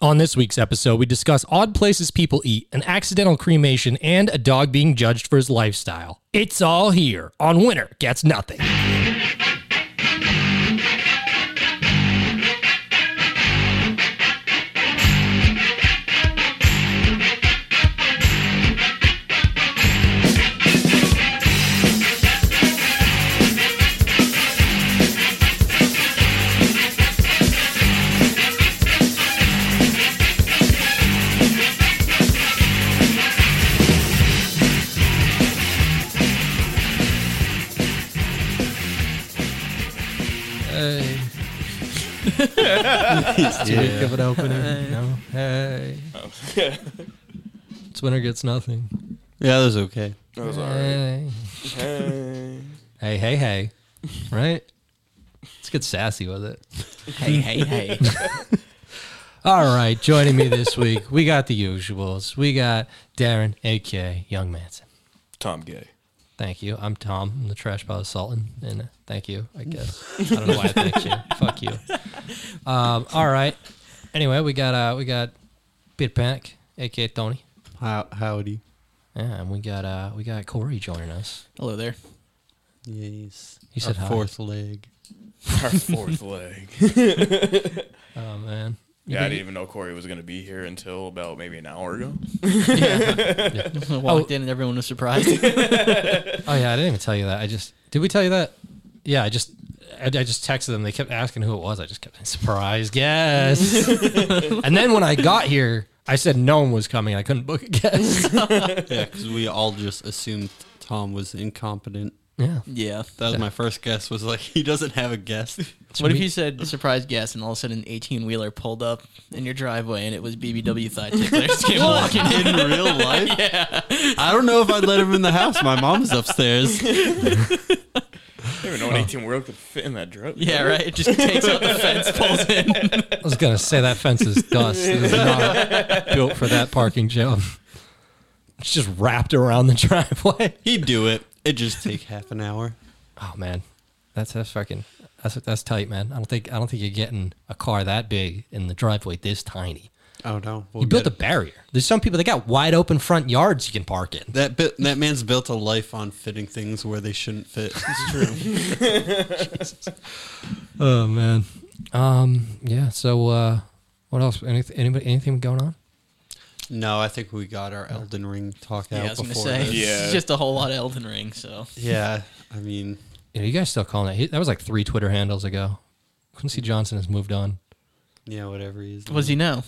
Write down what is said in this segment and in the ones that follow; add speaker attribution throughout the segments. Speaker 1: On this week's episode, we discuss odd places people eat, an accidental cremation, and a dog being judged for his lifestyle. It's all here on Winner Gets Nothing. It's too big of an opener. No. Hey. It's Winner Gets Nothing.
Speaker 2: Yeah, that was okay.
Speaker 3: That was alright.
Speaker 1: Hey.
Speaker 3: Hey.
Speaker 1: Hey, hey, hey. Right? Let's get sassy with it.
Speaker 2: Hey, hey, hey.
Speaker 1: All right, joining me this week, we got the usuals. We got Darren, aka Young Manson.
Speaker 3: Tom Gay.
Speaker 1: Thank you. I'm Tom. I'm the trash pile sultan, and uh, thank you. I guess I don't know why I thank you. Fuck you. Um, all right. Anyway, we got uh, we got Bit Panic, aka Tony.
Speaker 2: How, howdy.
Speaker 1: Yeah, and we got uh, we got Corey joining us.
Speaker 4: Hello there.
Speaker 2: Yes.
Speaker 1: He said
Speaker 2: Our
Speaker 1: hi.
Speaker 2: fourth leg.
Speaker 3: Our fourth leg.
Speaker 1: Oh man. You
Speaker 3: Yeah, I
Speaker 1: got-
Speaker 3: didn't even know Corey was gonna be here until about maybe an hour ago.
Speaker 4: I walked in and everyone was surprised.
Speaker 1: Oh yeah, I didn't even tell you that. I just did. We tell you that? Yeah, I just I, I just texted them. They kept asking who it was. I just kept surprised guess. and then when I got here, I said no one was coming. I couldn't book a guest.
Speaker 2: Yeah, because we all just assumed Tom was incompetent.
Speaker 1: yeah.
Speaker 4: yeah.
Speaker 2: That was my first guess. Was like he doesn't have a guess.
Speaker 4: What if you said surprise guest and all of a sudden an 18 wheeler pulled up in your driveway and it was BBW thigh ticklers came walking in?
Speaker 2: in real life. yeah. I don't know if I'd let him in the house. My mom's upstairs.
Speaker 3: I didn't even know an 18 world could fit in that drug.
Speaker 4: Oh. Yeah, right. It just takes out the fence, pulls in.
Speaker 1: I was gonna say that fence is dust. It is not built for that parking job. It's just wrapped around the driveway.
Speaker 2: He'd do it. It'd just take half an hour.
Speaker 1: Oh man, that's that's fucking that's that's tight, man. I don't think I don't think you're getting a car that big in the driveway this tiny.
Speaker 2: Oh no. We'll
Speaker 1: You built a
Speaker 2: get-
Speaker 1: barrier. There's some people that got wide open front yards you can park in.
Speaker 2: that bit, that man's built a life on fitting things where they shouldn't fit. It's true.
Speaker 1: Oh man. Um. Yeah. So, uh, what else? Anything? Anybody? Anything going on?
Speaker 2: no, I think we got our Elden Ring talk out
Speaker 4: Yeah, I was
Speaker 2: before
Speaker 4: gonna say
Speaker 2: this.
Speaker 3: Yeah.
Speaker 4: it's just a whole lot of Elden Ring. So
Speaker 2: Yeah, I mean,
Speaker 1: Yeah, you guys still calling it? he- That was like three Twitter handles ago. Quincy Johnson has moved on.
Speaker 2: yeah, whatever he is.
Speaker 4: what does he know?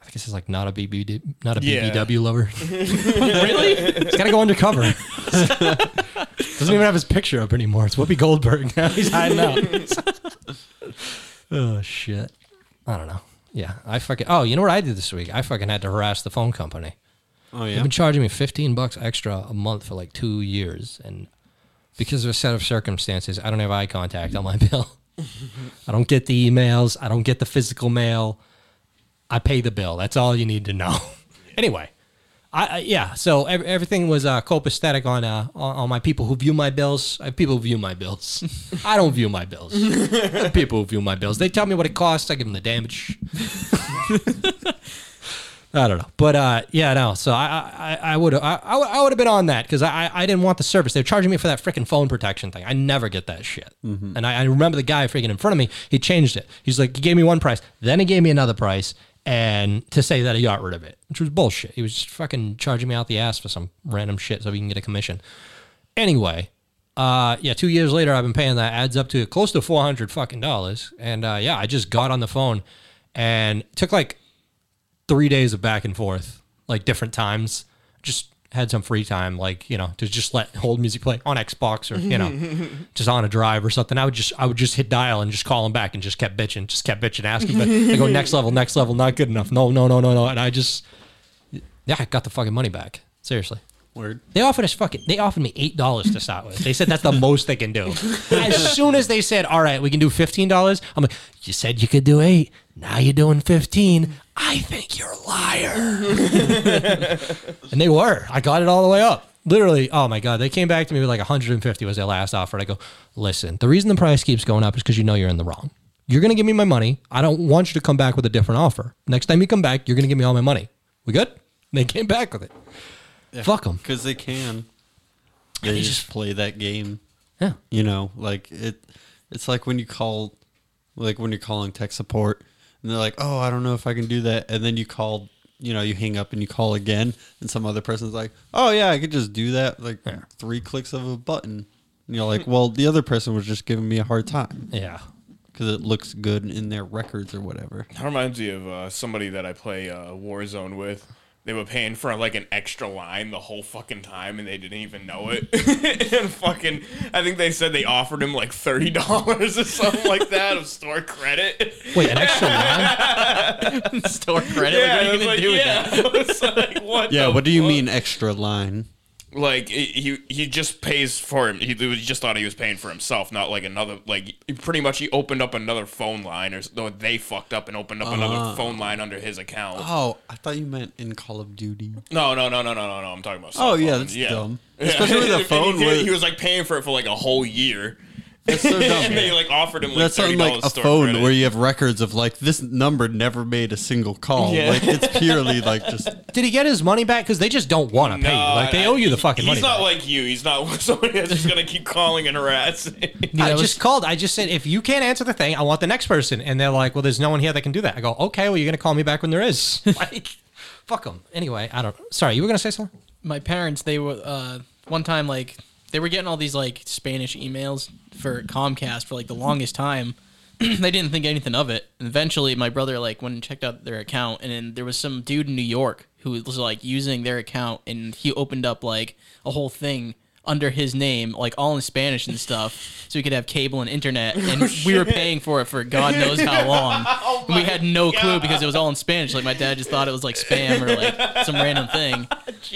Speaker 1: I think this is like not a BB, not a
Speaker 3: Yeah.
Speaker 1: BBW lover. really? He's got to go undercover. Doesn't even have his picture up anymore. It's Whoopi Goldberg now. He's hiding out. oh shit! I don't know. Yeah, I fucking. Oh, you know what I did this week? I fucking had to harass the phone company.
Speaker 2: Oh
Speaker 1: They've
Speaker 2: yeah.
Speaker 1: been charging me 15 bucks extra a month for like two years. And because of a set of circumstances, I don't have eye contact on my bill. I don't get the emails. I don't get the physical mail. I pay the bill. That's all you need to know. anyway, I, I yeah. So ev- everything was uh, copacetic on, uh, on on my people who view my bills. I have people who view my bills. I don't view my bills. The people who view my bills. They tell me what it costs. I give them the damage. I don't know, but uh, yeah, no. So I I would I I, would- I would have been on that because I I didn't want the service. They're charging me for that freaking phone protection thing. I never get that shit. And I, I remember the guy freaking in front of me. He changed it. He's like, he gave me one price, then he gave me another price, and to say that he got rid of it, which was bullshit. He was just fucking charging me out the ass for some random shit so he can get a commission. Anyway, uh, yeah, two years later, I've been paying that. Adds up to close to four hundred fucking dollars. And uh, yeah, I just got on the phone and took like three days of back and forth, like different times. Just had some free time, like you know, to just let hold music play on Xbox or you know, just on a drive or something. I would just I would just hit dial and just call him back and just kept bitching, just kept bitching, asking. But I go next level, next level, not good enough. No, no, no, no, no. And I just yeah, I got the fucking money back. Seriously.
Speaker 2: Word.
Speaker 1: They offered us fucking. They offered me eight dollars to start with. They said that's the most they can do. As soon as they said, "All right, we can do fifteen dollars," I'm like, "You said you could do eight. Now you're doing fifteen. I think you're a liar." and they were. I got it all the way up. Literally, oh my god! They came back to me with like 150 was their last offer. And I go, "Listen, the reason the price keeps going up is because you know you're in the wrong. You're going to give me my money. I don't want you to come back with a different offer. Next time you come back, you're going to give me all my money. We good? And they came back with it. Fuck 'em.
Speaker 2: because they can. They just play that game.
Speaker 1: Yeah.
Speaker 2: You know, like it. It's like when you call, like when you're calling tech support, and they're like, "Oh, I don't know if I can do that," and then you call, you know, you hang up and you call again, and some other person's like, "Oh yeah, I could just do that, like three clicks of a button." And you're like, "Well, the other person was just giving me a hard time
Speaker 1: Yeah.
Speaker 2: because it looks good in their records or whatever."
Speaker 3: That reminds me of uh, somebody that I play uh, Warzone with. They were paying for like an extra line the whole fucking time, and they didn't even know it. and fucking, I think they said they offered him like thirty dollars or something like that of store credit.
Speaker 1: Wait, an extra line?
Speaker 4: Store credit.
Speaker 3: Yeah,
Speaker 4: like, what are
Speaker 3: I was
Speaker 4: you gonna
Speaker 3: like,
Speaker 4: do with
Speaker 3: yeah.
Speaker 4: that?
Speaker 3: I was like, what?
Speaker 2: Yeah,
Speaker 3: the
Speaker 2: what do you
Speaker 3: fuck?
Speaker 2: mean extra line?
Speaker 3: Like he he just pays for him. He, he just thought he was paying for himself, not like another. Like pretty much, he opened up another phone line, or s- no, they fucked up and opened up
Speaker 2: Ah.
Speaker 3: another phone line under his account.
Speaker 2: Oh, I thought you meant in Call of Duty.
Speaker 3: No, no, no, no, no, no, no. I'm talking about. cell
Speaker 2: Oh yeah,
Speaker 3: phones.
Speaker 2: that's dumb. Especially with
Speaker 3: And
Speaker 2: a
Speaker 3: he
Speaker 2: phone.
Speaker 3: did-
Speaker 2: with,
Speaker 3: he was like paying for it for like a whole year.
Speaker 2: that's so dumb.
Speaker 3: and they like offered him like
Speaker 2: That's
Speaker 3: thirty
Speaker 2: on like
Speaker 3: dollars
Speaker 2: a
Speaker 3: store
Speaker 2: phone
Speaker 3: credit.
Speaker 2: where you have records of like this number never made a single call.
Speaker 3: Yeah.
Speaker 2: Like it's purely like just
Speaker 1: Did he get his money back? Because they just don't want to pay you. Like they
Speaker 3: I-
Speaker 1: owe you the fucking
Speaker 3: he's
Speaker 1: money.
Speaker 3: not
Speaker 1: back.
Speaker 3: like you. He's not somebody that's just gonna keep calling and harassing.
Speaker 1: I
Speaker 4: Yeah, it
Speaker 1: just called. I just said, if you can't answer the thing, I want the next person. And they're like, well, there's no one here that can do that. I go, okay, well, you're going to call me back when there is. like, fuck them. Anyway, I don't. Sorry, you were going to say something?
Speaker 4: my parents they were uh, one time like they were getting all these like spanish emails for comcast for like the longest time they didn't think anything of it and eventually my brother like went and checked out their account and then there was some dude in new york who was like using their account and he opened up like a whole thing under his name like all in spanish and stuff so we could have cable and internet and we were paying for it for god knows how long and we had no clue because it was all in spanish like my dad just thought it was like spam or like some random thing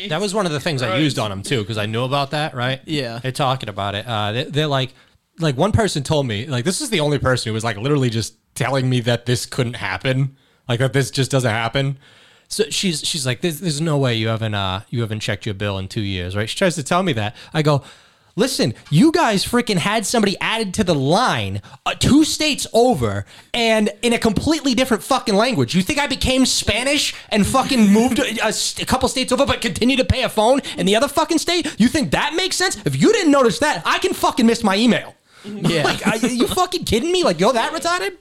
Speaker 1: That was one of the things I used on them too, because I knew about that, right?
Speaker 4: Yeah.
Speaker 1: They're talking about it. Uh, they, they're like, like one person told me, like this is the only person who was like literally just telling me that this couldn't happen, like that this just doesn't happen. So she's she's like, there's, there's no way you haven't uh you haven't checked your bill in two years, right? She tries to tell me that. I go. Listen, you guys freaking had somebody added to the line uh, two states over and in a completely different fucking language. You think I became Spanish and fucking moved a, a s- a couple states over but continue to pay a phone in the other fucking state? You think that makes sense? If you didn't notice that, I can fucking miss my email.
Speaker 4: yeah
Speaker 1: Like, are you fucking kidding me? Like, you're that retarded?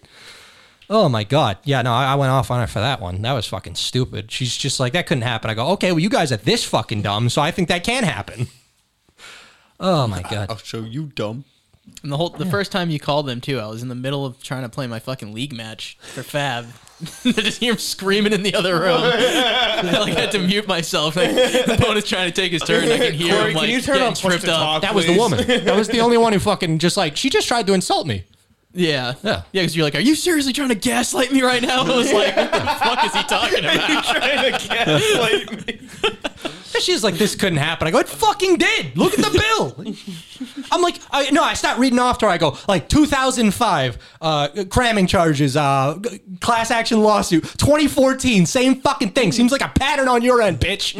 Speaker 1: Oh my god! Yeah, no, I, I went off on her for that one. That was fucking stupid. She's just like, that couldn't happen. I go, okay, well, you guys are this fucking dumb, so I think that can happen. Oh my god!
Speaker 2: I'll show you dumb.
Speaker 4: And the whole the first time you called them too, I was in the middle of trying to play my fucking league match for Fab. I just hear him screaming in the other room. I like had to mute myself. Like, the opponent's trying to take his turn. I can hear
Speaker 3: Corey,
Speaker 4: him
Speaker 3: can
Speaker 4: like
Speaker 3: you turn
Speaker 4: getting
Speaker 3: on push
Speaker 4: tripped
Speaker 3: to
Speaker 4: up.
Speaker 3: talk?
Speaker 1: That was the
Speaker 3: please.
Speaker 1: woman. That was the only one who fucking just like she just tried to insult me.
Speaker 4: Yeah,
Speaker 1: Yeah.
Speaker 4: yeah. Because you're like, are you seriously trying to gaslight me right now? I was like, what the fuck is he talking about?
Speaker 3: trying to gaslight me.
Speaker 1: And She's like, this couldn't happen. I go, it fucking did. Look at the bill. I'm like, I, no, I start reading off to her. I go, like 2005, uh, cramming charges, uh, g- class action lawsuit, 2014, same fucking thing. Seems like a pattern on your end, bitch.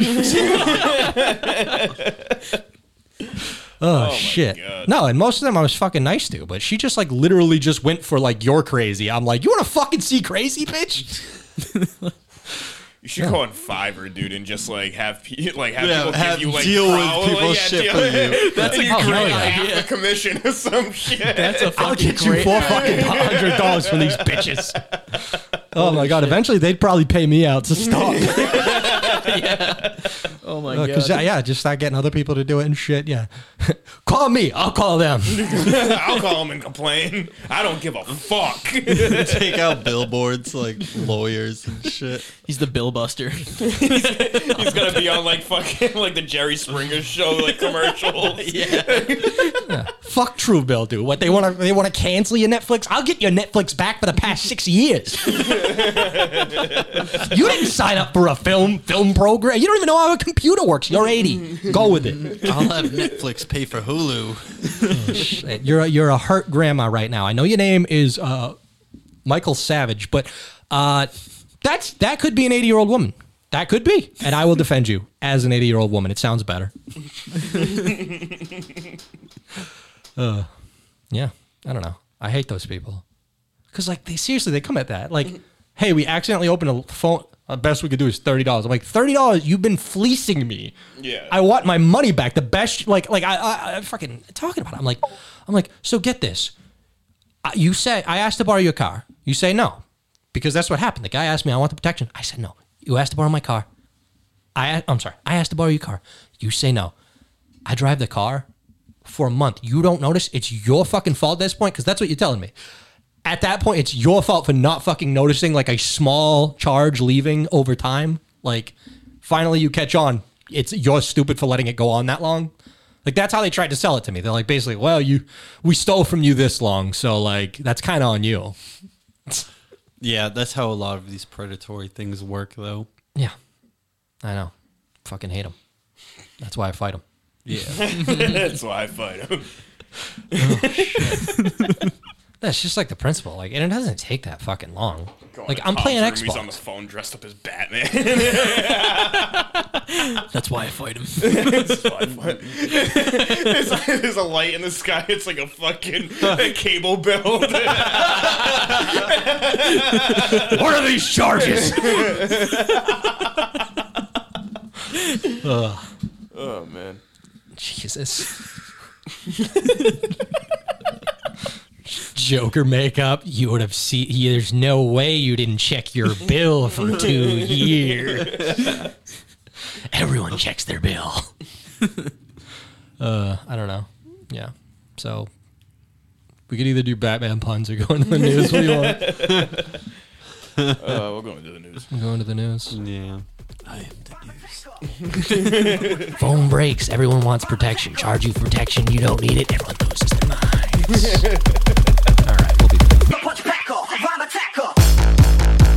Speaker 1: oh, shit.
Speaker 3: God.
Speaker 1: No, and most of them I was fucking nice to, but she just like literally just went for like, you're crazy. I'm like, you want to fucking see crazy, bitch?
Speaker 3: You should go on Fiverr, dude, and just like have pe- like have
Speaker 2: Yeah,
Speaker 3: people
Speaker 2: have-
Speaker 3: give you like
Speaker 2: deal with
Speaker 3: prowl-
Speaker 2: people's shit for you.
Speaker 3: That's
Speaker 1: Oh, hell yeah.
Speaker 3: idea. commission or some shit.
Speaker 4: That's a fucking
Speaker 1: I'll get you
Speaker 4: great.
Speaker 1: four fucking hundred dollars from these bitches. Oh my god! Eventually, they'd probably pay me out to stop
Speaker 4: Oh my
Speaker 1: because
Speaker 4: god.
Speaker 1: yeah, yeah, just start getting other people to do it and shit. Yeah, call me. I'll call them.
Speaker 3: I'll call him and complain. I don't give a fuck.
Speaker 2: Take out billboards like lawyers and shit.
Speaker 4: He's the bill buster.
Speaker 3: He's gonna be on like fucking like the Jerry Springer show like commercials.
Speaker 4: yeah.
Speaker 1: Fuck Truebill, dude. What they want to they want to cancel your Netflix? I'll get your Netflix back for the past six years. you didn't sign up for a film film program. You don't even know how a computer works. You're eighty. Go with it.
Speaker 2: I'll have Netflix pay for Hulu.
Speaker 1: Shit, You're a, you're a hurt grandma right now. I know your name is uh, Michael Savage, but uh, that's that could be an 80 year old woman. That could be, and I will defend you as an 80 year old woman. It sounds better. uh, yeah, I don't know. I hate those people. Because like they seriously they come at that like, hey, we accidentally opened a phone. uh, best we could do is thirty dollars. I'm like thirty dollars. You've been fleecing me.
Speaker 3: Yeah.
Speaker 1: I want my money back. The best like like I I, I fucking talking about. It. I'm like I'm like so get this. I- You say I asked to borrow your car. You say no, because that's what happened. The guy asked me I want the protection. I said no. You asked to borrow my car. I I'm sorry. I asked to borrow your car. You say no. I drive the car for a month. You don't notice. It's your fucking fault at this point because that's what you're telling me. At that point, it's your fault for not fucking noticing like a small charge leaving over time. Like, finally, you catch on. It's you're stupid for letting it go on that long. Like that's how they tried to sell it to me. They're like basically, well, you we stole from you this long, so like that's kind of on you.
Speaker 2: Yeah, that's how a lot of these predatory things work, though.
Speaker 1: Yeah, I know. Fucking hate them. That's why I fight them.
Speaker 2: Yeah,
Speaker 3: That's why I fight him.
Speaker 1: That's just like the principle. Like, and it doesn't take that fucking long.
Speaker 3: Going
Speaker 1: Like
Speaker 3: to
Speaker 1: I'm
Speaker 3: Tom's
Speaker 1: playing
Speaker 3: room, He's on the
Speaker 1: Xbox.
Speaker 3: phone dressed up as Batman.
Speaker 4: That's why I fight him.
Speaker 3: That's why I fight him. there's, there's a light in the sky. It's like a fucking cable build.
Speaker 1: what are these charges?
Speaker 3: oh man.
Speaker 1: Jesus. Joker makeup. You would have seen. There's no way you didn't check your bill for two years. Everyone checks their bill. uh, I don't know. Yeah. So we could either do Batman puns or go into the news. What do you want?
Speaker 3: Uh, we're going to the news.
Speaker 1: Go into the news.
Speaker 2: yeah.
Speaker 1: Phone breaks. Everyone wants protection. Charge you for protection. You don't need it. Everyone loses their minds. All right, we'll be back.
Speaker 5: Punch back off, rhyme attacker.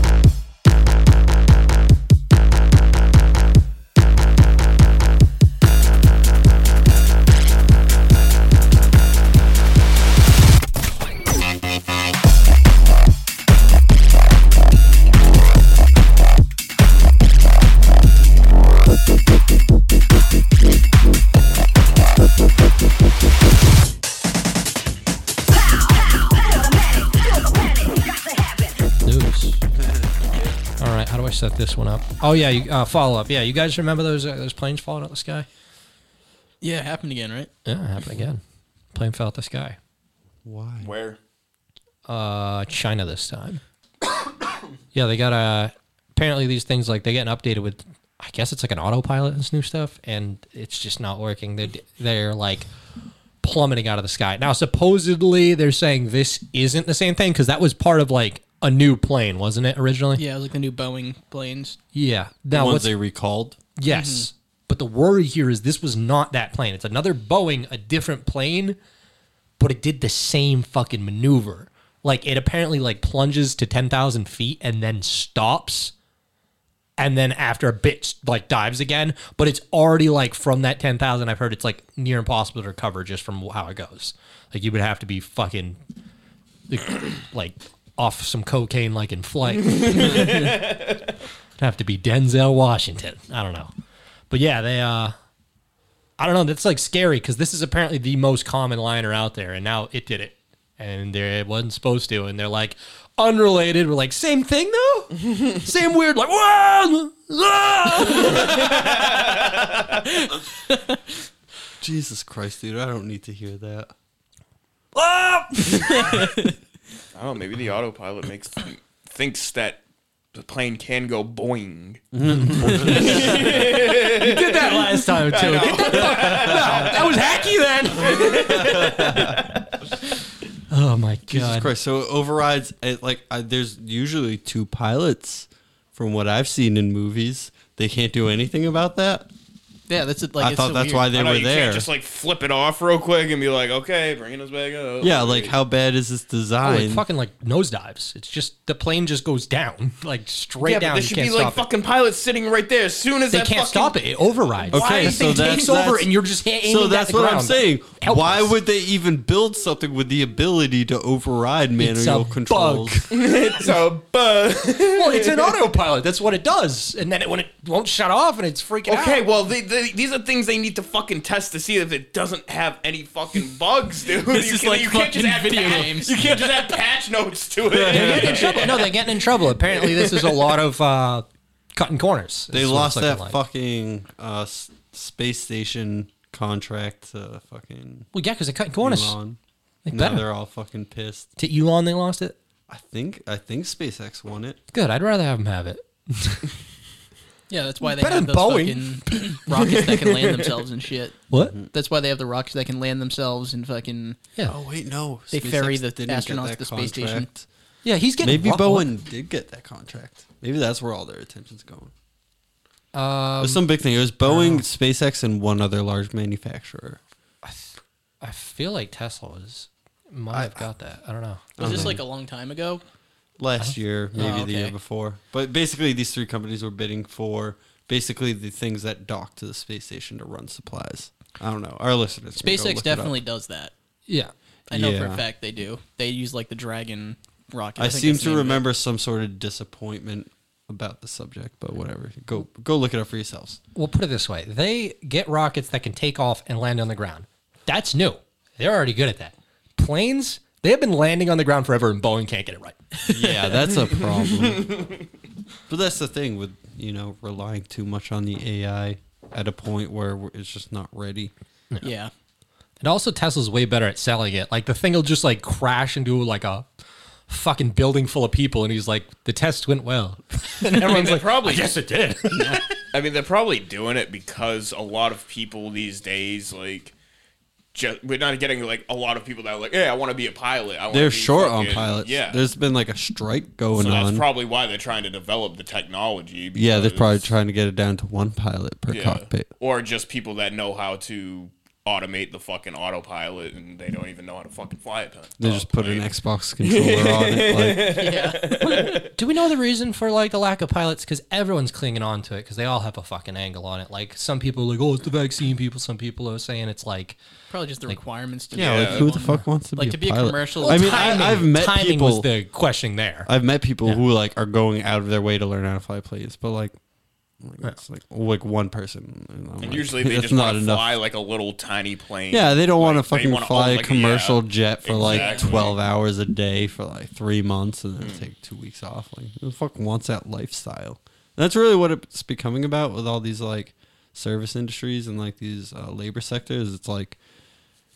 Speaker 1: News. All right, how do I set this one up? Oh yeah, you, uh, follow up. Yeah, you guys remember those uh, those planes falling out the sky?
Speaker 4: yeah, it happened again, right?
Speaker 1: Yeah, it happened again. Plane fell out the sky.
Speaker 2: Why?
Speaker 3: Where?
Speaker 1: Uh, China this time. yeah, they got uh Apparently, these things like they're getting updated with. I guess it's like an autopilot and this new stuff, and it's just not working. They they're like plummeting out of the sky. Now, supposedly, they're saying this isn't the same thing because that was part of like a new plane, wasn't it originally?
Speaker 4: Yeah, it was like the new Boeing planes.
Speaker 1: Yeah. Now,
Speaker 2: Once
Speaker 1: what's
Speaker 2: they recalled.
Speaker 1: Yes. But the worry here is this was not that plane. It's another Boeing, a different plane, but it did the same fucking maneuver. Like it apparently like plunges to 10,000 feet and then stops. And then after a bit like dives again, but it's already like from that 10,000 I've heard it's like near impossible to recover just from how it goes. Like you would have to be fucking like, like off some cocaine like in flight have to be Denzel Washington. I don't know. But yeah, they uh I don't know, that's like scary because this is apparently the most common liner out there, and now it did it. And they- it wasn't supposed to, and they're like unrelated. We're like, same thing though? same weird, like, whoa! whoa!"
Speaker 2: Jesus Christ, dude! I don't need to hear that.
Speaker 3: I don't know. Maybe the autopilot makes thinks that the plane can go boing.
Speaker 1: did that last time too. Get the fuck- no, that was hacky then. oh my god.
Speaker 2: Jesus Christ! So it overrides. It, like I, there's usually two pilots, from what I've seen in movies. They can't do anything about that.
Speaker 4: Yeah, that's it. Like
Speaker 2: I
Speaker 4: it's
Speaker 2: thought
Speaker 4: so
Speaker 2: that's
Speaker 4: weird.
Speaker 2: why they
Speaker 3: I know
Speaker 2: were
Speaker 3: you
Speaker 2: there.
Speaker 3: can't just like flip it off real quick and be like, okay, bringing us back up.
Speaker 2: yeah, like how bad is
Speaker 1: Oh,
Speaker 2: this design?
Speaker 1: it fucking like nosedives. It's just the plane just goes down, like straight
Speaker 3: Yeah,
Speaker 1: down.
Speaker 3: but there
Speaker 1: you
Speaker 3: should
Speaker 1: can't
Speaker 3: be like
Speaker 1: stop it.
Speaker 3: fucking pilots sitting right there. As soon as
Speaker 1: they
Speaker 3: that
Speaker 1: can't
Speaker 3: fucking-
Speaker 1: stop it. It overrides.
Speaker 2: Okay,
Speaker 1: the
Speaker 2: so
Speaker 1: thing
Speaker 2: that's-
Speaker 1: takes over,
Speaker 2: that's-
Speaker 1: and you're just aiming
Speaker 2: so that's
Speaker 1: at the
Speaker 2: what I'm
Speaker 1: ground.
Speaker 2: saying.
Speaker 1: Helpless.
Speaker 2: Why would they even build something with the ability to override
Speaker 1: It's a
Speaker 2: manual
Speaker 1: bug.
Speaker 2: controls?
Speaker 3: So, but
Speaker 1: Well, it's an autopilot. That's what it does. And then it, when it won't shut off, and it's freaking out.
Speaker 3: okay, well, the, the they, these are things they need to fucking test to see if it doesn't have any fucking bugs, dude.
Speaker 4: This
Speaker 3: you
Speaker 4: is
Speaker 3: can,
Speaker 4: like
Speaker 3: you can't just
Speaker 4: fucking
Speaker 3: add
Speaker 4: video
Speaker 3: patch-
Speaker 4: games.
Speaker 3: You can't just add patch notes to it.
Speaker 1: They're getting in trouble. No, they're getting in trouble. Apparently, this is a lot of uh, cutting corners.
Speaker 2: They
Speaker 1: is what
Speaker 2: lost
Speaker 1: it's looking
Speaker 2: that
Speaker 1: like.
Speaker 2: fucking uh, s- space station contract to fucking
Speaker 1: Well, yeah, because they're cutting corners.
Speaker 2: Elon.
Speaker 1: They
Speaker 2: Now
Speaker 1: better.
Speaker 2: they're all fucking pissed.
Speaker 1: To Elon, they lost it.
Speaker 2: I think I think SpaceX won it.
Speaker 1: Good. I'd rather have them have it.
Speaker 4: Yeah, that's why they
Speaker 1: Better
Speaker 4: have
Speaker 1: than
Speaker 4: those
Speaker 1: Boeing.
Speaker 4: fucking rockets that can land themselves and shit.
Speaker 1: What?
Speaker 2: Mm-hmm.
Speaker 4: That's why they have the rockets that can land themselves and fucking.
Speaker 1: Yeah.
Speaker 2: Oh wait, no.
Speaker 4: They ferry the
Speaker 2: didn't get
Speaker 4: astronauts
Speaker 2: that
Speaker 4: to the space station.
Speaker 2: contract.
Speaker 1: Yeah, he's getting
Speaker 2: Maybe
Speaker 1: ru-
Speaker 2: Boeing did get that contract. Maybe that's where all their attention's going.
Speaker 1: Uh,
Speaker 2: It was some big thing. It was Boeing, SpaceX, and one other large manufacturer.
Speaker 1: I feel like Tesla is might have got that. I don't know.
Speaker 4: Was this like a long time ago?
Speaker 2: last year, maybe
Speaker 4: Oh,
Speaker 2: the year
Speaker 4: okay.
Speaker 2: before. But basically, these three companies were bidding for basically the things that dock to the space station to run supplies. I don't know. Our listeners, can go
Speaker 4: SpaceX
Speaker 2: look it up.
Speaker 4: definitely does that.
Speaker 1: Yeah.
Speaker 4: I know for
Speaker 2: Yeah.
Speaker 4: a fact they do. They use like the Dragon rocket.
Speaker 2: I,
Speaker 4: think
Speaker 2: seem
Speaker 4: that's
Speaker 2: to
Speaker 4: the name of it.
Speaker 2: remember some sort of disappointment about the subject, but whatever. Go go look it up for yourselves.
Speaker 1: We'll put it this way: they get rockets that can take off and land on the ground. That's new. They're already good at that. Planes, they have been landing on the ground forever, and Boeing can't get it right.
Speaker 2: Yeah, that's a problem. but that's the thing with you know relying too much on the AI at a point where we're- it's just not ready.
Speaker 4: Yeah.
Speaker 1: And also, Tesla's way better at selling it. Like the thing will just like crash into like a fucking building full of people, and he's like, "The test went well." And everyone's like,
Speaker 3: probably-
Speaker 1: "I guess it did."
Speaker 3: I mean, they're probably doing it because a lot of people these days, like, just, we're not getting like a lot of people that are like, "Yeah, I want to be a pilot." I wanna
Speaker 2: They're
Speaker 3: be
Speaker 2: short on
Speaker 3: fucking-"
Speaker 2: pilots.
Speaker 3: Yeah,
Speaker 2: there's been like a strike going
Speaker 3: so
Speaker 2: on.
Speaker 3: that's probably why they're trying to develop the technology.
Speaker 2: Yeah, they're
Speaker 3: because-
Speaker 2: probably trying to get it down to one pilot per
Speaker 3: Yeah.
Speaker 2: cockpit.
Speaker 3: Or just people that know how to automate the fucking autopilot and they don't even know how to fucking fly a plane.
Speaker 2: They just put an Xbox controller on it. Like,
Speaker 1: Do we know the reason for like the lack of pilots? Because everyone's clinging on to it because they all have a fucking angle on it. Like some people are like, "Oh, it's the vaccine." People, some people are saying it's like
Speaker 4: Probably just the requirements to
Speaker 2: yeah,
Speaker 4: be
Speaker 2: like
Speaker 4: a
Speaker 2: who the
Speaker 4: pilot.
Speaker 2: fuck wants to
Speaker 4: Like
Speaker 2: be
Speaker 4: to
Speaker 2: a
Speaker 4: be a
Speaker 2: pilot?
Speaker 4: commercial-
Speaker 2: I mean,
Speaker 1: timing,
Speaker 2: I, I've met
Speaker 1: timing
Speaker 2: people.
Speaker 1: was the question there.
Speaker 2: I've met people who like are going out of their way to learn how to fly planes, but like, like, it's like like one person. And I'm
Speaker 3: Oh. And
Speaker 2: like,
Speaker 3: usually they
Speaker 2: that's
Speaker 3: just want to fly like a little tiny plane.
Speaker 2: Yeah, they don't want to
Speaker 3: Like, they
Speaker 2: fucking
Speaker 3: wanna
Speaker 2: fly
Speaker 3: own,
Speaker 2: a
Speaker 3: like,
Speaker 2: commercial
Speaker 3: yeah,
Speaker 2: jet for like
Speaker 3: exactly. Hmm.
Speaker 2: twelve hours a day for like three months and then take two weeks off. Like who the fuck wants that lifestyle? And that's really what it's becoming about with all these like service industries and like these uh, labor sectors. It's like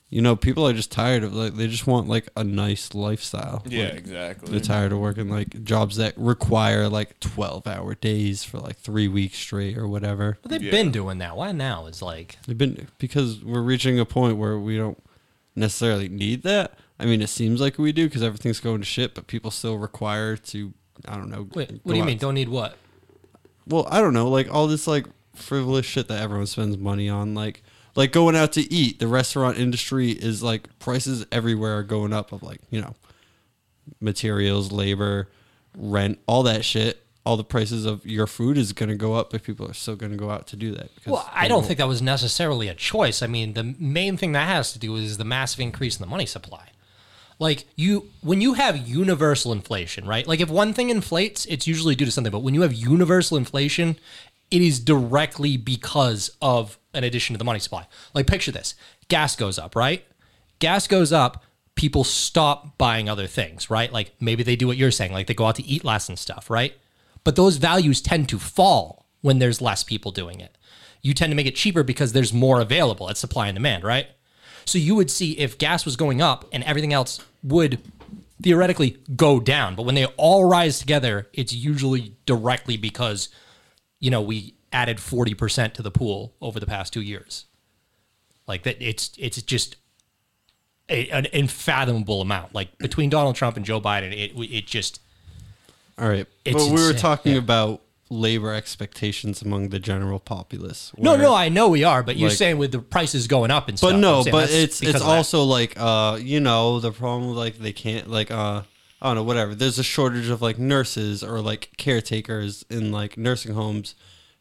Speaker 2: you know people are just tired of like they just want like a nice lifestyle.
Speaker 3: Yeah,
Speaker 2: Like,
Speaker 3: exactly.
Speaker 2: They're tired of working like jobs that require like twelve hour days for like three weeks straight or whatever.
Speaker 1: Well, they've been doing that. Why now? Is like
Speaker 2: They've been because we're reaching a point where we don't necessarily need that. I mean, it seems like we do because everything's going to shit, but people still require to. I don't know.
Speaker 1: wait,
Speaker 2: go
Speaker 1: what do you
Speaker 2: out-
Speaker 1: mean? Don't need what?
Speaker 2: Well, I don't know. Like all this like frivolous shit that everyone spends money on, like like going out to eat. The restaurant industry is like prices everywhere are going up of like you know materials, labor, rent, all that shit. All the prices of your food is going to go up, but people are still going to go out to do that. Because
Speaker 1: Well, I
Speaker 2: they
Speaker 1: don't
Speaker 2: won't-
Speaker 1: think that was necessarily a choice. I mean, the main thing that has to do is the massive increase in the money supply. Like you, when you have universal inflation, right? Like if one thing inflates, it's usually due to something. But when you have universal inflation, it is directly because of an addition to the money supply. Like picture this: gas goes up, right? Gas goes up. People stop buying other things, right? Like maybe they do what you're saying, like they go out to eat less and stuff, right? But those values tend to fall when there's less people doing it you tend to make it cheaper because there's more available at supply and demand, right? So you would see if gas was going up and everything else would theoretically go down. But when they all rise together, it's usually directly because, you know, we added 40% to the pool over the past two years. Like that it's it's just a, an unfathomable amount. Like between Donald Trump and Joe Biden, it it just
Speaker 2: All right.
Speaker 1: It's
Speaker 2: well, we were
Speaker 1: insane,
Speaker 2: talking about labor expectations among the general populace.
Speaker 1: no,
Speaker 2: where-
Speaker 1: no, I know we are, but you're
Speaker 2: like-
Speaker 1: saying with the prices going up and stuff.
Speaker 2: But
Speaker 1: I'm
Speaker 2: no,
Speaker 1: saying
Speaker 2: but
Speaker 1: that's
Speaker 2: it's
Speaker 1: because
Speaker 2: it's
Speaker 1: of that.
Speaker 2: also like uh, you know, the problem with, like they can't like uh I don't know, whatever. There's a shortage of like nurses or like caretakers in like nursing homes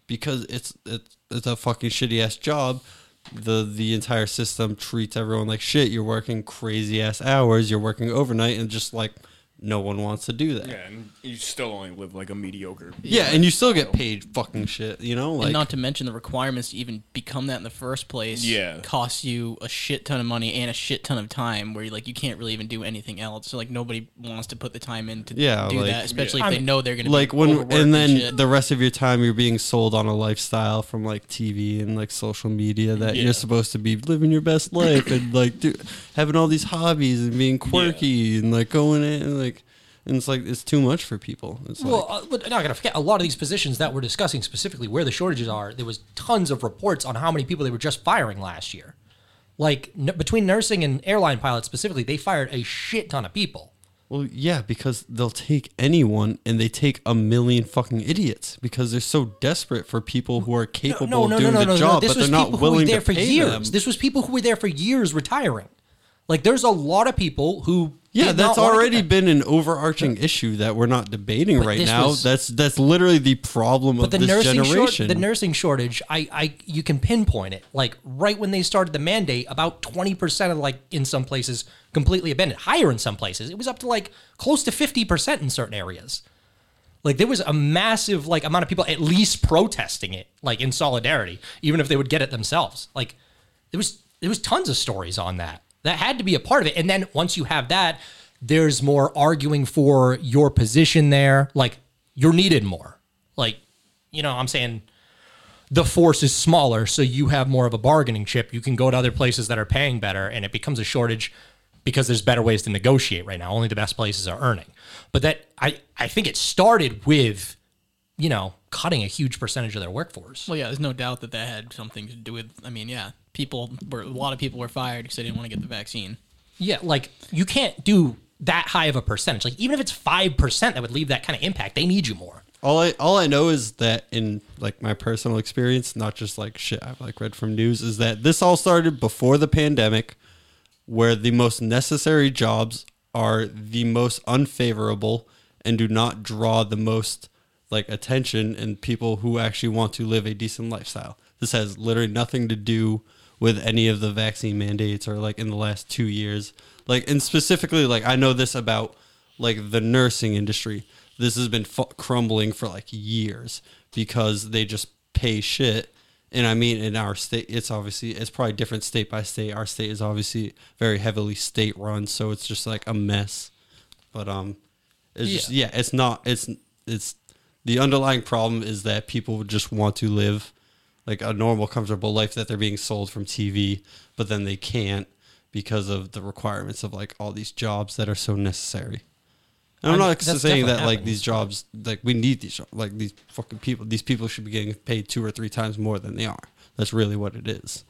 Speaker 2: because it's it's it's a fucking shitty ass job. The the entire system treats everyone like shit. You're working crazy ass hours, you're working overnight and just like no one wants to do that.
Speaker 3: Yeah, and you still only live like a mediocre.
Speaker 2: Yeah, and you still get paid fucking shit, you know? Like
Speaker 4: and not to mention the requirements to even become that in the first place
Speaker 3: Yeah.
Speaker 4: costs you a shit ton of money and a shit ton of time where you like you can't really even do anything else so like nobody wants to put the time in to
Speaker 2: Yeah,
Speaker 4: do
Speaker 2: like-
Speaker 4: that especially
Speaker 1: I
Speaker 4: if they
Speaker 1: mean,
Speaker 4: know they're going to
Speaker 2: like
Speaker 4: be
Speaker 2: when
Speaker 4: overworked
Speaker 2: and then
Speaker 4: shit.
Speaker 2: the rest of your time you're being sold on a lifestyle from like TV and like social media that
Speaker 3: Yeah.
Speaker 2: you're supposed to be living your best life and like do, having all these hobbies and being quirky and like going in and like and it's like it's too much for people. It's
Speaker 1: Well,
Speaker 2: like
Speaker 1: uh, but not gonna forget a lot of these positions that we're discussing specifically where the shortages are. There was tons of reports on how many people they were just firing last year. Like n- between nursing and airline pilots specifically, they fired a shit ton of people.
Speaker 2: well yeah because they'll take anyone and they take a million fucking idiots because they're so desperate for people who are capable
Speaker 1: No, no,
Speaker 2: of
Speaker 1: no,
Speaker 2: doing
Speaker 1: no,
Speaker 2: the
Speaker 1: no, no.
Speaker 2: job
Speaker 1: This
Speaker 2: but they're
Speaker 1: was
Speaker 2: not
Speaker 1: people who were
Speaker 2: willing
Speaker 1: there
Speaker 2: to
Speaker 1: for
Speaker 2: pay
Speaker 1: years.
Speaker 2: them.
Speaker 1: This was people who were there for years retiring. Like there's a lot of people who
Speaker 2: Yeah,
Speaker 1: did
Speaker 2: that's
Speaker 1: not wanna get
Speaker 2: already
Speaker 1: that.
Speaker 2: been an overarching issue that we're not debating right
Speaker 1: this
Speaker 2: now.
Speaker 1: was-
Speaker 2: that's that's literally the problem of
Speaker 1: But the
Speaker 2: this
Speaker 1: nursing short,
Speaker 2: generation.
Speaker 1: the nursing shortage, I, I, you can pinpoint it. Like right when they started the mandate, about twenty percent of like in some places completely abandoned. Higher in some places, it was up to like close to fifty percent in certain areas. Like there was a massive like amount of people at least protesting it, like in solidarity, even if they would get it themselves. Like there was there was tons of stories on that. That had to be a part of it. And then once you have that, there's more arguing for your position there. Like you're needed more. Like, you know, I'm saying the force is smaller, so you have more of a bargaining chip. You can go to other places that are paying better, and it becomes a shortage because there's better ways to negotiate right now. Only the best places are earning. But that I, I think it started with, you know, cutting a huge percentage of their workforce.
Speaker 4: well yeah there's no doubt that that had something to do with i mean yeah people were a lot of people were fired because they didn't want to get the vaccine
Speaker 1: Yeah, like you can't do that high of a percentage. Like even if it's five percent, that would leave that kind of impact. They need you more.
Speaker 2: all I all I know is that in like my personal experience, not just like shit I've like read from news, is that this all started before the pandemic, where the most necessary jobs are the most unfavorable and do not draw the most like attention and people who actually want to live a decent lifestyle. This has literally nothing to do with any of the vaccine mandates or like in the last 2 years. Like and specifically like I know this about like the nursing industry. This has been fu- crumbling for like years because they just pay shit and I mean, in our state, it's obviously it's probably different state by state. Our state is obviously very heavily state run, so it's just like a mess. But um, it's just yeah, it's not it's it's the underlying problem is that people just want to live like a normal, comfortable life that they're being sold from TV, but then they can't because of the requirements of like all these jobs that are so necessary. And I'm
Speaker 1: I mean,
Speaker 2: not
Speaker 1: that's
Speaker 2: saying that
Speaker 1: definitely
Speaker 2: like these jobs, like we need these, jo- like these fucking people. These people should be getting paid two or three times more than they are. That's really what it is.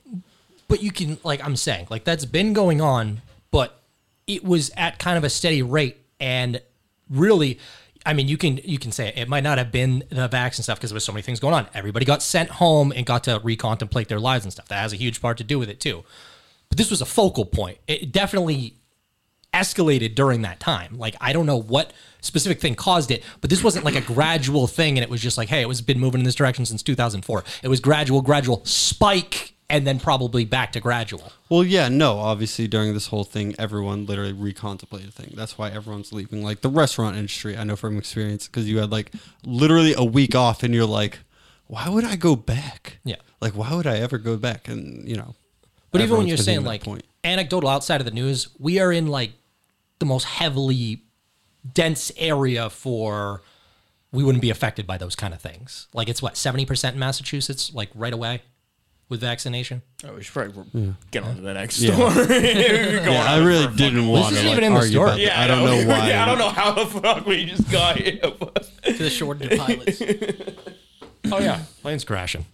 Speaker 1: But you can like I'm saying, like that's been going on, but it was at kind of a steady rate and really I mean, you can you can say it might not have been the vaccine stuff because there was so many things going on. Everybody got sent home and got to recontemplate their lives and stuff. That has a huge part to do with it too. But this was a focal point. It definitely escalated during that time. Like I don't know what specific thing caused it, but this wasn't like a gradual thing and it was just like, hey, it was been moving in this direction since 2004. It was gradual, gradual spike and then probably back to gradual.
Speaker 2: Well, yeah, no. Obviously, during this whole thing, everyone literally recontemplated thing. That's why everyone's leaving. Like the restaurant industry, I know from experience, because you had like literally a week off, and you're like, why would I go back?
Speaker 1: Yeah.
Speaker 2: Like, why would I ever go back? And you know.
Speaker 1: But even when
Speaker 2: everyone's
Speaker 1: you're
Speaker 2: been
Speaker 1: saying
Speaker 2: in that
Speaker 1: like anecdotal outside of the news, we are in like the most heavily dense area for we wouldn't be affected by those kind of things. Like it's what, 70% in Massachusetts, like right away with vaccination?
Speaker 3: Oh, we should probably get on to the next
Speaker 2: Yeah.
Speaker 3: story. We're going
Speaker 2: yeah, I
Speaker 3: on
Speaker 2: really
Speaker 3: for a
Speaker 2: didn't want to
Speaker 1: isn't
Speaker 2: like,
Speaker 1: even in the
Speaker 2: argue
Speaker 1: story.
Speaker 2: about that.
Speaker 3: Yeah,
Speaker 2: I don't know why.
Speaker 3: yeah, I don't know how the fuck we just got here. but-
Speaker 4: to the shortage of pilots
Speaker 1: Oh yeah, planes crashing.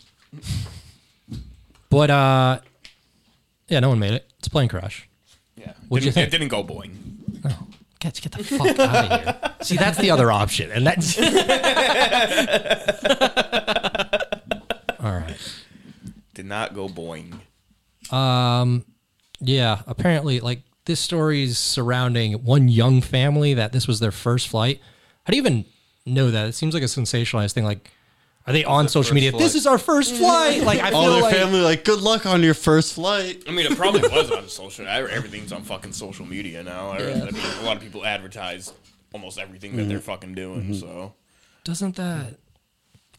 Speaker 1: But uh, yeah, no one made it. It's a plane crash.
Speaker 3: yeah,
Speaker 1: What'd you
Speaker 3: didn't-
Speaker 1: think?
Speaker 3: It didn't go boing.
Speaker 1: Guys, get the fuck out of here. See, that's the other option, and that's all right.
Speaker 3: Did not go boing.
Speaker 1: Yeah, apparently, like this story is surrounding one young family that this was their first flight. How do you even know that? It seems like a sensationalized thing. Like, are they on social media?
Speaker 2: flight.
Speaker 1: This is our first flight. Like, I feel
Speaker 2: All their
Speaker 1: like
Speaker 2: family like, good luck on your first flight.
Speaker 3: I mean, it probably e-, was on social. I- Everything's on fucking social media now. I, I mean, a lot of people advertise almost everything that they're fucking doing. So
Speaker 1: Doesn't that?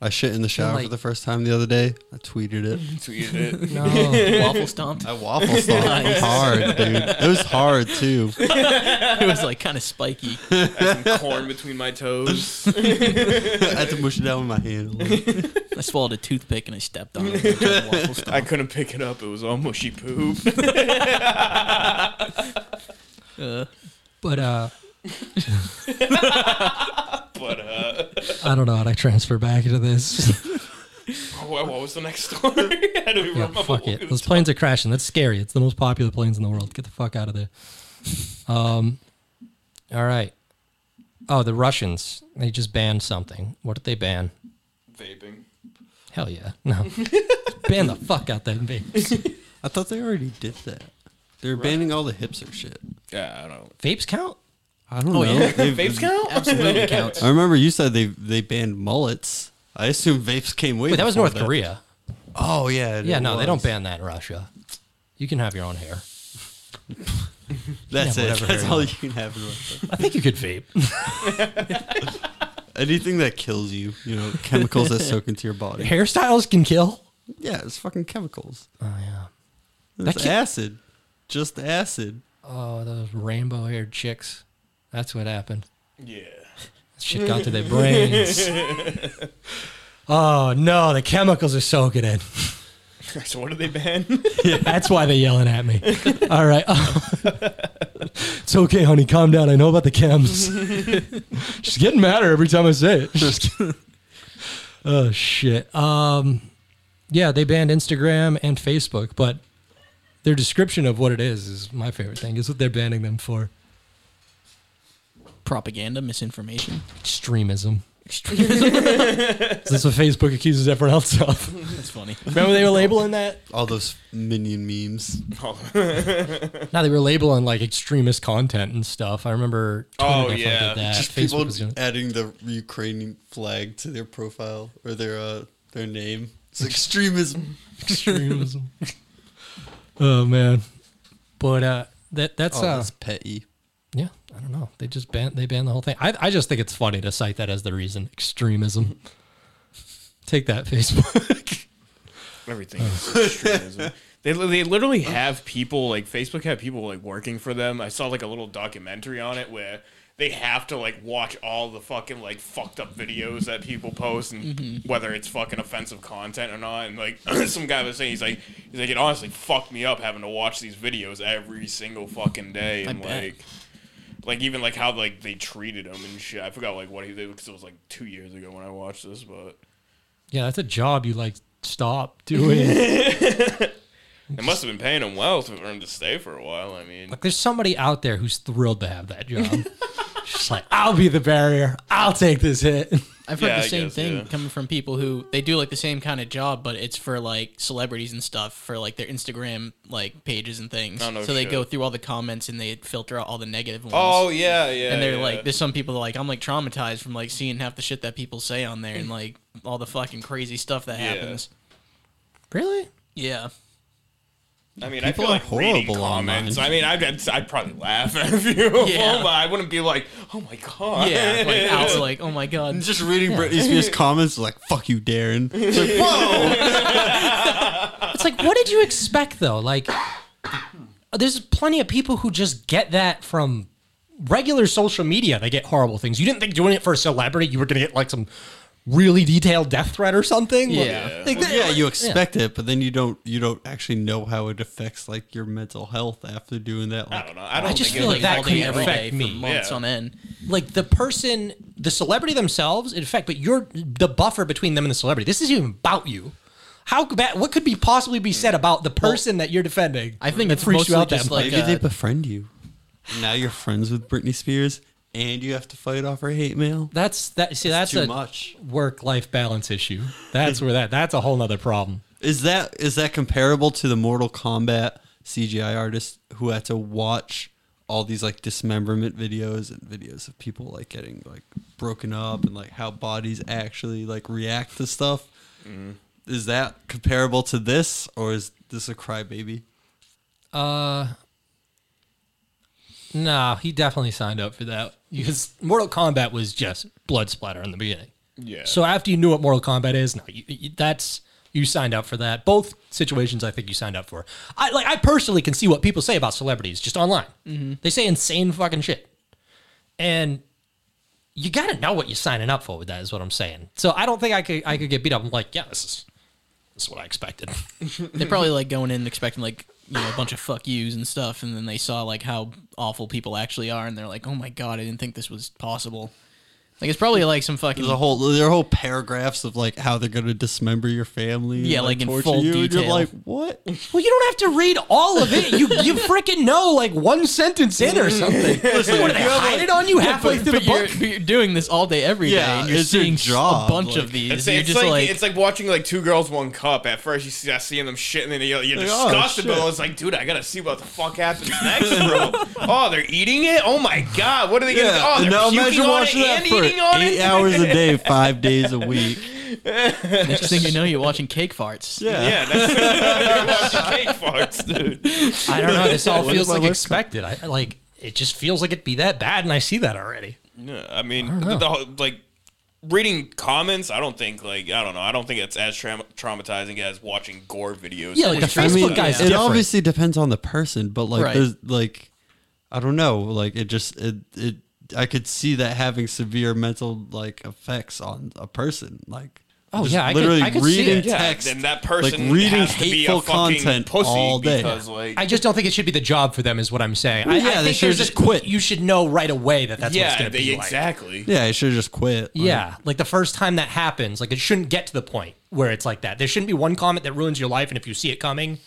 Speaker 2: I shit in the shower
Speaker 1: like-
Speaker 2: for the first time the other day. I tweeted it.
Speaker 3: tweeted it.
Speaker 1: No.
Speaker 4: Waffle stomped.
Speaker 3: Oh.
Speaker 2: I waffle stomped hard, dude. It was hard too.
Speaker 4: It was like kind of spiky.
Speaker 3: Had some corn between my toes.
Speaker 2: I had to mush it out with my hand. a little.
Speaker 4: I swallowed a toothpick and I stepped on it. It was a waffle stomp.
Speaker 3: I couldn't pick it up. It was all mushy poop.
Speaker 4: Uh,
Speaker 1: But uh,
Speaker 3: But uh,
Speaker 1: I don't know how to transfer back into this.
Speaker 3: what, oh, what was the next story? I don't even
Speaker 1: yeah,
Speaker 3: remember.
Speaker 1: fuck
Speaker 3: what we
Speaker 1: it. Those planes are crashing. That's scary. It's the most popular planes in the world. Get the fuck out of there. Um, all right. Oh, the Russians. They just banned something. What did they ban?
Speaker 3: were- Vaping.
Speaker 1: Hell yeah. No. Ban the fuck out that vapes.
Speaker 2: I thought they already did that. They're banning all the hipster shit.
Speaker 3: Yeah, I don't.
Speaker 1: Vapes count?
Speaker 2: I
Speaker 1: Oh,
Speaker 2: don't know. They've-
Speaker 3: Vapes count?
Speaker 4: absolutely counts.
Speaker 2: I remember you said they they banned mullets. I assume vapes came way.
Speaker 1: Wait, that was
Speaker 2: before
Speaker 1: North Korea.
Speaker 2: Oh yeah. it
Speaker 1: Yeah, no, they don't
Speaker 2: was.
Speaker 1: ban that in Russia. You can have your own hair.
Speaker 2: That's
Speaker 1: Yeah,
Speaker 2: it.
Speaker 1: whatever,
Speaker 2: That's
Speaker 1: Harry.
Speaker 2: all you can have in Russia.
Speaker 1: I think you could vape.
Speaker 2: Anything that kills you, you know, chemicals that soak into your body.
Speaker 1: Hairstyles can kill.
Speaker 2: Yeah, it's fucking chemicals.
Speaker 1: Oh yeah. That
Speaker 2: It's
Speaker 1: ki-
Speaker 2: acid. Just acid.
Speaker 1: Oh, those rainbow-haired chicks. That's what happened.
Speaker 3: Yeah.
Speaker 1: That shit got to their brains. Oh no, the chemicals are soaking in.
Speaker 3: So what did they ban?
Speaker 1: That's why they're yelling at me. All right. it's okay, honey. Calm down. I know about the chems. She's getting madder every time I say it. Just kidding. oh shit. Um, yeah, they banned Instagram and Facebook, but their description of what it is is my favorite thing. Is what they're banning them for
Speaker 4: Propaganda, misinformation.
Speaker 1: extremism. Extremism. That's what Facebook accuses everyone else of.
Speaker 4: That's funny.
Speaker 1: Remember they were labeling that?
Speaker 2: All those minion memes.
Speaker 1: No, they were labeling like extremist content and stuff. I remember. Twitter
Speaker 3: Oh,
Speaker 1: definitely
Speaker 3: yeah.
Speaker 1: did that.
Speaker 2: Just
Speaker 1: Facebook
Speaker 2: people
Speaker 1: was doing it.
Speaker 2: adding the Ukrainian flag to their profile or their uh, their name. It's extremism.
Speaker 1: extremism. oh man, but uh, that that's
Speaker 2: Oh,
Speaker 1: uh,
Speaker 2: that's petty.
Speaker 1: yeah. I don't know. They just ban they ban the whole thing. I I just think it's funny to cite that as the reason extremism. Take that Facebook.
Speaker 3: Everything is extremism. They, they literally have people like Facebook have people like working for them. I saw like a little documentary on it where they have to like watch all the fucking like fucked up videos that people post and whether it's fucking offensive content or not. And like some guy was saying he's like he's like it honestly fucked me up having to watch these videos every single fucking day and
Speaker 4: bet.
Speaker 3: like like even like how like they treated him and shit. I forgot like what he did because it was like two years ago when I watched this, but.
Speaker 1: yeah, that's a job you like. Stop doing.
Speaker 3: It must have been paying him well to, for him to stay for a while. I mean,
Speaker 1: like, there's somebody out there who's thrilled to have that job. just like I'll be the barrier. I'll take this hit.
Speaker 4: I've heard
Speaker 3: Yeah,
Speaker 4: the
Speaker 3: I
Speaker 4: same
Speaker 3: guess,
Speaker 4: thing
Speaker 3: yeah.
Speaker 4: coming from people who they do like the same kind of job, but it's for like celebrities and stuff for like their Instagram like pages and things.
Speaker 3: Oh, no
Speaker 4: so they
Speaker 3: shit.
Speaker 4: go through all the comments and they filter out all the negative ones.
Speaker 3: oh yeah, yeah.
Speaker 4: and they're
Speaker 3: yeah.
Speaker 4: like, there's some people that, like I'm like traumatized from like seeing half the shit that people say on there and like all the fucking crazy stuff that
Speaker 3: Yeah.
Speaker 4: happens.
Speaker 1: really?
Speaker 4: Yeah,
Speaker 3: I mean, I
Speaker 2: people
Speaker 3: feel
Speaker 2: are
Speaker 3: like reading
Speaker 2: horrible
Speaker 3: comments.
Speaker 2: online.
Speaker 3: I mean, I'd, I'd, I'd probably laugh at a few of
Speaker 4: Yeah.
Speaker 3: them, but I wouldn't be like, oh my god.
Speaker 4: yeah. like Al's like, oh my god,
Speaker 2: Just reading Britney Spears comments like "fuck you, Darren." It's like whoa.
Speaker 1: It's like, what did you expect though? Like, there's plenty of people who just get that from regular social media. They get horrible things. You didn't think doing it for a celebrity, you were gonna get like some really detailed death threat or something. Like,
Speaker 4: Yeah.
Speaker 1: like, that-
Speaker 2: yeah, you expect it, but then you don't. You don't actually know how it affects like your mental health after doing that.
Speaker 3: I
Speaker 2: Like,
Speaker 3: don't know. I don't
Speaker 1: I just
Speaker 3: think
Speaker 1: feel
Speaker 3: it
Speaker 1: like that
Speaker 4: all day
Speaker 1: could
Speaker 4: every
Speaker 1: affect
Speaker 4: day for
Speaker 1: me.
Speaker 4: months
Speaker 3: Yeah.
Speaker 4: on end.
Speaker 1: like the person, the celebrity themselves, in fact, but you're the buffer between them and the celebrity. This isn't even about you. How could that, what could be possibly be said about the person that you're defending?
Speaker 4: I think
Speaker 1: that
Speaker 4: it's
Speaker 1: freaks you
Speaker 4: mostly
Speaker 1: out
Speaker 4: just
Speaker 1: that much?
Speaker 4: like,
Speaker 2: Maybe they
Speaker 4: uh,
Speaker 2: befriend you. Now you're friends with Britney Spears, and you have to fight off her hate mail.
Speaker 1: That's that. See, that's
Speaker 2: too
Speaker 1: a
Speaker 2: much.
Speaker 1: work-life balance issue. That's where that. That's a whole nother problem.
Speaker 2: Is that is that comparable to the Mortal Kombat CGI artist who had to watch all these like dismemberment videos and videos of people like getting like broken up and like how bodies actually like react to stuff? Is that comparable to this, or is this a crybaby?
Speaker 1: No, he definitely signed up for that because Mortal Kombat was just blood splatter in the beginning.
Speaker 3: Yeah.
Speaker 1: So after you knew what Mortal Kombat is, no, you, you, that's you signed up for that. Both situations, I think you signed up for. I like I personally can see what people say about celebrities just online. They say insane fucking shit, and you got to know what you're signing up for with that. Is what I'm saying. So I don't think I could I could get beat up. I'm like, yeah, this is this is what I expected.
Speaker 4: They probably like going in expecting like you know a bunch of fuck yous and stuff, and then they saw like how awful people actually are, and they're like, oh my god, I didn't think this was possible. Like it's probably like some fucking
Speaker 2: There's a whole there are whole paragraphs of like how they're gonna dismember your family. and,
Speaker 4: Yeah, like, in
Speaker 2: torture
Speaker 4: full
Speaker 2: you, And
Speaker 4: detail.
Speaker 2: you're like, what?
Speaker 1: Well, you don't have to read all of it. You you freaking know like one sentence in or something. Listen, what, do they hide it on you halfway
Speaker 4: but,
Speaker 1: through
Speaker 4: but
Speaker 1: the
Speaker 4: you're,
Speaker 1: book?
Speaker 4: but you're doing this all day every day,
Speaker 2: Yeah,
Speaker 4: and you're
Speaker 2: it's your
Speaker 4: seeing
Speaker 2: job,
Speaker 4: a bunch
Speaker 2: like-
Speaker 4: of these.
Speaker 3: It's,
Speaker 4: you're
Speaker 3: it's
Speaker 4: just
Speaker 3: like,
Speaker 4: like,
Speaker 3: it's like watching like two girls, one cup. At first, you see, I see them shitting, and you're, you're
Speaker 2: Like, oh,
Speaker 3: disgusted. but
Speaker 2: shit.
Speaker 3: I was like, dude, I gotta see what the fuck happens next, bro. oh, they're eating it. Oh my god, what are they gonna? do? Oh,
Speaker 2: and
Speaker 3: they're
Speaker 2: now
Speaker 3: puking
Speaker 2: imagine
Speaker 3: on
Speaker 2: watching
Speaker 3: it
Speaker 2: that
Speaker 3: and
Speaker 2: for
Speaker 3: eating on
Speaker 2: eight
Speaker 3: it.
Speaker 2: hours a day, five days a week.
Speaker 4: next thing you know, you're watching cake farts.
Speaker 2: Yeah.
Speaker 3: Yeah, that's they're watching cake farts, dude.
Speaker 1: I don't know. This all
Speaker 2: What
Speaker 1: feels
Speaker 2: is my
Speaker 1: like
Speaker 2: list?
Speaker 1: expected. I I, like it. Just feels like it'd be that bad, and I see that already.
Speaker 3: Yeah, I mean, the, the whole- like reading comments. I don't think like I don't know. I don't think it's as traum traumatizing as watching gore videos.
Speaker 1: Yeah, like the
Speaker 4: I
Speaker 1: Facebook
Speaker 4: mean,
Speaker 1: guy's
Speaker 4: yeah.
Speaker 2: it
Speaker 1: different.
Speaker 2: obviously depends on the person, but like
Speaker 4: Right.
Speaker 2: there's like I don't know, like it just it it I could see that having severe mental like effects on a person, like
Speaker 1: Oh,
Speaker 2: just
Speaker 1: yeah, I could-
Speaker 2: literally
Speaker 1: I could see
Speaker 2: reading
Speaker 1: it. Yeah,
Speaker 2: text,
Speaker 3: then that
Speaker 2: like
Speaker 3: person
Speaker 2: reading
Speaker 3: has to be a
Speaker 2: hateful
Speaker 3: fucking
Speaker 2: content
Speaker 3: pussy
Speaker 2: all day.
Speaker 3: because like
Speaker 1: I just don't think it should be the job for them. Is what I'm saying. I,
Speaker 2: Well, yeah,
Speaker 1: I
Speaker 2: they
Speaker 1: think
Speaker 2: should
Speaker 1: there's
Speaker 2: just
Speaker 1: a-
Speaker 2: quit.
Speaker 1: You should know right away that that's what it's
Speaker 3: yeah,
Speaker 1: going to
Speaker 3: they,
Speaker 1: be like.
Speaker 3: exactly.
Speaker 2: yeah, I should just quit. like,
Speaker 1: Yeah, like the first time that happens, like it shouldn't get to the point where it's like that. There shouldn't be one comment that ruins your life, and if you see it coming,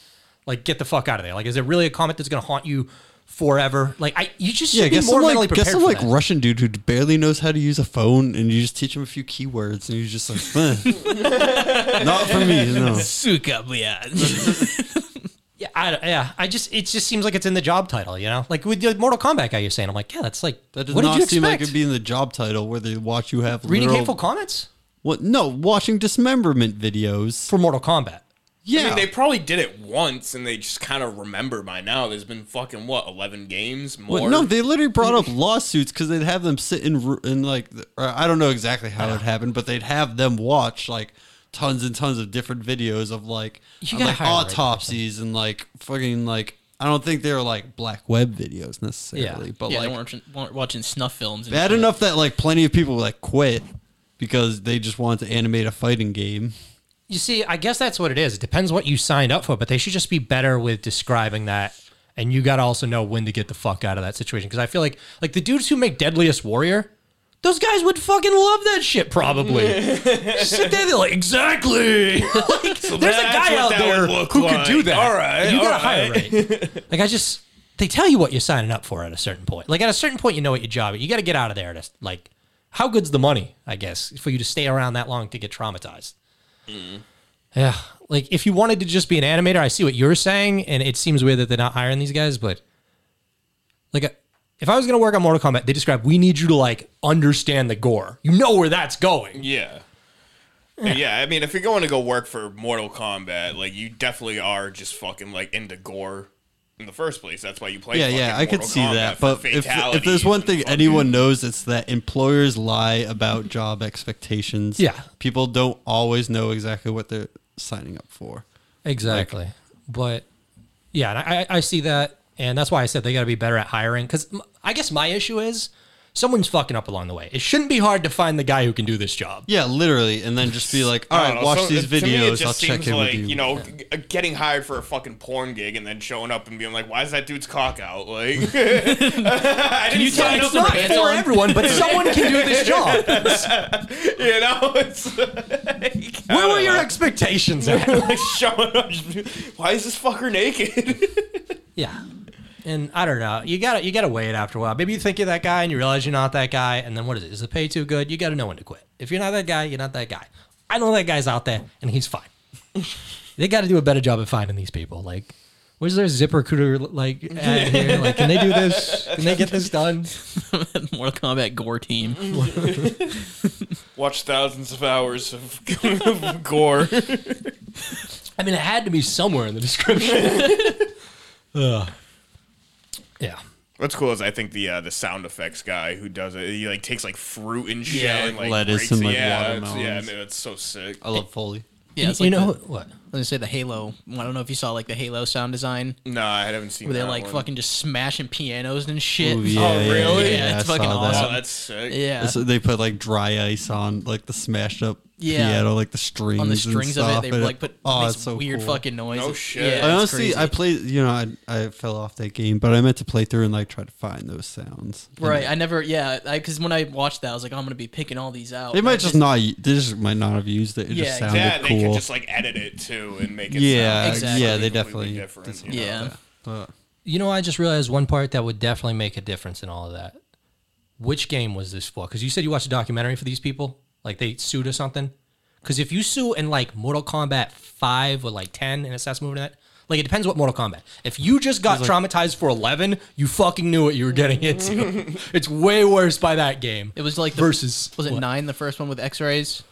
Speaker 1: like get the fuck out of there. Like, is it really a comment that's gonna haunt you forever? Like, I you just should
Speaker 2: Yeah,
Speaker 1: be
Speaker 2: guess
Speaker 1: more
Speaker 2: some
Speaker 1: mentally
Speaker 2: like
Speaker 1: prepared
Speaker 2: guess some
Speaker 1: for
Speaker 2: like
Speaker 1: that.
Speaker 2: Russian dude who barely knows how to use a phone, and you just teach him a few keywords, and he's just like, eh. not for me, no.
Speaker 4: Suka, блядь.
Speaker 1: yeah, I, yeah, I just it just seems like it's in the job title, you know? Like with the Mortal Kombat guy, you're saying, I'm like, yeah, that's like
Speaker 2: That does
Speaker 1: what
Speaker 2: not
Speaker 1: did you
Speaker 2: seem like
Speaker 1: expect?
Speaker 2: it'd be in the job title where they watch you have
Speaker 1: Reading
Speaker 2: literal,
Speaker 1: hateful comments
Speaker 2: What? No, watching dismemberment videos.
Speaker 1: for Mortal Kombat.
Speaker 2: yeah,
Speaker 3: I mean, they probably did it once, and they just kind of remember by now. There's been fucking what eleven games more.
Speaker 2: Well, no, they literally brought up lawsuits because they'd have them sit in ru- in like the- or I don't know exactly how it happened, but they'd have them watch like tons and tons of different videos of like,
Speaker 1: You
Speaker 2: of,
Speaker 1: gotta
Speaker 2: like
Speaker 1: hire the right
Speaker 2: autopsies and like fucking like I don't think they were like black web videos necessarily,
Speaker 1: Yeah.
Speaker 2: but
Speaker 4: yeah,
Speaker 2: like
Speaker 4: they weren't, weren't watching snuff films. And
Speaker 2: bad
Speaker 4: shit.
Speaker 2: enough that like plenty of people like quit because they just wanted to animate a fighting game.
Speaker 1: You see, I guess that's what it is. It depends what you signed up for, but they should just be better with describing that. And you got to also know when to get the fuck out of that situation. Because I feel like, like the dudes who make Deadliest Warrior, those guys would fucking love that shit probably. Sit there, they're like, exactly. like, there's a
Speaker 3: that's
Speaker 1: guy
Speaker 3: what
Speaker 1: out
Speaker 3: that
Speaker 1: there
Speaker 3: would look
Speaker 1: who could do
Speaker 3: like.
Speaker 1: that.
Speaker 3: All right,
Speaker 1: you gotta
Speaker 3: all
Speaker 1: hire right. like I just, they tell you what you're signing up for at a certain point. Like at a certain point, you know what your job. is. You got to get out of there. To like, how good's the money? I guess for you to stay around that long to get traumatized. Yeah. Like if you wanted to just be an animator, I see what you're saying, and it seems weird that they're not hiring these guys, but like uh, if I was gonna work on Mortal Kombat, they describe we need you to like understand the gore. You know where that's going.
Speaker 3: yeah. yeah, I mean, if you're going to go work for Mortal Kombat, like you definitely are just fucking like into gore in the first place. That's why you play.
Speaker 2: Yeah, yeah, I
Speaker 3: fucking
Speaker 2: could
Speaker 3: Mortal
Speaker 2: see
Speaker 3: Kombat
Speaker 2: that.
Speaker 3: for
Speaker 2: But if, if
Speaker 3: fatalities
Speaker 2: there's one
Speaker 3: and
Speaker 2: thing
Speaker 3: fucking-
Speaker 2: anyone knows, it's that employers lie about job expectations.
Speaker 1: Yeah.
Speaker 2: People don't always know exactly what they're signing up for.
Speaker 1: Exactly. but yeah, and I, I I see that, and that's why I said they got to be better at hiring. Because I guess my issue is someone's fucking up along the way. It shouldn't be hard to find the guy who can do this job.
Speaker 2: Yeah, literally. And then just be like, all
Speaker 3: I
Speaker 2: right,
Speaker 3: don't know,
Speaker 2: watch
Speaker 3: so-
Speaker 2: these
Speaker 3: to me, it
Speaker 2: videos.
Speaker 3: just
Speaker 2: I'll check
Speaker 3: seems
Speaker 2: in
Speaker 3: like,
Speaker 2: with you.
Speaker 3: You know, g- g- getting hired for a fucking porn gig and then showing up and being like, "Why is that dude's cock out?" Like, can
Speaker 4: you tell
Speaker 1: It's
Speaker 4: Put
Speaker 1: not
Speaker 4: pants
Speaker 1: for
Speaker 4: on.
Speaker 1: everyone, but someone can do this job.
Speaker 3: You know, it's like, I
Speaker 1: Where were
Speaker 3: don't
Speaker 1: your
Speaker 3: know.
Speaker 1: expectations at?
Speaker 3: like showing up? Why is this fucker naked?
Speaker 1: Yeah. And I don't know. You gotta you gotta wait after a while. Maybe you think you're that guy and you realize you're not that guy, and then what is it? Is the pay too good? You gotta know when to quit. If you're not that guy, you're not that guy. I know that guy's out there and he's fine. they gotta do a better job at finding these people. Like where's their zipper cooter like ad here? Like can they do this? Can they get this done?
Speaker 4: Mortal Kombat gore team.
Speaker 2: Mm-hmm.
Speaker 3: Watch thousands of hours of, of gore.
Speaker 1: I mean it had to be somewhere in the description. Ugh. Yeah.
Speaker 3: What's cool is I think the uh, the sound effects guy who does it, he like takes like fruit and shit,
Speaker 2: Yeah,
Speaker 3: and, like
Speaker 2: lettuce
Speaker 3: breaks
Speaker 2: and,
Speaker 3: it.
Speaker 2: like,
Speaker 3: yeah, it's, yeah,
Speaker 2: watermelons. Oh.
Speaker 3: man, it's so sick.
Speaker 2: I love Foley.
Speaker 4: Yeah, it's
Speaker 1: you
Speaker 4: like
Speaker 1: know
Speaker 4: the-
Speaker 1: what?
Speaker 4: I was gonna say the Halo. I don't know if you saw like the Halo sound design
Speaker 3: No, I haven't seen.
Speaker 4: where they're
Speaker 3: that
Speaker 4: like
Speaker 3: one.
Speaker 4: fucking just smashing pianos and shit.
Speaker 2: Ooh, yeah,
Speaker 3: Oh,
Speaker 2: yeah,
Speaker 3: really?
Speaker 4: Yeah, it's
Speaker 2: I
Speaker 4: fucking
Speaker 2: saw that.
Speaker 3: Wow,
Speaker 4: awesome.
Speaker 3: Oh, that's sick.
Speaker 4: Yeah,
Speaker 2: So they put like dry ice on like the smashed up
Speaker 4: Yeah.
Speaker 2: piano, like the strings
Speaker 4: on the
Speaker 2: and
Speaker 4: strings of it,
Speaker 2: stuff,
Speaker 4: they
Speaker 2: and
Speaker 4: like put
Speaker 2: oh,
Speaker 4: these
Speaker 2: it's so
Speaker 4: weird
Speaker 2: cool.
Speaker 4: fucking noises.
Speaker 3: No shit.
Speaker 4: Yeah,
Speaker 3: I
Speaker 2: I
Speaker 4: it's
Speaker 2: honestly,
Speaker 4: crazy.
Speaker 2: I played. You know, I, I fell off that game, but I meant to play through and like try to find those sounds. And
Speaker 4: Right, I never, yeah, because when I watched that, I was like, "Oh, I'm gonna be picking all these out.
Speaker 2: They
Speaker 4: And I
Speaker 2: might just not. They just might not have used it. It
Speaker 4: Yeah,
Speaker 2: just
Speaker 4: exactly.
Speaker 2: sounded
Speaker 3: Yeah, they
Speaker 2: cool.
Speaker 3: could just like edit it too and make it.
Speaker 2: yeah,
Speaker 3: sound
Speaker 4: Exactly.
Speaker 2: yeah, they
Speaker 3: completely
Speaker 2: definitely. did
Speaker 3: different, you know?
Speaker 4: Yeah,
Speaker 2: But
Speaker 1: You know, I just realized one part that would definitely make a difference in all of that. Which game was this for? Because you said you watched a documentary for these people, like they sued or something. Because if you sue in like Mortal Kombat Five or like Ten, and it starts moving to that, like it depends what Mortal Kombat. If you just got traumatized for Eleven, you fucking knew what you were getting into. it's way worse by that game.
Speaker 4: it was like the,
Speaker 1: versus
Speaker 4: was it
Speaker 1: what?
Speaker 4: nine the first one with X-rays?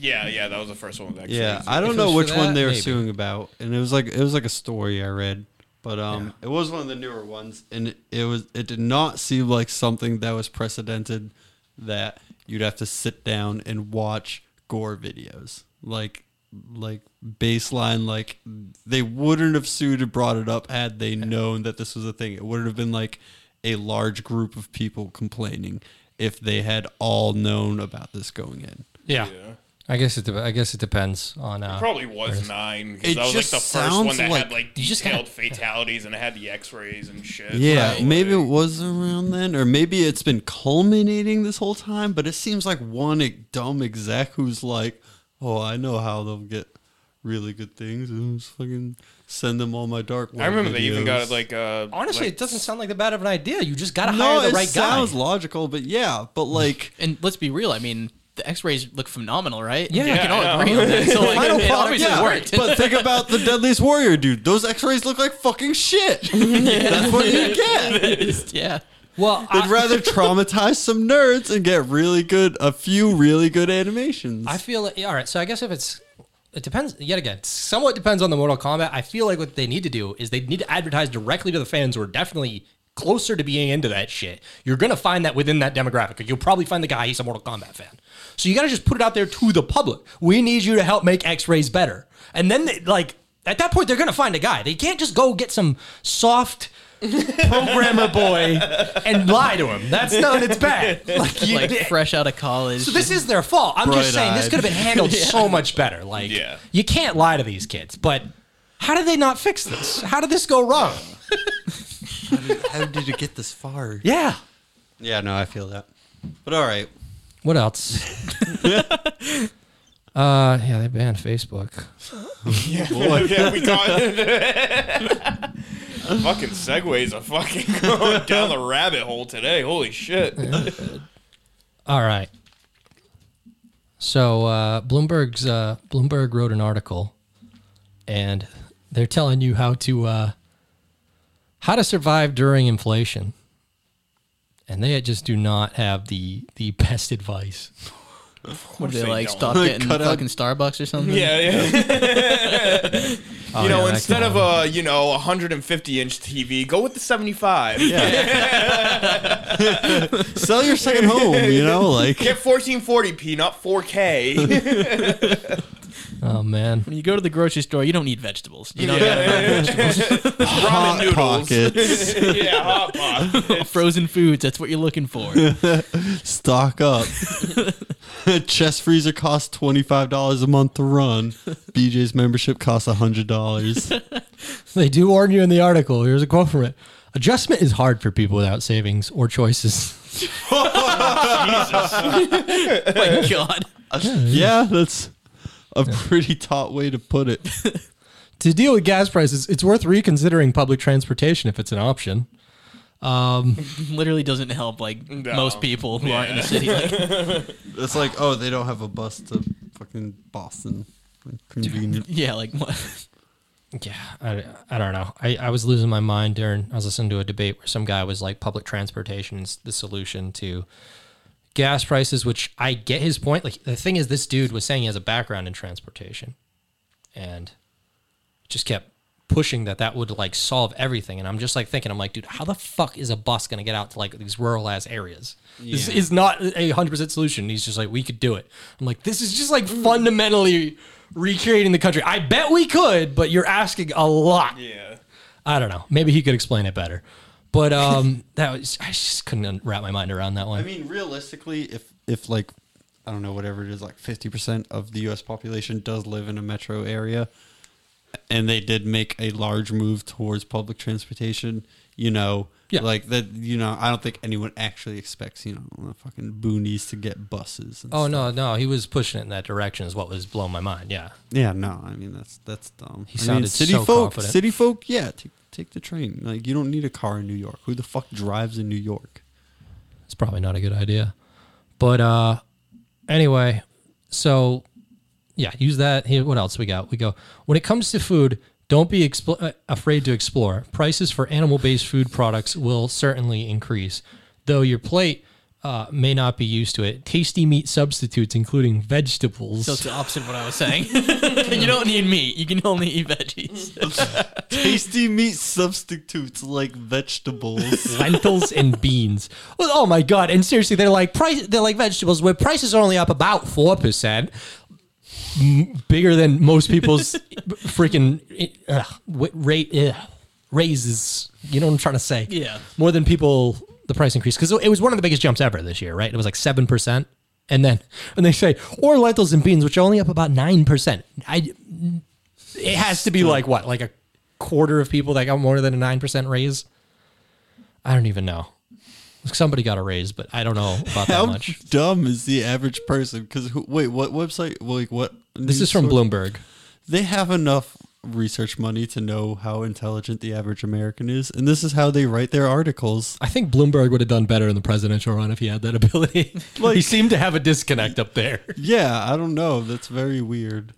Speaker 3: Yeah, yeah, that was the first one. With X-rays.
Speaker 2: yeah, I
Speaker 1: If
Speaker 2: don't
Speaker 1: it
Speaker 2: know
Speaker 1: was
Speaker 2: which
Speaker 1: for
Speaker 2: one
Speaker 1: that,
Speaker 2: they were
Speaker 1: maybe.
Speaker 2: suing about, and it was like it was like a story I read, but um, it was one of the newer ones, and it, it was it did not seem like something that was precedented that you'd have to sit down and watch gore videos like like baseline like they wouldn't have sued and brought it up had they known that this was a thing it wouldn't have been like a large group of people complaining if they had all known about this going in
Speaker 1: Yeah.
Speaker 3: Yeah.
Speaker 1: I guess it. de- I guess it depends on. Uh,
Speaker 3: Probably was nine because
Speaker 2: It
Speaker 3: that was like
Speaker 2: just
Speaker 3: the first one
Speaker 2: sounds
Speaker 3: that
Speaker 2: like-
Speaker 3: had like
Speaker 1: you just
Speaker 3: detailed
Speaker 1: gotta-
Speaker 3: fatalities and it had the X-rays and shit.
Speaker 2: Yeah,
Speaker 3: so,
Speaker 2: maybe it
Speaker 3: like,
Speaker 2: was around then, or maybe it's been culminating this whole time. But it seems like one e- dumb exec who's like, "Oh, I know how they'll get really good things, and just fucking send them all my dark."
Speaker 3: I remember they even got
Speaker 2: videos."
Speaker 3: like uh,
Speaker 1: honestly,
Speaker 3: like-
Speaker 1: it doesn't sound like the bad of an idea. You just gotta
Speaker 2: No,
Speaker 1: hire
Speaker 2: it
Speaker 1: the right
Speaker 2: sounds
Speaker 1: guy.
Speaker 2: logical, but yeah, but like,
Speaker 4: And let's be real, I mean, the X-rays look phenomenal, right?
Speaker 1: Yeah.
Speaker 4: we can all
Speaker 3: Yeah, I
Speaker 4: agree on that. So like,
Speaker 1: Final
Speaker 4: it
Speaker 1: product,
Speaker 4: obviously
Speaker 2: yeah,
Speaker 4: worked.
Speaker 2: but think about the Deadliest Warrior, dude. Those X-rays look like fucking shit. That's what you get.
Speaker 4: yeah,
Speaker 1: Well,
Speaker 2: They'd
Speaker 1: I-
Speaker 2: rather traumatize some nerds and get really good, a few really good animations.
Speaker 1: I feel like, yeah, all right. So I guess if it's, it depends. Yet again, somewhat depends on the Mortal Kombat. I feel like what they need to do is they need to advertise directly to the fans who are definitely closer to being into that shit. You're gonna find that within that demographic. You'll probably find the guy he's a Mortal Kombat fan. So you gotta just put it out there to the public. We need you to help make X-rays better. And then they, like at that point, they're gonna find a guy. They can't just go get some soft. programmer boy and lie to him. That's not. It's bad. Like, you,
Speaker 4: like fresh out of college.
Speaker 1: so this is their fault. I'm just saying this
Speaker 2: Bright-eyed.
Speaker 1: could have been handled so much better. Like
Speaker 3: Yeah.
Speaker 1: you can't lie to these kids, but how did they not fix this? How did this go wrong?
Speaker 2: How did it get this far?
Speaker 1: Yeah.
Speaker 2: Yeah, no, I feel that. But all right.
Speaker 1: What else? uh yeah, they banned Facebook.
Speaker 3: yeah, we got fucking segues are fucking going down the rabbit hole today. Holy shit!
Speaker 1: All right. So uh, Bloomberg's uh, Bloomberg wrote an article, and they're telling you how to uh, how to survive during inflation, and they just do not have the the best advice.
Speaker 4: Would
Speaker 3: Of
Speaker 4: they
Speaker 3: course
Speaker 4: like
Speaker 3: they
Speaker 4: stop
Speaker 2: don't.
Speaker 4: getting
Speaker 2: Cut out-
Speaker 4: fucking Starbucks or something?
Speaker 3: Yeah, yeah.
Speaker 1: Oh,
Speaker 3: you know,
Speaker 1: yeah, that
Speaker 3: instead
Speaker 1: can
Speaker 3: of
Speaker 1: happen.
Speaker 3: a you know 150 inch TV, go with the 75.
Speaker 2: Sell your second home, you know, like
Speaker 3: Get 1440p, not 4K.
Speaker 1: oh man,
Speaker 4: When you go to the grocery store, you don't need vegetables. You don't
Speaker 3: Yeah.
Speaker 4: gotta
Speaker 3: Ramen noodles.
Speaker 2: pockets.
Speaker 3: yeah, hot pot.
Speaker 4: frozen foods. That's what you're looking for.
Speaker 2: Stock up. Chest freezer costs twenty five dollars a month to run. BJ's membership costs hundred dollars.
Speaker 1: they do warn you in the article. Here's a quote from it: "Adjustment is hard for people without savings or choices."
Speaker 4: My God.
Speaker 2: yeah, that's a pretty taut way to put it.
Speaker 1: to deal with gas prices, it's worth reconsidering public transportation if it's an option.
Speaker 4: literally doesn't help like
Speaker 3: No.
Speaker 4: most people who aren't in the city. Like,
Speaker 2: It's like, oh, they don't have a bus to fucking Boston. Convenient.
Speaker 4: yeah, like what?
Speaker 1: Yeah, I, I don't know. I, I was losing my mind during, I was listening to a debate where some guy was like, public transportation is the solution to gas prices, which I get his point. Like, the thing is, this dude was saying he has a background in transportation and just kept pushing that that would like solve everything. And I'm just like thinking, I'm like, dude, how the fuck is a bus going to get out to like these rural ass areas? This
Speaker 2: Yeah.
Speaker 1: is not a 100% solution. And he's just like, we could do it. I'm like, this is just like
Speaker 2: Mm.
Speaker 1: fundamentally recreating the country. I bet we could, but you're asking a lot.
Speaker 3: Yeah.
Speaker 1: I don't know. Maybe he could explain it better. But um, that was I just couldn't wrap my mind around that one.
Speaker 2: I mean, realistically, if if like I don't know whatever it is, like fifty percent of the U.S. population does live in a metro area, and they did make a large move towards public transportation, you know,
Speaker 1: Yeah.
Speaker 2: like that, you know, I don't think anyone actually expects you know the fucking boonies to get buses. And
Speaker 1: oh
Speaker 2: stuff.
Speaker 1: no, no, he was pushing it in that direction is what was blowing my mind. Yeah,
Speaker 2: yeah, no, I mean that's that's dumb. He I mean,
Speaker 1: sounded
Speaker 2: city
Speaker 1: so
Speaker 2: folk,
Speaker 1: confident.
Speaker 2: city folk, yeah, take take the train. Like you don't need a car in New York. Who the fuck drives in New York?
Speaker 1: it's probably not a good idea. But uh, anyway, so yeah, use that. Here, what else we got? We go when it comes to food. Don't be expl- uh, afraid to explore. Prices for animal-based food products will certainly increase, though your plate uh, may not be used to it. Tasty meat substitutes, including vegetables.
Speaker 4: So it's the opposite of what I was saying. you don't need meat. You can only eat veggies.
Speaker 2: Tasty meat substitutes like vegetables.
Speaker 1: lentils and beans. Well, oh my god! And seriously, they're like price. They're like vegetables where prices are only up about four percent, bigger than most people's freaking uh, rate uh, raises. You know what I'm trying to say?
Speaker 4: Yeah.
Speaker 1: More than people, the price increase because it was one of the biggest jumps ever this year, right? It was like seven percent. And then, and they say, or lentils and beans, which are only up about nine percent. I, it has to be like what, like a quarter of people that got more than a nine percent raise. I don't even know. Somebody got a raise, but I don't know about that
Speaker 2: How
Speaker 1: much.
Speaker 2: dumb is the average person? Because wait, what website? Like what?
Speaker 1: This is from Bloomberg.
Speaker 2: They have enough research money to know how intelligent the average American is, and this is how they write their articles.
Speaker 1: I think Bloomberg would have done better in the presidential run if he had that ability. he seemed to have a disconnect up there.
Speaker 2: Yeah, I don't know. That's very weird.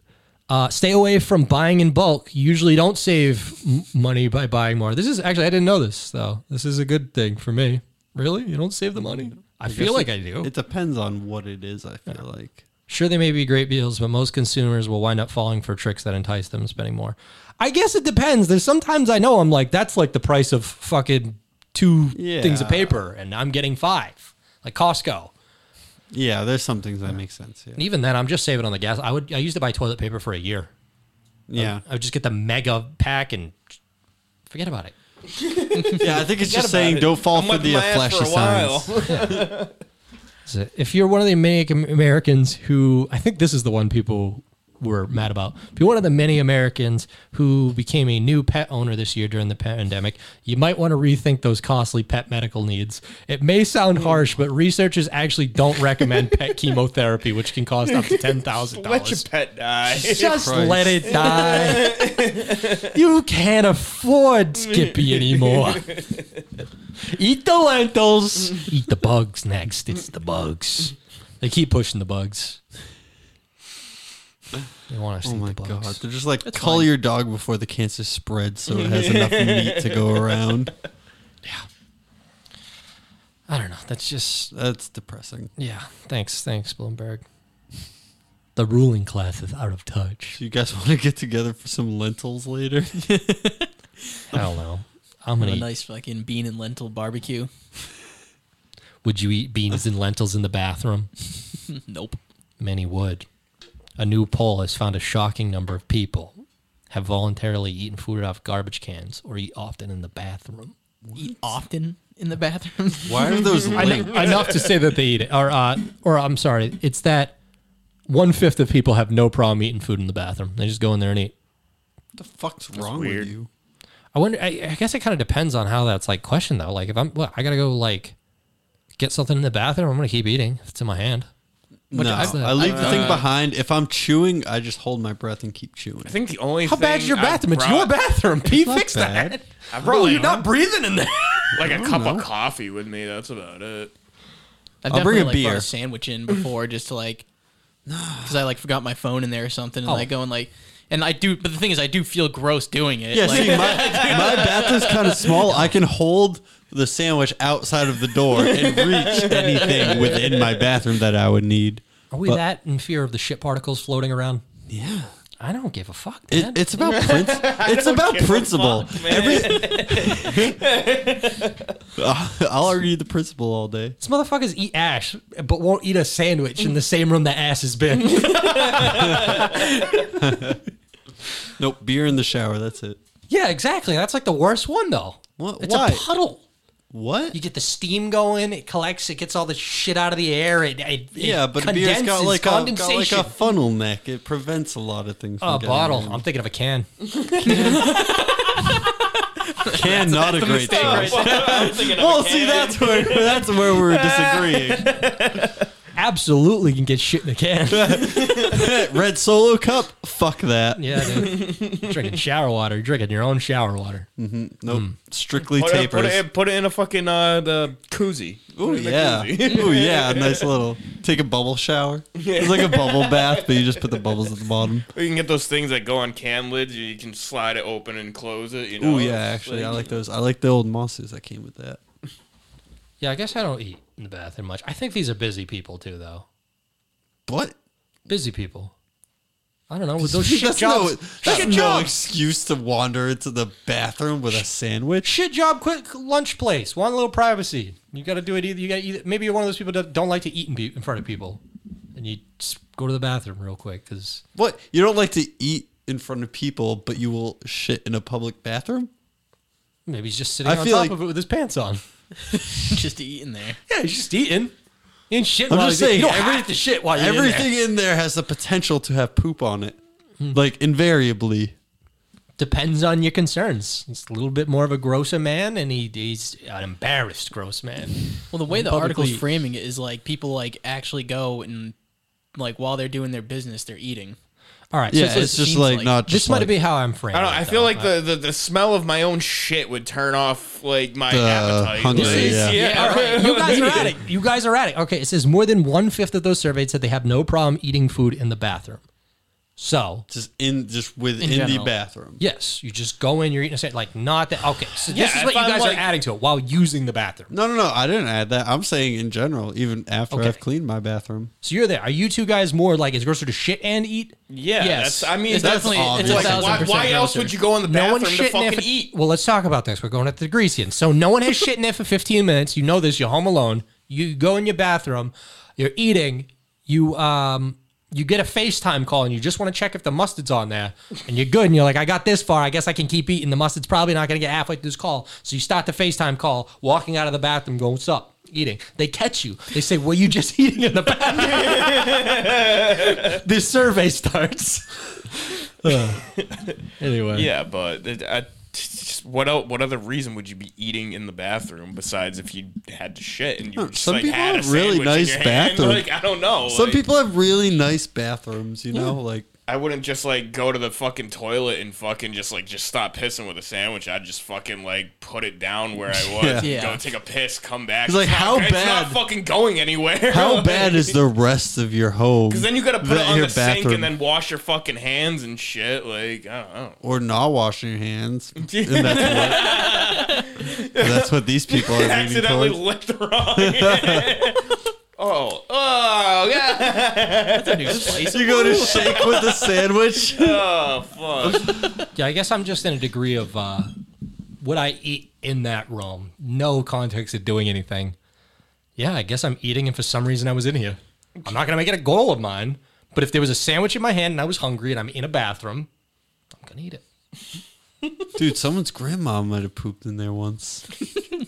Speaker 1: Uh, stay away from buying in bulk. Usually, don't save m- money by buying more. This is actually I didn't know this though. This is a good thing for me. Really, you don't save the money. I, feel
Speaker 2: guess
Speaker 1: like
Speaker 2: it-
Speaker 1: I do.
Speaker 2: It depends on what it is. I feel like.
Speaker 1: Sure, they may be great deals, but most consumers will wind up falling for tricks that entice them to spending more. I guess it depends. There's sometimes I know I'm like, that's like the price of fucking two
Speaker 2: Yeah.
Speaker 1: things of paper, and I'm getting five, like Costco.
Speaker 2: Yeah, there's some things that make sense. Yeah,
Speaker 1: And even then, I'm just saving on the gas. I would I used to buy toilet paper for a year.
Speaker 2: yeah,
Speaker 1: I would just get the mega pack and forget about it.
Speaker 2: yeah. I think it's just
Speaker 1: about
Speaker 2: saying
Speaker 1: it.
Speaker 2: don't fall
Speaker 3: I'm
Speaker 2: for
Speaker 3: with
Speaker 2: the
Speaker 3: my
Speaker 2: uh,
Speaker 3: ass
Speaker 2: flashy
Speaker 3: for a while.
Speaker 2: signs.
Speaker 1: So if you're one of the many Am- Americans who, I think this is the one people were mad about. If you're one of the many Americans who became a new pet owner this year during the pandemic, you might want to rethink those costly pet medical needs. It may sound harsh, but researchers actually don't recommend pet chemotherapy, which can cost up to ten thousand
Speaker 3: Let your
Speaker 1: dollars.
Speaker 3: pet die.
Speaker 1: Just
Speaker 2: Christ.
Speaker 1: let it die. you can't afford Skippy anymore. eat the lentils. Eat the bugs next. It's the bugs. They keep pushing the bugs. They want us to
Speaker 2: Oh
Speaker 1: eat
Speaker 2: my
Speaker 1: the
Speaker 2: god!
Speaker 1: bugs.
Speaker 2: They're just like cull your dog before the cancer spreads, so it has enough meat to go around.
Speaker 1: I don't know. That's just
Speaker 2: That's depressing.
Speaker 1: yeah. Thanks, thanks, Bloomberg. The ruling class is out of touch.
Speaker 2: Do you guys want to get together for some lentils later?
Speaker 1: I don't know. I'm
Speaker 4: What
Speaker 1: gonna.
Speaker 4: a
Speaker 1: eat-
Speaker 4: nice fucking bean and lentil barbecue.
Speaker 1: Would you eat beans and lentils in the bathroom?
Speaker 4: Nope.
Speaker 1: Many would. A new poll has found a shocking number of people have voluntarily eaten food off garbage cans or eat often in the bathroom.
Speaker 4: Eat often in the bathroom.
Speaker 2: Why are those linked?
Speaker 1: Enough to say that they eat it, or uh, or I'm sorry, it's that one fifth of people have no problem eating food in the bathroom. They just go in there and eat.
Speaker 2: What the fuck's wrong
Speaker 3: weird.
Speaker 2: with you?
Speaker 1: I wonder. I, I guess it kind of depends on how that's like questioned though. Like if I'm, what, I gotta go like get something in the bathroom. I'm gonna keep eating. If it's in my hand.
Speaker 2: no,
Speaker 1: I've-
Speaker 2: I leave the
Speaker 4: I've,
Speaker 2: thing
Speaker 4: uh,
Speaker 2: behind. If I'm chewing, I just hold my breath and keep chewing.
Speaker 3: I think the only
Speaker 1: How bad's
Speaker 3: thing
Speaker 1: your
Speaker 3: I
Speaker 1: bathroom? It's your
Speaker 3: brought-
Speaker 1: bathroom. P
Speaker 2: not
Speaker 1: fix
Speaker 2: bad.
Speaker 1: that.
Speaker 3: I brought like,
Speaker 1: breathing in there.
Speaker 3: like a cup of coffee with me. That's about it.
Speaker 4: I've
Speaker 2: I'll bring
Speaker 4: definitely,
Speaker 2: a
Speaker 4: like,
Speaker 2: beer.
Speaker 4: Brought a sandwich in before just to like, because I like forgot my phone in there or something,
Speaker 2: Oh.
Speaker 4: and I go and like, and I do. But the thing is, I do feel gross doing it.
Speaker 2: Yeah,
Speaker 4: like,
Speaker 2: see, my, my bathroom's kind of small. I can hold the sandwich outside of the door and reach anything within my bathroom that I would need.
Speaker 1: Are we
Speaker 2: But-
Speaker 1: that in fear of the shit particles floating around?
Speaker 2: Yeah.
Speaker 1: I don't give a fuck,
Speaker 2: It-
Speaker 1: man.
Speaker 2: it's about princ- it's about principle. Every- I'll argue the principle all day.
Speaker 1: These motherfuckers eat ash, but won't eat a sandwich in the same room that ass has been.
Speaker 2: Nope, beer in the shower. That's it.
Speaker 1: yeah, exactly. That's like the worst one, though.
Speaker 2: What-
Speaker 1: It's
Speaker 2: why?
Speaker 1: a puddle.
Speaker 2: What?
Speaker 1: You get the steam going, it collects, it gets all the shit out of the air. It, it it
Speaker 2: yeah, but a beer's got
Speaker 1: condenses,
Speaker 2: like a, got like
Speaker 1: condensation.
Speaker 2: a funnel neck. It prevents a lot of things. From
Speaker 1: A
Speaker 2: getting
Speaker 1: bottle.
Speaker 2: in.
Speaker 1: I'm thinking of a can.
Speaker 2: Can not a great
Speaker 4: mistake
Speaker 2: choice.
Speaker 4: right
Speaker 2: Well, see, that's where that's where we're disagreeing.
Speaker 1: Absolutely can get shit in a can.
Speaker 2: Red Solo cup. Fuck that.
Speaker 1: yeah, dude. drinking shower water. You're drinking your own shower water.
Speaker 2: Mm. Nope.
Speaker 1: Hmm.
Speaker 2: Strictly
Speaker 3: Put it,
Speaker 2: tapers.
Speaker 3: put, it, put it in a fucking uh, the koozie.
Speaker 2: Oh
Speaker 3: In the
Speaker 2: yeah.
Speaker 3: koozie.
Speaker 2: Oh yeah. Nice little. Take a bubble shower. It's like a bubble bath, but you just put the bubbles at the bottom.
Speaker 3: you can get those things that go on can lids. You can slide it open and close it. You know.
Speaker 2: Oh yeah.
Speaker 3: It's
Speaker 2: Actually, I like those. I like the old monsters that came with that.
Speaker 1: Yeah, I guess I don't eat in the bathroom much. I think these are busy people, too, though.
Speaker 2: What?
Speaker 1: Busy people. I don't know. With those shit
Speaker 2: that's
Speaker 1: jobs.
Speaker 2: no,
Speaker 1: shit
Speaker 2: that's no
Speaker 1: jobs.
Speaker 2: excuse to wander into the bathroom with a sandwich.
Speaker 1: shit job quick lunch place want a little privacy you gotta do it either you gotta either, maybe you're one of those people that don't like to eat in, be- in front of people and you just go to the bathroom real quick because
Speaker 2: What? You don't like to eat in front of people, but you will shit in a public bathroom?
Speaker 1: maybe he's just sitting
Speaker 2: I
Speaker 1: on
Speaker 2: feel
Speaker 1: top
Speaker 2: like-
Speaker 1: of it with his pants on
Speaker 4: just eating there.
Speaker 1: yeah he's just eating and shit
Speaker 2: I'm
Speaker 1: while
Speaker 2: just
Speaker 1: he's-
Speaker 2: saying,
Speaker 1: you don't have
Speaker 2: every-
Speaker 1: to shit while you're in there.
Speaker 2: Everything in there has the potential to have poop on it. Like invariably.
Speaker 1: depends on your concerns he's a little bit more of a grosser man and he, he's an embarrassed gross man
Speaker 4: Well, the way the
Speaker 1: Publicly-
Speaker 4: article's framing it is like people like actually go and like while they're doing their business, they're eating.
Speaker 1: all right
Speaker 2: Yeah,
Speaker 1: so,
Speaker 2: it's,
Speaker 1: so
Speaker 4: it
Speaker 2: just
Speaker 4: seems
Speaker 2: like
Speaker 4: like-
Speaker 2: not just
Speaker 1: this might
Speaker 2: like,
Speaker 1: be how i'm framing
Speaker 3: I don't.
Speaker 1: it,
Speaker 3: I feel
Speaker 1: though.
Speaker 3: like the, the, the smell of my own shit would turn off like my
Speaker 2: The
Speaker 3: appetite.
Speaker 2: hunger,
Speaker 3: Like,
Speaker 2: yeah.
Speaker 1: All right, you guys are at it. You guys are at it. Okay, it says more than one fifth of those surveyed said they have no problem eating food in the bathroom. So
Speaker 2: just in just within the
Speaker 4: general.
Speaker 2: bathroom.
Speaker 1: yes, you just go in, you're eating a sandwich. Like not that. Okay, so this
Speaker 3: Yeah,
Speaker 1: is what
Speaker 3: if
Speaker 1: you
Speaker 3: I'm
Speaker 1: guys
Speaker 3: like-
Speaker 1: are adding to it while using the bathroom.
Speaker 2: No, no, no. I didn't add that. I'm saying in general, even after
Speaker 1: Okay.
Speaker 2: I've cleaned my bathroom.
Speaker 1: So you're there. Are you two guys more like is grosser to shit and eat?
Speaker 3: Yeah,
Speaker 4: Yes.
Speaker 3: that's, I mean,
Speaker 4: It's
Speaker 3: that's
Speaker 4: definitely-
Speaker 2: it's
Speaker 3: like,
Speaker 2: a
Speaker 3: why-
Speaker 4: thousand
Speaker 3: why,
Speaker 4: percent
Speaker 3: else
Speaker 4: grocery.
Speaker 3: would you go in the bathroom to
Speaker 1: in there
Speaker 3: fucking
Speaker 1: for-
Speaker 3: eat?
Speaker 1: Well, let's talk about this. We're going at the degrees here. So no one has shit in there for 15 minutes. You know this. You're home alone. You go in your bathroom. You're eating. You um you get a FaceTime call and you just want to check if the mustard's on there. And you're good. And you're like, I got this far. I guess I can keep eating. The mustard's probably not going to get halfway through this call. So you start the FaceTime call, walking out of the bathroom, going, "What's up?" Eating. They catch you. They say, "Were you just eating in the bathroom?" this survey starts. anyway.
Speaker 3: Yeah, but it- I, just- what el what other reason would you be eating in the bathroom besides if you had to shit and you just
Speaker 2: some
Speaker 3: like
Speaker 2: people
Speaker 3: had a
Speaker 2: have really
Speaker 3: sandwich in
Speaker 2: nice
Speaker 3: your hand?
Speaker 2: bathroom.
Speaker 3: Like I don't know.
Speaker 2: Some
Speaker 3: like,
Speaker 2: people have really nice bathrooms, you know, like
Speaker 3: I wouldn't just like go to the fucking toilet and fucking just like just stop pissing with a sandwich. I'd just fucking like put it down where I was,
Speaker 2: Yeah.
Speaker 4: Yeah.
Speaker 3: go take a piss, come back.
Speaker 2: It's like,
Speaker 3: not-
Speaker 2: how
Speaker 3: It's not
Speaker 2: bad-
Speaker 3: fucking going anywhere.
Speaker 2: How bad is the rest of your home?
Speaker 3: Because then you gotta put it
Speaker 2: That
Speaker 3: on
Speaker 2: your
Speaker 3: the sink and then wash your fucking hands and shit. Like I don't know.
Speaker 2: or not washing your hands. and that's, what, that's what these people are leaning
Speaker 3: accidentally
Speaker 2: towards.
Speaker 3: licked the wrong. hand. oh, oh, yeah.
Speaker 2: You go to shake with the sandwich.
Speaker 3: oh, fuck.
Speaker 1: Yeah, I guess I'm just in a degree of uh, what I eat in that room. No context of doing anything. Yeah, I guess I'm eating, and for some reason I was in here. I'm not gonna make it a goal of mine, but if there was a sandwich in my hand and I was hungry and I'm in a bathroom, I'm gonna eat it.
Speaker 2: Dude, someone's grandma might have pooped in there once.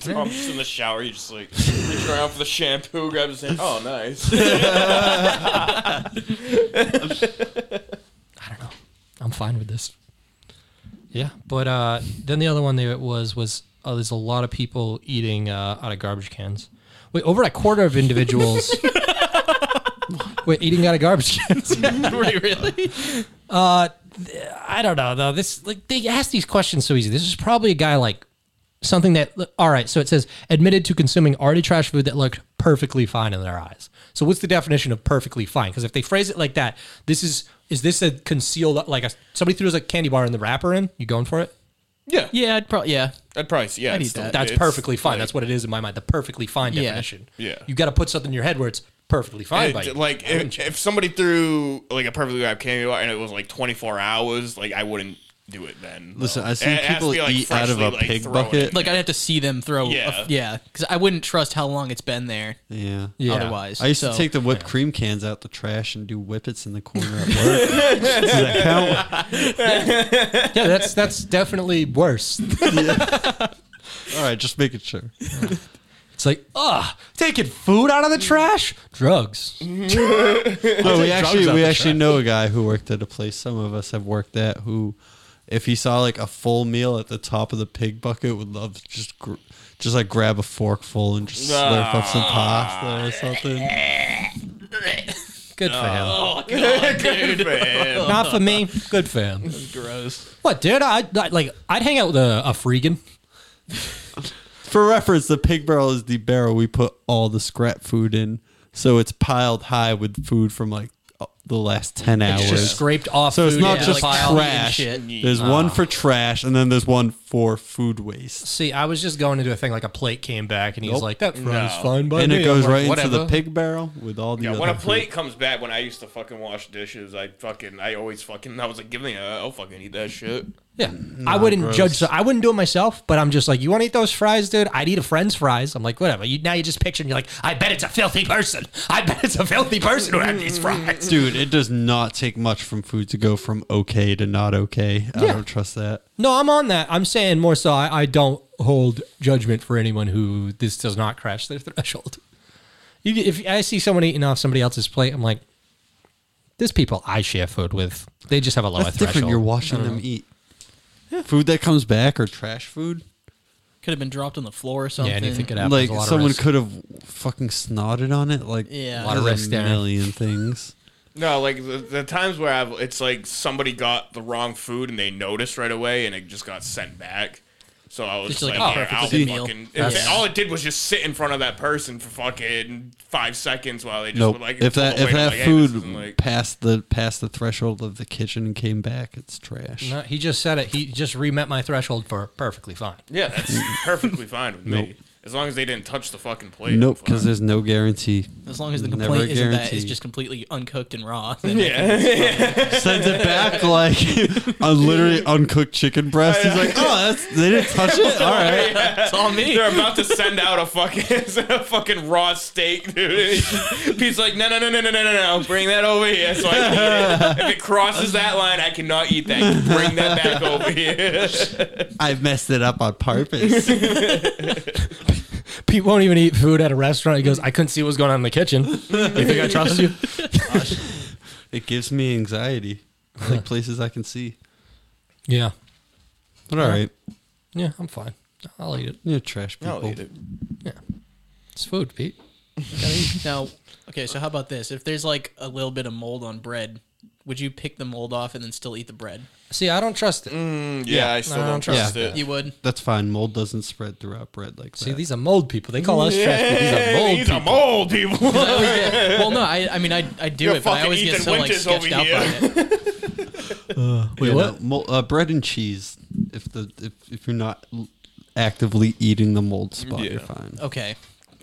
Speaker 3: Oh, I'm just in the shower. You just like reach around for the shampoo, grab his hand. Oh, nice.
Speaker 1: I don't know. I'm fine with this. Yeah, but uh, then the other one there was was oh, there's a lot of people eating uh, out of garbage cans. Wait, over a quarter of individuals. Wait, eating out of garbage cans. Uh,
Speaker 4: Were you really?
Speaker 1: I don't know though. This like they ask these questions so easy. This is probably a guy like something that all right. So it says admitted to consuming already trash food that looked perfectly fine in their eyes. So what's the definition of perfectly fine? Because if they phrase it like that, this is is this a concealed like a, somebody threw us a candy bar in the wrapper in? You going for it?
Speaker 3: yeah,
Speaker 4: Yeah, I'd probably yeah.
Speaker 3: I'd probably see. Yeah,
Speaker 4: I'd
Speaker 3: it's
Speaker 4: eat
Speaker 3: still-
Speaker 4: that.
Speaker 1: That's
Speaker 3: it's
Speaker 1: perfectly fine.
Speaker 3: like-
Speaker 1: That's what it is in my mind. The perfectly fine
Speaker 4: Yeah.
Speaker 1: definition.
Speaker 3: Yeah.
Speaker 1: You got to put something in your head where it's perfectly fine
Speaker 3: It-
Speaker 1: by you.
Speaker 3: like
Speaker 1: I wouldn't
Speaker 2: mm.
Speaker 3: if, if somebody threw like a perfectly wrapped candy bar and it was like 24 hours, like I wouldn't do it then.
Speaker 2: Listen, I've
Speaker 3: It
Speaker 2: seen
Speaker 3: has to
Speaker 2: people
Speaker 3: be, like,
Speaker 2: eat out of
Speaker 3: freshly,
Speaker 2: a
Speaker 3: like,
Speaker 2: pig
Speaker 3: thrown in
Speaker 2: bucket.
Speaker 3: there.
Speaker 4: Like I'd have to see them throw.
Speaker 3: Yeah.
Speaker 4: Yeah, yeah, because I wouldn't trust how long it's been there.
Speaker 2: Yeah.
Speaker 1: Yeah.
Speaker 4: Otherwise,
Speaker 2: I used
Speaker 4: so,
Speaker 2: to take the whipped cream cans out the trash and do whippets in the corner at work. Does that count?
Speaker 1: yeah, that's that's definitely worse.
Speaker 2: All right, just making sure.
Speaker 1: It's like, ugh, taking food out of the trash, drugs.
Speaker 2: No, we
Speaker 1: drugs
Speaker 2: actually
Speaker 1: out
Speaker 2: we
Speaker 1: the
Speaker 2: actually
Speaker 1: trash.
Speaker 2: know a guy who worked at a place some of us have worked at who, if he saw like a full meal at the top of the pig bucket, would love to just gr- just like grab a forkful and just slurp up some pasta or something.
Speaker 1: Good for
Speaker 3: Uh,
Speaker 1: him.
Speaker 3: Good for him.
Speaker 1: Not for me. Good for him.
Speaker 4: gross.
Speaker 1: What, dude? I, I like. I'd hang out with a, a freegan.
Speaker 2: For reference, the pig barrel is the barrel we put all the scrap food in, so it's piled high with food from like uh, the last ten hours.
Speaker 1: It's just scraped off.
Speaker 2: So it's
Speaker 1: food
Speaker 2: not
Speaker 1: into
Speaker 2: just
Speaker 1: a pile.
Speaker 2: trash.
Speaker 4: and
Speaker 2: There's
Speaker 1: Ah.
Speaker 2: one for trash, and then there's one for food waste,
Speaker 1: See, I was just going into a thing like a plate came back, and he's
Speaker 2: Nope.
Speaker 1: like, "That fries
Speaker 3: No.
Speaker 1: fine by
Speaker 2: and
Speaker 1: me."
Speaker 2: it goes
Speaker 1: I'm like,
Speaker 2: right into the
Speaker 1: "Whatever."
Speaker 2: pig barrel with all the.
Speaker 3: Yeah,
Speaker 2: other
Speaker 3: when a
Speaker 2: food.
Speaker 3: plate comes back, when I used to fucking wash dishes, I fucking, I always fucking, I was like, give me a, I'll fucking eat that shit.
Speaker 1: Yeah, I wouldn't
Speaker 2: gross.
Speaker 1: judge. I wouldn't do it myself, but I'm just like, you want to eat those fries, dude? I'd eat a friend's fries. I'm like, whatever. You, now you're just picturing. You're like, I bet it's a filthy person. I bet it's a filthy person who had these fries.
Speaker 2: Dude, it does not take much from food to go from okay to not okay. I
Speaker 1: Yeah.
Speaker 2: don't trust that.
Speaker 1: No, I'm on that. I'm saying more so. I, I don't hold judgment for anyone who this does not crash their threshold. You, get- if I see someone eating off somebody else's plate, I'm like, there's people I share food with. They just have a lower
Speaker 2: That's
Speaker 1: threshold.
Speaker 2: different. You're watching them eat. Food that comes back or trash food?
Speaker 4: Could have been dropped on the floor or something.
Speaker 1: yeah, anything could happen.
Speaker 2: Like
Speaker 1: There's a lot of
Speaker 2: someone
Speaker 1: risk.
Speaker 2: could have fucking snotted on it. Like
Speaker 4: Yeah.
Speaker 1: Lot of
Speaker 2: there's
Speaker 1: risk
Speaker 2: a
Speaker 1: there.
Speaker 2: million things.
Speaker 3: No, like the, the times where I've, it's like somebody got the wrong food and they noticed right away and it just got sent back. So I was
Speaker 4: Just
Speaker 3: just
Speaker 4: like oh,
Speaker 3: like,
Speaker 4: a
Speaker 3: "Here,
Speaker 4: perfectly
Speaker 3: I'll
Speaker 4: good meal.
Speaker 3: fucking. if it- all it did was just sit in front of that person for fucking five seconds while they just
Speaker 2: Nope.
Speaker 3: would like. oh,
Speaker 2: if
Speaker 3: pull
Speaker 2: that
Speaker 3: away
Speaker 2: if
Speaker 3: and
Speaker 2: that
Speaker 3: like, "Hey, this
Speaker 2: food
Speaker 3: isn't, like-"
Speaker 2: passed the passed the threshold of the kitchen and came back, it's trash.
Speaker 1: No, he just said it. He just re-met my threshold for perfectly fine.
Speaker 3: yeah, that's perfectly fine with me as long as they didn't touch the fucking plate.
Speaker 2: Nope,
Speaker 3: I'm fine.
Speaker 2: because there's no guarantee.
Speaker 4: As long as the
Speaker 2: Never
Speaker 4: complaint isn't that it's
Speaker 2: guaranteed.
Speaker 4: just completely uncooked and raw. then
Speaker 3: yeah,
Speaker 2: Sends it back like a literally uncooked chicken breast. He's like, oh, that's, they didn't touch it. All right.
Speaker 4: It's all me.
Speaker 3: they're about to send out a fucking a fucking raw steak, dude. He's like, no, no, no, no, no, no, no, no, bring that over here. So I can eat it. if it crosses that line, I cannot eat that. Bring that back over here.
Speaker 2: I messed it up on purpose.
Speaker 1: Pete won't even eat food at a restaurant. He goes, I couldn't see what was going on in the kitchen. You think I trust you?
Speaker 2: it gives me anxiety. Like places I can see.
Speaker 1: Yeah.
Speaker 2: But all right.
Speaker 1: Yeah, I'm fine. I'll eat it.
Speaker 2: You're trash people.
Speaker 1: It's food, Pete.
Speaker 4: Now, okay, so how about this? If there's like a little bit of mold on bread, would you pick the mold off and then still eat the bread?
Speaker 1: See, I don't trust it.
Speaker 3: Yeah, I still
Speaker 1: I
Speaker 3: don't
Speaker 1: don't
Speaker 3: trust
Speaker 2: yeah.
Speaker 3: it.
Speaker 4: You would.
Speaker 2: That's fine. Mold doesn't spread throughout bread like
Speaker 1: See,
Speaker 2: that.
Speaker 1: these are mold people. They call us trash, but these are mold
Speaker 3: These
Speaker 1: people.
Speaker 3: are mold people.
Speaker 4: well, no, I, I mean, I, I
Speaker 3: Oh,
Speaker 4: do
Speaker 3: You're
Speaker 4: it, but I
Speaker 3: fucking
Speaker 4: always get
Speaker 3: Ethan
Speaker 4: so like
Speaker 3: Winters
Speaker 4: sketched
Speaker 3: over
Speaker 4: out by it.
Speaker 2: Wait,
Speaker 1: what?
Speaker 2: mold, uh, bread and cheese. If the if, if you're not l- actively eating the mold spot, you're fine.
Speaker 4: Okay,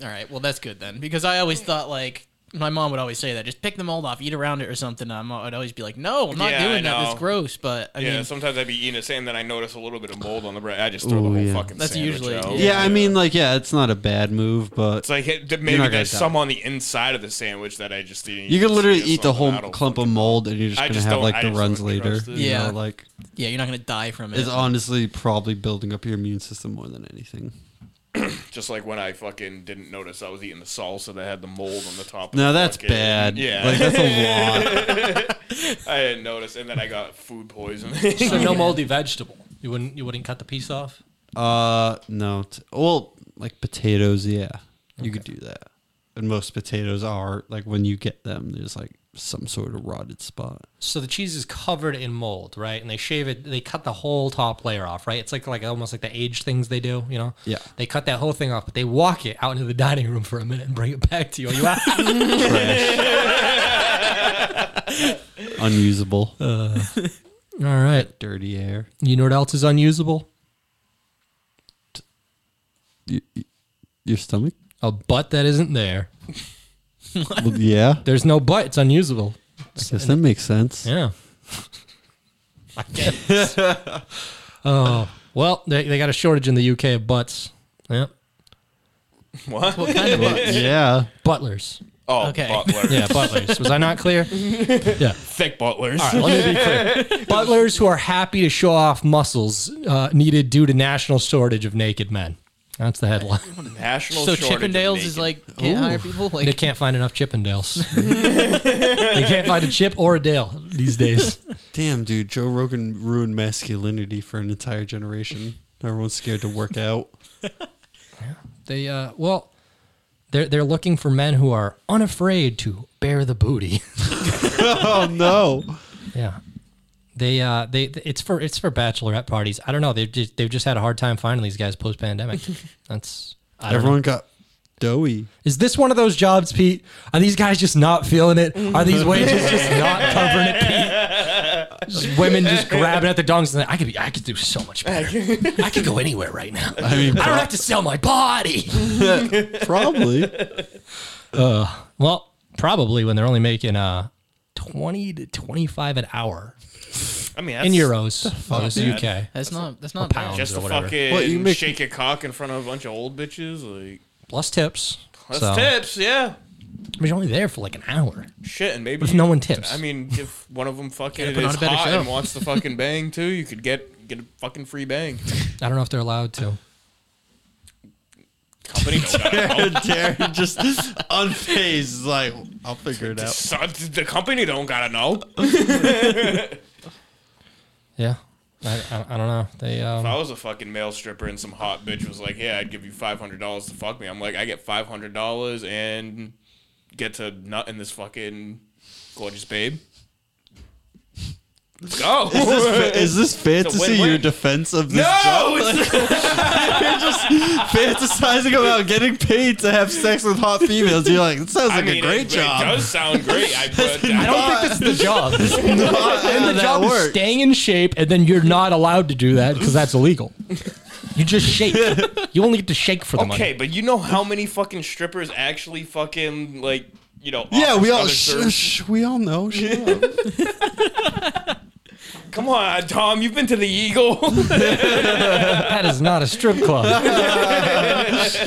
Speaker 4: all right. Well, that's good then, because I always thought like my mom would always say that just pick the mold off, eat around it or something. I'm, I'd always be like, no, I'm not
Speaker 3: Yeah, I
Speaker 4: doing that. That's
Speaker 3: know.
Speaker 4: gross. But I
Speaker 3: Yeah,
Speaker 4: mean,
Speaker 3: sometimes I'd be eating a sandwich and then I notice a little bit of mold on the bread. I just throw the
Speaker 2: Ooh,
Speaker 3: whole
Speaker 2: yeah.
Speaker 3: fucking
Speaker 4: That's
Speaker 3: sandwich
Speaker 4: usually-
Speaker 3: out.
Speaker 4: yeah.
Speaker 2: Yeah, I mean, like, yeah, it's not a bad move, but
Speaker 3: It's like it, th-
Speaker 2: You're
Speaker 3: maybe
Speaker 2: not gonna
Speaker 3: there's
Speaker 2: die.
Speaker 3: some on the inside of the sandwich that I just didn't.
Speaker 2: you
Speaker 3: even
Speaker 2: can literally
Speaker 3: see or
Speaker 2: eat the
Speaker 3: something.
Speaker 2: whole
Speaker 3: I don't
Speaker 2: clump of
Speaker 3: fucking-
Speaker 2: mold, and you're just
Speaker 3: I
Speaker 2: gonna
Speaker 3: just
Speaker 2: have
Speaker 3: don't-
Speaker 2: like
Speaker 3: I
Speaker 2: the
Speaker 3: just
Speaker 2: runs
Speaker 3: wouldn't
Speaker 2: later.
Speaker 3: trust it.
Speaker 2: you
Speaker 4: Yeah.
Speaker 2: know, like
Speaker 4: yeah, you're not gonna die from it.
Speaker 2: it's honestly probably building up your immune system more than anything.
Speaker 3: Just like when I fucking didn't notice I was eating the salsa that had the mold on the top. of
Speaker 2: No,
Speaker 3: the
Speaker 2: that's
Speaker 3: fucking-
Speaker 2: bad.
Speaker 3: Yeah,
Speaker 2: like that's a lot.
Speaker 3: I didn't notice, and then I got food poisoning.
Speaker 1: So no moldy vegetable. You wouldn't you wouldn't cut the piece off?
Speaker 2: Uh, no. T- well, like potatoes, yeah, you could do that. And most potatoes are like when you get them, there's like some sort of rotted spot.
Speaker 1: So the cheese is covered in mold, right? And they shave it, they cut the whole top layer off, right? It's like like almost like the aged things they do, you know?
Speaker 2: Yeah.
Speaker 1: They cut that whole thing off, but they walk it out into the dining room for a minute and bring it back to you. Are you out?
Speaker 2: Trash. Unusable.
Speaker 1: All right.
Speaker 2: Dirty air.
Speaker 1: You know what else is unusable?
Speaker 2: Y- y- your stomach.
Speaker 1: A butt that isn't there.
Speaker 2: Well, yeah,
Speaker 1: There's no but. It's unusable.
Speaker 2: I guess that makes sense.
Speaker 1: Yeah. I guess. oh well, they, they got a shortage in the UK of butts. Yeah,
Speaker 3: What?
Speaker 4: What kind of butt?
Speaker 2: Yeah,
Speaker 1: butlers.
Speaker 3: Oh,
Speaker 4: Okay.
Speaker 3: butler.
Speaker 1: Yeah, butlers. Was I not clear?
Speaker 3: Thick butlers.
Speaker 1: All right, let me be clear. Butlers who are happy to show off muscles uh, needed due to national shortage of naked men. That's the headline.
Speaker 3: National
Speaker 4: So
Speaker 3: shortage of
Speaker 4: Chippendales is
Speaker 3: naked-
Speaker 4: like can't hire people. Like
Speaker 1: They can't find enough Chippendales. they can't find a chip or a Dale these days.
Speaker 2: damn, dude, Joe Rogan ruined masculinity for an entire generation. Everyone's scared to work out.
Speaker 1: They uh, well, they're they're looking for men who are unafraid to bear the booty.
Speaker 2: oh no!
Speaker 1: Yeah. They uh they it's for it's for bachelorette parties. I don't know. They've just they've just had a hard time finding these guys post pandemic. That's I don't know.
Speaker 2: Everyone got doughy.
Speaker 1: Is this one of those jobs, Pete? Are these guys just not feeling it? Are these wages just not covering it, Pete? Just women just grabbing at the dongs and like, I could be I could do so much better. I could go anywhere right now. I,
Speaker 2: I mean,
Speaker 1: don't have to sell my body.
Speaker 2: probably.
Speaker 1: Well, probably when they're only making uh twenty to twenty five an hour
Speaker 3: I mean,
Speaker 1: in
Speaker 3: that's-
Speaker 1: euros. Oh, this is
Speaker 3: bad.
Speaker 1: UK.
Speaker 4: that's not that's not bad.
Speaker 1: pound.
Speaker 3: Just
Speaker 1: or
Speaker 3: to
Speaker 1: whatever.
Speaker 3: fucking
Speaker 2: Well, you make-
Speaker 3: shake your cock in front of a bunch of old bitches, like
Speaker 1: Plus tips.
Speaker 3: that's
Speaker 1: So-
Speaker 3: tips, yeah.
Speaker 1: I mean, you're only there for like an hour.
Speaker 3: Shit, and maybe
Speaker 1: If no one tips.
Speaker 3: I mean, if one of them fucking
Speaker 4: Gotta put on
Speaker 3: is
Speaker 4: a better
Speaker 3: hot
Speaker 4: show.
Speaker 3: and wants to fucking bang too, you could get get a fucking free bang.
Speaker 1: I don't know if they're allowed to.
Speaker 3: Company knows that.
Speaker 2: Darren just unfazed, is like I'll figure it out.
Speaker 3: So, the company don't gotta know. If
Speaker 1: Yeah. I, I, I don't know. They um,
Speaker 3: I was a fucking male stripper and some hot bitch was like, "Yeah, I'd give you five hundred dollars to fuck me." I'm like, I get five hundred dollars and get to nut in this fucking gorgeous babe. Let's go.
Speaker 2: Is this fantasy
Speaker 3: win-win.
Speaker 2: your defense of this
Speaker 3: no,
Speaker 2: job?
Speaker 3: it's-
Speaker 2: You're just fantasizing about getting paid to have sex with hot females. You're like, it sounds
Speaker 3: I
Speaker 2: like
Speaker 3: mean,
Speaker 2: a great
Speaker 3: it,
Speaker 2: job.
Speaker 3: It does sound great. I, but
Speaker 1: I
Speaker 3: I
Speaker 1: don't think this is the job. and
Speaker 2: Not how
Speaker 1: the
Speaker 2: that
Speaker 1: job is
Speaker 2: works.
Speaker 1: staying in shape, and then you're not allowed to do that because that's illegal. You just shake. You only get to shake for the
Speaker 3: don't. Okay, but you know how many fucking strippers actually fucking like you know?
Speaker 2: yeah,
Speaker 3: offer
Speaker 2: we all
Speaker 3: other
Speaker 2: sh-
Speaker 3: services?
Speaker 2: sh- we all know. Shut up.
Speaker 3: Come on, Tom. You've been to the Eagle.
Speaker 1: money. That is not a strip club.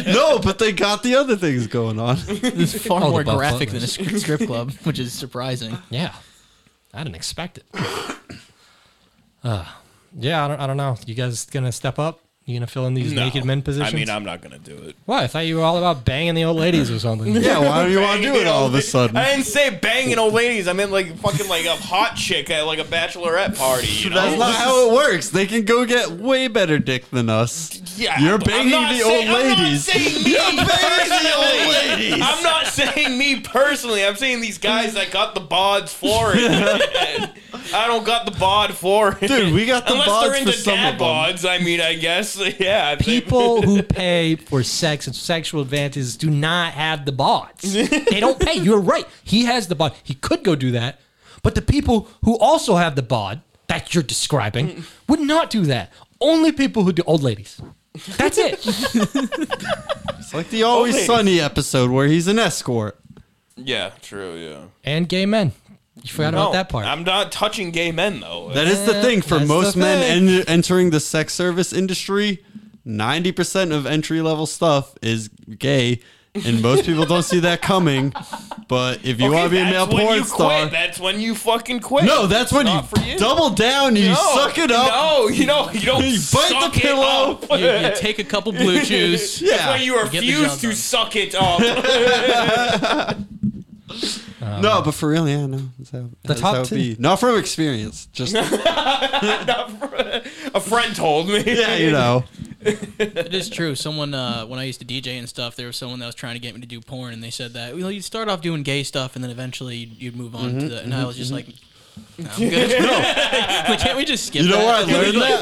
Speaker 2: no, but they got the other things going on.
Speaker 4: It's far
Speaker 1: the
Speaker 4: more
Speaker 1: butt
Speaker 4: graphic than a sc- strip club, which is surprising.
Speaker 1: yeah. I didn't expect it. Uh, yeah, I don't, I don't know. You guys going to step up? You going to fill in these
Speaker 3: No.
Speaker 1: naked men positions?
Speaker 3: I mean, I'm not gonna do it.
Speaker 1: Why? I thought you were all about banging the old ladies or something.
Speaker 2: Yeah, why do you want to do it all of a sudden?
Speaker 3: I didn't say banging old ladies. I meant like fucking like a hot chick at like a bachelorette party. You know?
Speaker 2: That's not how it works. They can go get way better dick than us.
Speaker 3: Yeah,
Speaker 2: You're
Speaker 3: but I'm
Speaker 2: banging
Speaker 3: not
Speaker 2: the
Speaker 3: saying-
Speaker 2: old
Speaker 3: I'm not
Speaker 2: ladies.
Speaker 3: saying me
Speaker 2: You're banging the old
Speaker 3: personally.
Speaker 2: ladies.
Speaker 3: I'm not saying me personally. I'm saying these guys that got the bods for it. I don't got the bod for it.
Speaker 2: Dude, we got the
Speaker 3: Unless
Speaker 2: bods
Speaker 3: they're into
Speaker 2: for some
Speaker 3: dad
Speaker 2: of them.
Speaker 3: bods, I mean, I guess. Yeah. I think-
Speaker 1: people who pay for sex and sexual advances do not have the bods. they don't pay. You're right. He has the bod. He could go do that. But the people who also have the bod that you're describing would not do that. Only people who do old ladies. That's it.
Speaker 2: It's like the Always
Speaker 3: ladies.
Speaker 2: Sunny episode where he's an escort.
Speaker 3: Yeah, true, yeah.
Speaker 1: and gay men. You forgot about that part.
Speaker 3: I'm not touching gay men, though.
Speaker 2: That is the thing for
Speaker 1: That's
Speaker 2: most
Speaker 1: the
Speaker 2: men
Speaker 1: thing.
Speaker 2: en- entering the sex service industry. Ninety percent of entry level stuff is gay, and most people don't see that coming. But if you
Speaker 3: Okay,
Speaker 2: want to be a
Speaker 3: that's
Speaker 2: male
Speaker 3: when
Speaker 2: porn
Speaker 3: you
Speaker 2: star,
Speaker 3: Quit. That's when you fucking quit.
Speaker 2: no, that's when you,
Speaker 3: Not for you.
Speaker 2: double down. You suck it up.
Speaker 3: No, you know you don't.
Speaker 2: You bite
Speaker 3: suck
Speaker 2: the pillow.
Speaker 3: It up.
Speaker 4: You, you take a couple blue chews.
Speaker 3: That's when you
Speaker 4: get the
Speaker 3: refuse
Speaker 4: job
Speaker 3: to
Speaker 4: done.
Speaker 3: suck it up.
Speaker 2: No, but for real, yeah, no. That's how, that's
Speaker 1: top
Speaker 2: how it
Speaker 1: two.
Speaker 2: be. Not from experience, just
Speaker 3: a friend told me.
Speaker 2: yeah, you know.
Speaker 4: It is true. Someone uh, when I used to DJ and stuff, there was someone that was trying to get me to do porn, and they said that well, you start off doing gay stuff, and then eventually you'd, you'd move on
Speaker 1: Mm-hmm,
Speaker 4: to the. And I was just like, "No, I'm good. Like, can't we just skip?
Speaker 2: You know
Speaker 4: that?
Speaker 2: where I
Speaker 4: Can
Speaker 2: learned
Speaker 4: we like-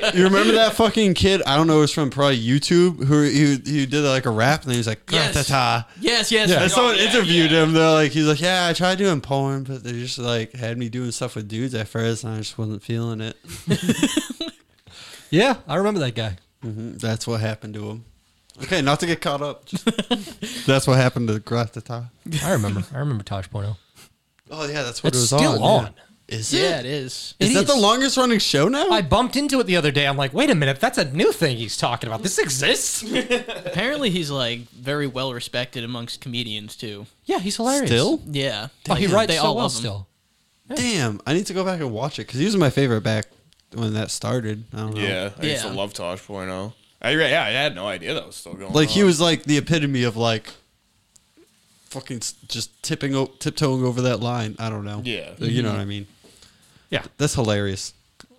Speaker 2: that? You remember that fucking kid? I don't know. It was from probably YouTube. Who who, who did like a rap and then he's like,
Speaker 4: Yes.
Speaker 2: "Gratata."
Speaker 4: Yes, yes.
Speaker 1: Yeah.
Speaker 2: And
Speaker 4: no,
Speaker 2: someone
Speaker 3: yeah,
Speaker 2: interviewed him. They're like, he's like, "Yeah, I tried doing porn, but they just like had me doing stuff with dudes at first, and I just wasn't feeling it."
Speaker 1: yeah, I remember that guy.
Speaker 2: That's what happened to him. Okay, not to get caught up. Just- that's what happened to Gratata.
Speaker 1: I remember. I remember Tosh Porno.
Speaker 2: Oh yeah, that's what
Speaker 1: It's
Speaker 2: it was
Speaker 1: still
Speaker 2: on.
Speaker 1: on.
Speaker 2: yeah. Is
Speaker 4: Yeah,
Speaker 2: it?
Speaker 4: it is.
Speaker 2: Is
Speaker 1: It
Speaker 2: that the
Speaker 1: is.
Speaker 2: longest running show now?
Speaker 1: I bumped into it the other day. I'm like, wait a minute, that's a new thing he's talking about. This exists?
Speaker 4: Apparently, he's like very well respected amongst comedians too.
Speaker 1: yeah, he's hilarious.
Speaker 2: Still?
Speaker 4: Yeah,
Speaker 1: Oh, he
Speaker 4: Like,
Speaker 1: writes so well
Speaker 4: love him.
Speaker 1: still.
Speaker 2: Damn, I need to go back and watch it because he was my favorite back when that started. I don't know.
Speaker 3: Yeah, I used to
Speaker 4: Yeah.
Speaker 3: love Tosh Point oh. I re- yeah, I had no idea that was still going.
Speaker 2: like he
Speaker 3: on.
Speaker 2: was like the epitome of like fucking s- just tipping o- tiptoeing over that line. I don't know.
Speaker 3: Yeah.
Speaker 2: you know what I mean.
Speaker 1: Yeah.
Speaker 2: That's hilarious.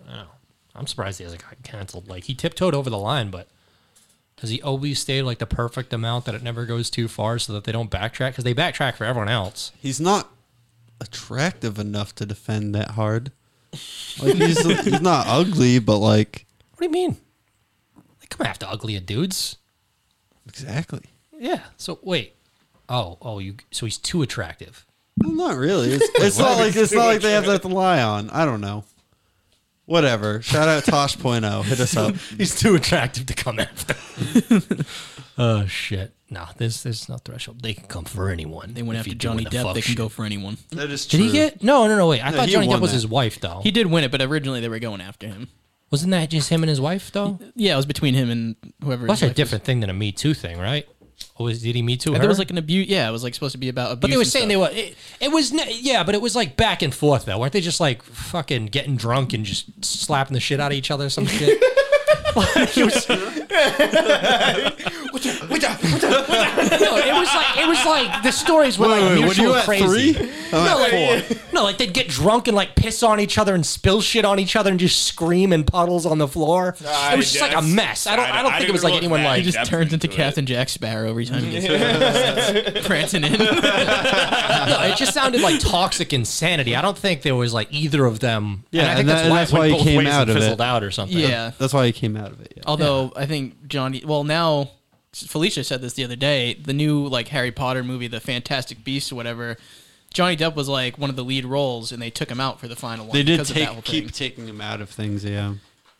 Speaker 1: Oh, I'm surprised he hasn't got canceled. Like, he tiptoed over the line, but does he always stay like the perfect amount that it never goes too far so that they don't backtrack? Because they backtrack for everyone else.
Speaker 2: He's not attractive enough to defend that hard. Like he's, he's not ugly, but like
Speaker 1: What do you mean? They come after uglier dudes.
Speaker 2: exactly.
Speaker 1: Yeah. So, wait. Oh, oh, you. So he's too attractive.
Speaker 2: Well, not really. It's, it's not like it's not like they have that to lie on. I don't know. Whatever. Shout out Tosh Point oh. Hit us up.
Speaker 1: He's too attractive to come after. oh shit! No, there's there's no threshold. They can come for anyone.
Speaker 4: They went
Speaker 1: if
Speaker 4: after
Speaker 1: you do
Speaker 4: Johnny
Speaker 1: win the
Speaker 4: Depp.
Speaker 1: fuck
Speaker 4: They can
Speaker 1: shit.
Speaker 4: go for anyone.
Speaker 2: That is
Speaker 1: Did
Speaker 2: true.
Speaker 1: he get? No, no, no. Wait, I thought
Speaker 2: he
Speaker 1: Johnny
Speaker 2: won
Speaker 1: Depp was
Speaker 2: that.
Speaker 1: his wife though.
Speaker 4: He did win it, but originally they were going after him.
Speaker 1: Wasn't that just him and his wife though?
Speaker 4: Yeah, it was between him and whoever.
Speaker 1: That's a
Speaker 4: his wife
Speaker 1: different thing than a Me Too thing, right? Or was, did he Me Too
Speaker 4: was.
Speaker 1: her?
Speaker 4: There was like an abuse. Yeah, it was like supposed to be about abuse.
Speaker 1: but they were
Speaker 4: and
Speaker 1: saying
Speaker 4: stuff.
Speaker 1: they were. It, it was ne- yeah, but it was like back and forth though, weren't they? Just like fucking getting drunk and just slapping the shit out of each other or some shit. Like, it was-
Speaker 3: What the- what the-
Speaker 1: No, it was like it was like the stories were
Speaker 2: Wait,
Speaker 1: like
Speaker 2: wait, what are
Speaker 1: mutual
Speaker 2: you at,
Speaker 1: crazy.
Speaker 2: three? I'm
Speaker 1: No,
Speaker 2: at
Speaker 1: like,
Speaker 2: four.
Speaker 1: no, like they'd get drunk and like piss on each other and spill shit on each other and just scream in puddles on the floor. it was just like a
Speaker 3: guess.
Speaker 1: mess. I don't
Speaker 3: I-
Speaker 1: I don't
Speaker 3: I
Speaker 1: think it was
Speaker 3: didn't
Speaker 1: like
Speaker 3: look
Speaker 1: anyone
Speaker 3: back.
Speaker 1: like
Speaker 4: He just
Speaker 3: Depp
Speaker 4: turns into
Speaker 3: into it.
Speaker 4: Captain Jack Sparrow every time he gets prancing in.
Speaker 1: no, it just sounded like toxic insanity. I don't think there was like either of them.
Speaker 2: Yeah,
Speaker 1: and I think
Speaker 2: and
Speaker 1: that's
Speaker 2: that-
Speaker 1: why
Speaker 2: that's
Speaker 1: it went
Speaker 2: why he
Speaker 1: both
Speaker 2: came
Speaker 1: ways
Speaker 2: out
Speaker 1: and
Speaker 2: of it.
Speaker 1: fizzled out or something.
Speaker 4: yeah.
Speaker 2: That's why he came out of it. Yeah.
Speaker 4: Although I think Johnny, well now Felicia said this the other day. The new like Harry Potter movie, The Fantastic Beasts or whatever. Johnny Depp was like one of the lead roles, and they took him out for the final one.
Speaker 2: They did
Speaker 4: because of that whole
Speaker 2: take, keep
Speaker 4: thing.
Speaker 2: taking him out of things, yeah.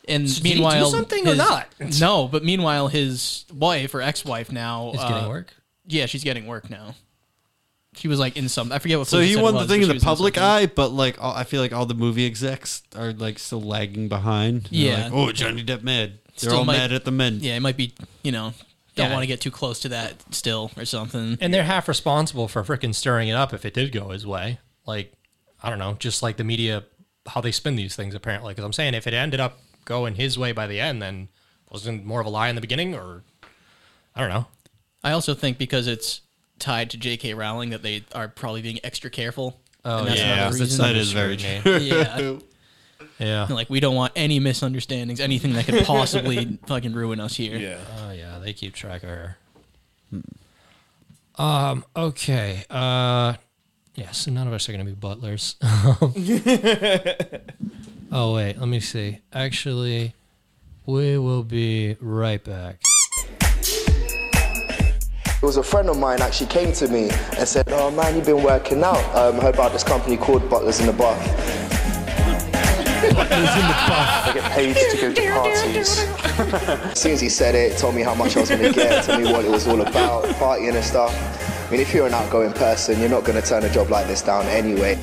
Speaker 4: And
Speaker 1: So did he do
Speaker 4: meanwhile,
Speaker 1: something or
Speaker 4: his-
Speaker 1: not?
Speaker 4: No, but meanwhile, his wife or ex-wife now
Speaker 1: Is
Speaker 4: uh,
Speaker 1: getting work.
Speaker 4: Yeah, she's getting work now. She was like in some. I forget what.
Speaker 2: So
Speaker 4: Felicia
Speaker 2: he
Speaker 4: said it
Speaker 2: won the
Speaker 4: was,
Speaker 2: thing in
Speaker 4: but she
Speaker 2: the
Speaker 4: was
Speaker 2: public
Speaker 4: something.
Speaker 2: eye, but like all, I feel like all the movie execs are like still lagging behind. They're
Speaker 4: Yeah.
Speaker 2: like, oh, Johnny Depp mad. They're
Speaker 4: Still
Speaker 2: all
Speaker 4: might-
Speaker 2: mad at the men.
Speaker 4: Yeah, it might be. You know, don't
Speaker 1: Yeah.
Speaker 4: want to get too close to that still or something.
Speaker 1: And they're half responsible for freaking stirring it up if it did go his way. Like, I don't know, just like the media, how they spin these things, apparently. Because I'm saying if it ended up going his way by the end, then wasn't it more of a lie in the beginning or I don't know.
Speaker 4: I also think because it's tied to J.K. Rowling that they are probably being extra careful. Oh
Speaker 1: yeah.
Speaker 2: that is very true.
Speaker 1: Scrutiny.
Speaker 4: yeah.
Speaker 1: Yeah.
Speaker 4: Like we don't want any misunderstandings, anything that could possibly fucking ruin us here.
Speaker 3: yeah.
Speaker 1: Oh, yeah. They keep track of her. Um, okay. Uh, yeah, so none of us are going to be butlers. oh, wait. Let me see. Actually, we will be right back.
Speaker 6: It was a friend of mine actually came to me and said, "Oh man, you've been working out. Um, heard about this company called Butlers in the Buff. Butlers in the Buff. I get paid to go to parties. as soon as he said it, told me how much I was going to get, told me what it was all about, partying and stuff. I mean, if you're an outgoing person, you're not going to turn a job like this down anyway.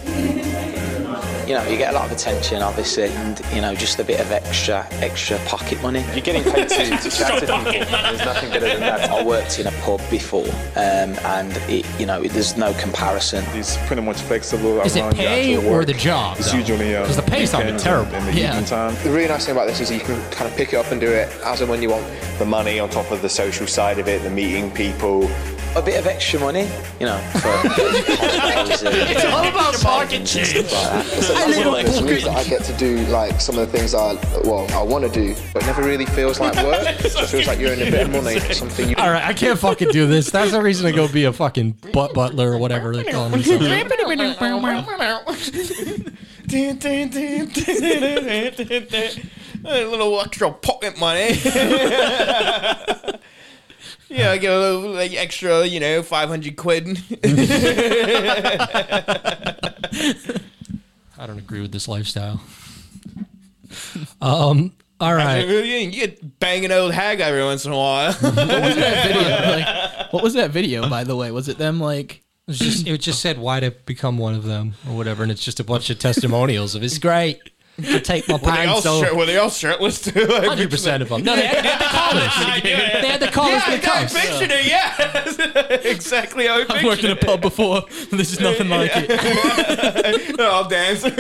Speaker 7: you know, you get a lot of attention, obviously, and you know, just a bit of extra, extra pocket money. You're getting paid to, to chat to people. There's nothing better than that. I worked in a pub before, um, and it, you know, there's no comparison.
Speaker 8: He's pretty much flexible
Speaker 1: Is it
Speaker 8: around your
Speaker 1: pay
Speaker 8: actual
Speaker 1: or
Speaker 8: work.
Speaker 1: the job?
Speaker 8: It's
Speaker 1: though?
Speaker 8: usually uh,
Speaker 1: 'Cause the pay sounded
Speaker 8: weekends
Speaker 1: terrible.
Speaker 8: and In the
Speaker 4: Yeah.
Speaker 8: evening time.
Speaker 6: The really nice thing about this is you can kind of pick it up and do it as and when you want.
Speaker 9: the money on top of the social side of it, the meeting people,
Speaker 7: A bit of extra money, you know. For it's all about pocket change.
Speaker 6: I It means that I get to do like some of the things I well I want to do, but it never really feels like work. it feels like you're earning a bit of money, something you
Speaker 1: All right, I can't fucking do this. That's the reason to go be a fucking butt butler or whatever they're calling themselves.
Speaker 3: a little extra pocket money. yeah, I get a little like, extra, you know, five hundred quid.
Speaker 1: I don't agree with this lifestyle. um. All right.
Speaker 3: You get banging old hag every once in a while.
Speaker 4: Like, what was that video, by the way? Was it them like?
Speaker 1: It was just, it just said why to become one of them or whatever, and it's just a bunch of testimonials of it's great. to take my
Speaker 3: They
Speaker 1: pine
Speaker 3: all
Speaker 1: so
Speaker 3: shirt- were they all shirtless too?
Speaker 1: hundred percent of them. No, they had, they had the collars. They had the collars for
Speaker 3: I
Speaker 1: the cuffs.
Speaker 3: pictured it. Yeah, exactly how I
Speaker 4: I've worked
Speaker 3: pictured
Speaker 4: in a
Speaker 3: it.
Speaker 4: pub before. This is nothing like it.
Speaker 3: They're all dancers.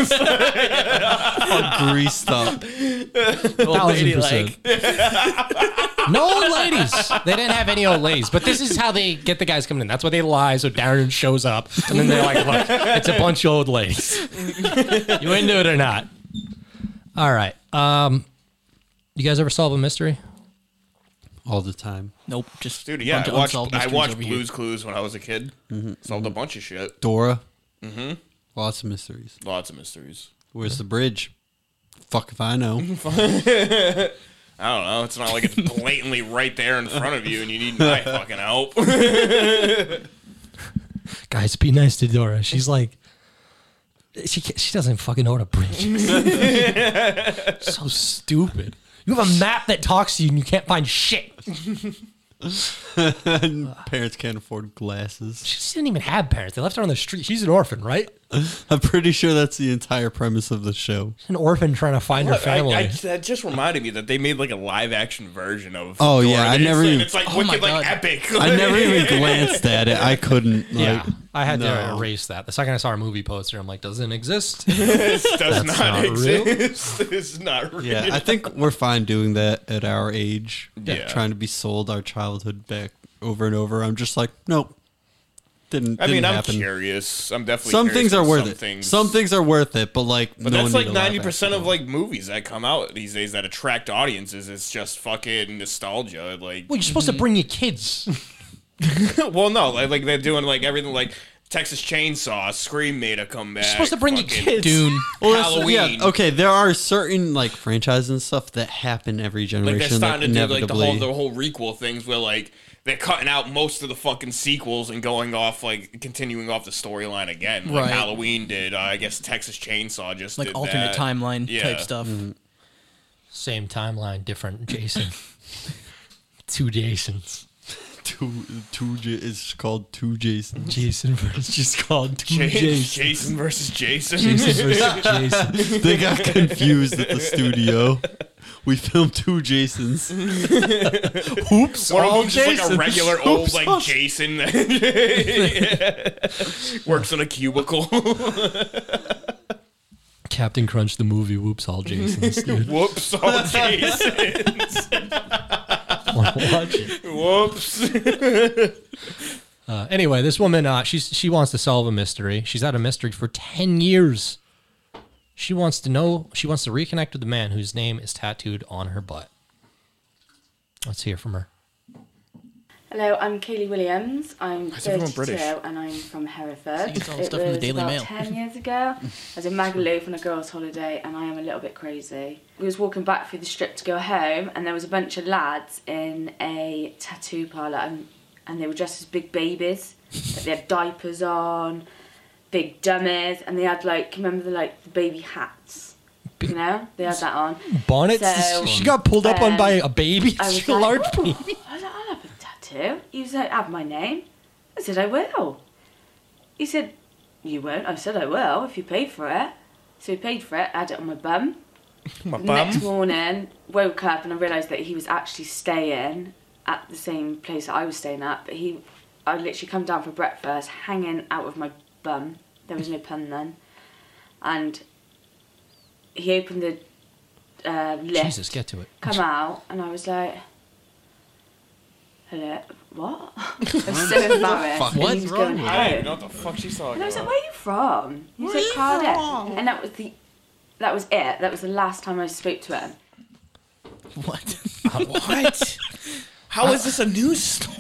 Speaker 2: greased up.
Speaker 1: Thousand
Speaker 4: lady,
Speaker 1: percent. No old ladies. They didn't have any old ladies. But this is how they get the guys coming in. That's why they lie. So Darren shows up, and then they're like, "Look, it's a bunch of old ladies. you into it or not?" All right. Um, you guys ever solve a mystery?
Speaker 2: All the time.
Speaker 4: Nope. Just
Speaker 3: Dude, yeah,
Speaker 4: bunch
Speaker 3: I
Speaker 4: of
Speaker 3: watched,
Speaker 4: unsolved
Speaker 3: I
Speaker 4: mysteries
Speaker 3: watched
Speaker 4: over here. Mm-hmm.
Speaker 3: Blue's Clues when I was a kid. Solved a bunch of shit.
Speaker 2: Dora. Mm-hmm. Lots of mysteries.
Speaker 3: Lots of mysteries.
Speaker 2: Where's the bridge? Fuck if I know.
Speaker 3: I don't know. It's not like it's blatantly right there in front of you, and you need my fucking help.
Speaker 1: Guys, be nice to Dora. She's like, she can't, she doesn't fucking know what a bridge is. so stupid. You have a map that talks to you, and you can't find shit.
Speaker 2: Parents can't afford glasses.
Speaker 1: She didn't even have parents. They left her on the street. She's an orphan, right?
Speaker 2: I'm pretty sure that's the entire premise of the show.
Speaker 1: An orphan trying to find her
Speaker 3: Look, I-
Speaker 1: family.
Speaker 3: I- that just reminded me that they made like a live action version of.
Speaker 2: Oh,
Speaker 3: Dora.
Speaker 2: yeah, I
Speaker 3: It's
Speaker 2: never
Speaker 3: like-
Speaker 2: even-
Speaker 3: It's like
Speaker 4: Oh,
Speaker 3: wicked,
Speaker 4: my
Speaker 3: like
Speaker 4: God.
Speaker 3: epic.
Speaker 2: I never even glanced at it. I couldn't. Like,
Speaker 1: yeah, I had to
Speaker 2: no.
Speaker 1: erase that. The second I saw her movie poster, I'm like, doesn't exist.
Speaker 3: This does not,
Speaker 1: not real.
Speaker 3: exist. It's not real.
Speaker 2: Yeah, I think we're fine doing that at our age.
Speaker 3: Yeah.
Speaker 2: Trying to be sold our childhood back over and over. I'm just like, nope. Didn't,
Speaker 3: I mean,
Speaker 2: didn't
Speaker 3: I'm
Speaker 2: happen.
Speaker 3: curious. I'm definitely
Speaker 2: Some
Speaker 3: curious
Speaker 2: things are
Speaker 3: about
Speaker 2: worth
Speaker 3: some
Speaker 2: it.
Speaker 3: Things.
Speaker 2: Some things are worth it, but like,
Speaker 3: But that's like ninety percent of like movies that come out these days that attract audiences. It's just fucking nostalgia. Like,
Speaker 1: well, you're supposed to bring your kids.
Speaker 3: well, no, like, like they're doing like everything like Texas Chainsaw, Scream made a comeback.
Speaker 1: supposed to bring your
Speaker 3: fucking-
Speaker 1: kids.
Speaker 4: Dune.
Speaker 2: Well, that's-
Speaker 3: Halloween.
Speaker 2: Yeah, okay, there are certain like franchises and stuff that happen every generation.
Speaker 3: Like they're starting to do like the
Speaker 2: inevitably-
Speaker 3: whole the whole requel things where like they're cutting out most of the fucking sequels and going off like continuing off the storyline again. Like
Speaker 4: Right.
Speaker 3: Halloween did. Uh, I guess Texas Chainsaw just
Speaker 4: Like
Speaker 3: did
Speaker 4: alternate
Speaker 3: that.
Speaker 4: timeline
Speaker 3: Yeah.
Speaker 4: type stuff.
Speaker 1: Same timeline, different Jason. Two Jasons.
Speaker 2: two two J- it's called two Jason.
Speaker 1: Jason versus just called two
Speaker 3: Ja-
Speaker 1: Jasons.
Speaker 3: Jason versus Jason.
Speaker 1: Jason versus Jason.
Speaker 2: they got confused at the studio. We filmed two Jasons. Oops,
Speaker 3: One of
Speaker 2: all
Speaker 3: them just like a
Speaker 2: Jasons.
Speaker 3: regular old
Speaker 2: Oops,
Speaker 3: like
Speaker 2: all-
Speaker 3: Jason. Yeah. Works in a cubicle.
Speaker 1: Captain Crunch, the movie. Whoops, all Jasons. Dude,
Speaker 3: Whoops, all Jason.
Speaker 1: want to watch it.
Speaker 3: Whoops.
Speaker 1: Uh, anyway, this woman, uh, she's she wants to solve a mystery. She's had a mystery for ten years. She wants to know. She wants to reconnect with the man whose name is tattooed on her butt. Let's hear from her.
Speaker 8: Hello, I'm Kaylee Williams. I'm
Speaker 3: is everyone
Speaker 8: 32
Speaker 3: British?
Speaker 8: and I'm from Hereford.
Speaker 4: It's all
Speaker 8: it
Speaker 4: stuff in the
Speaker 8: was
Speaker 4: Daily
Speaker 8: about
Speaker 4: Mail.
Speaker 8: 10 years ago. I was in Magaluf on a girls' holiday and I am a little bit crazy. We was walking back through the strip to go home and there was a bunch of lads in a tattoo parlour and, and they were dressed as big babies. Like, they had diapers on, big dummies, and they had like, can you remember the, like the baby hats? You know, they had that on.
Speaker 1: Bonnets.
Speaker 8: So,
Speaker 1: she got pulled up on
Speaker 8: um,
Speaker 1: by a baby.
Speaker 8: I was
Speaker 1: She a
Speaker 8: like,
Speaker 1: large
Speaker 8: "Ooh."
Speaker 1: baby.
Speaker 8: I was like, I'll have a tattoo. He said, have my name. I said, I will. He said, you won't. I said, I will if you pay for it. So he paid for it. I had it on my bum.
Speaker 3: My
Speaker 8: The next morning, woke up and I realised that he was actually staying at the same place that I was staying at. But he, I literally come down for breakfast, hanging out of my bum. There was no pun then. And he opened the uh, lift
Speaker 1: Jesus, get to it.
Speaker 8: come out and I was like, hello, Uh, what? I was so embarrassed.
Speaker 2: fuck?
Speaker 8: And he
Speaker 2: What's
Speaker 8: was
Speaker 2: wrong
Speaker 8: going
Speaker 2: with
Speaker 8: home.
Speaker 3: I don't know what the fuck she's talking
Speaker 8: And I was like,
Speaker 3: about.
Speaker 8: where are you from? He was like, Cardiff. And that was the, that was it. That was the last time I spoke to him.
Speaker 4: What?
Speaker 3: What? How is this a news story?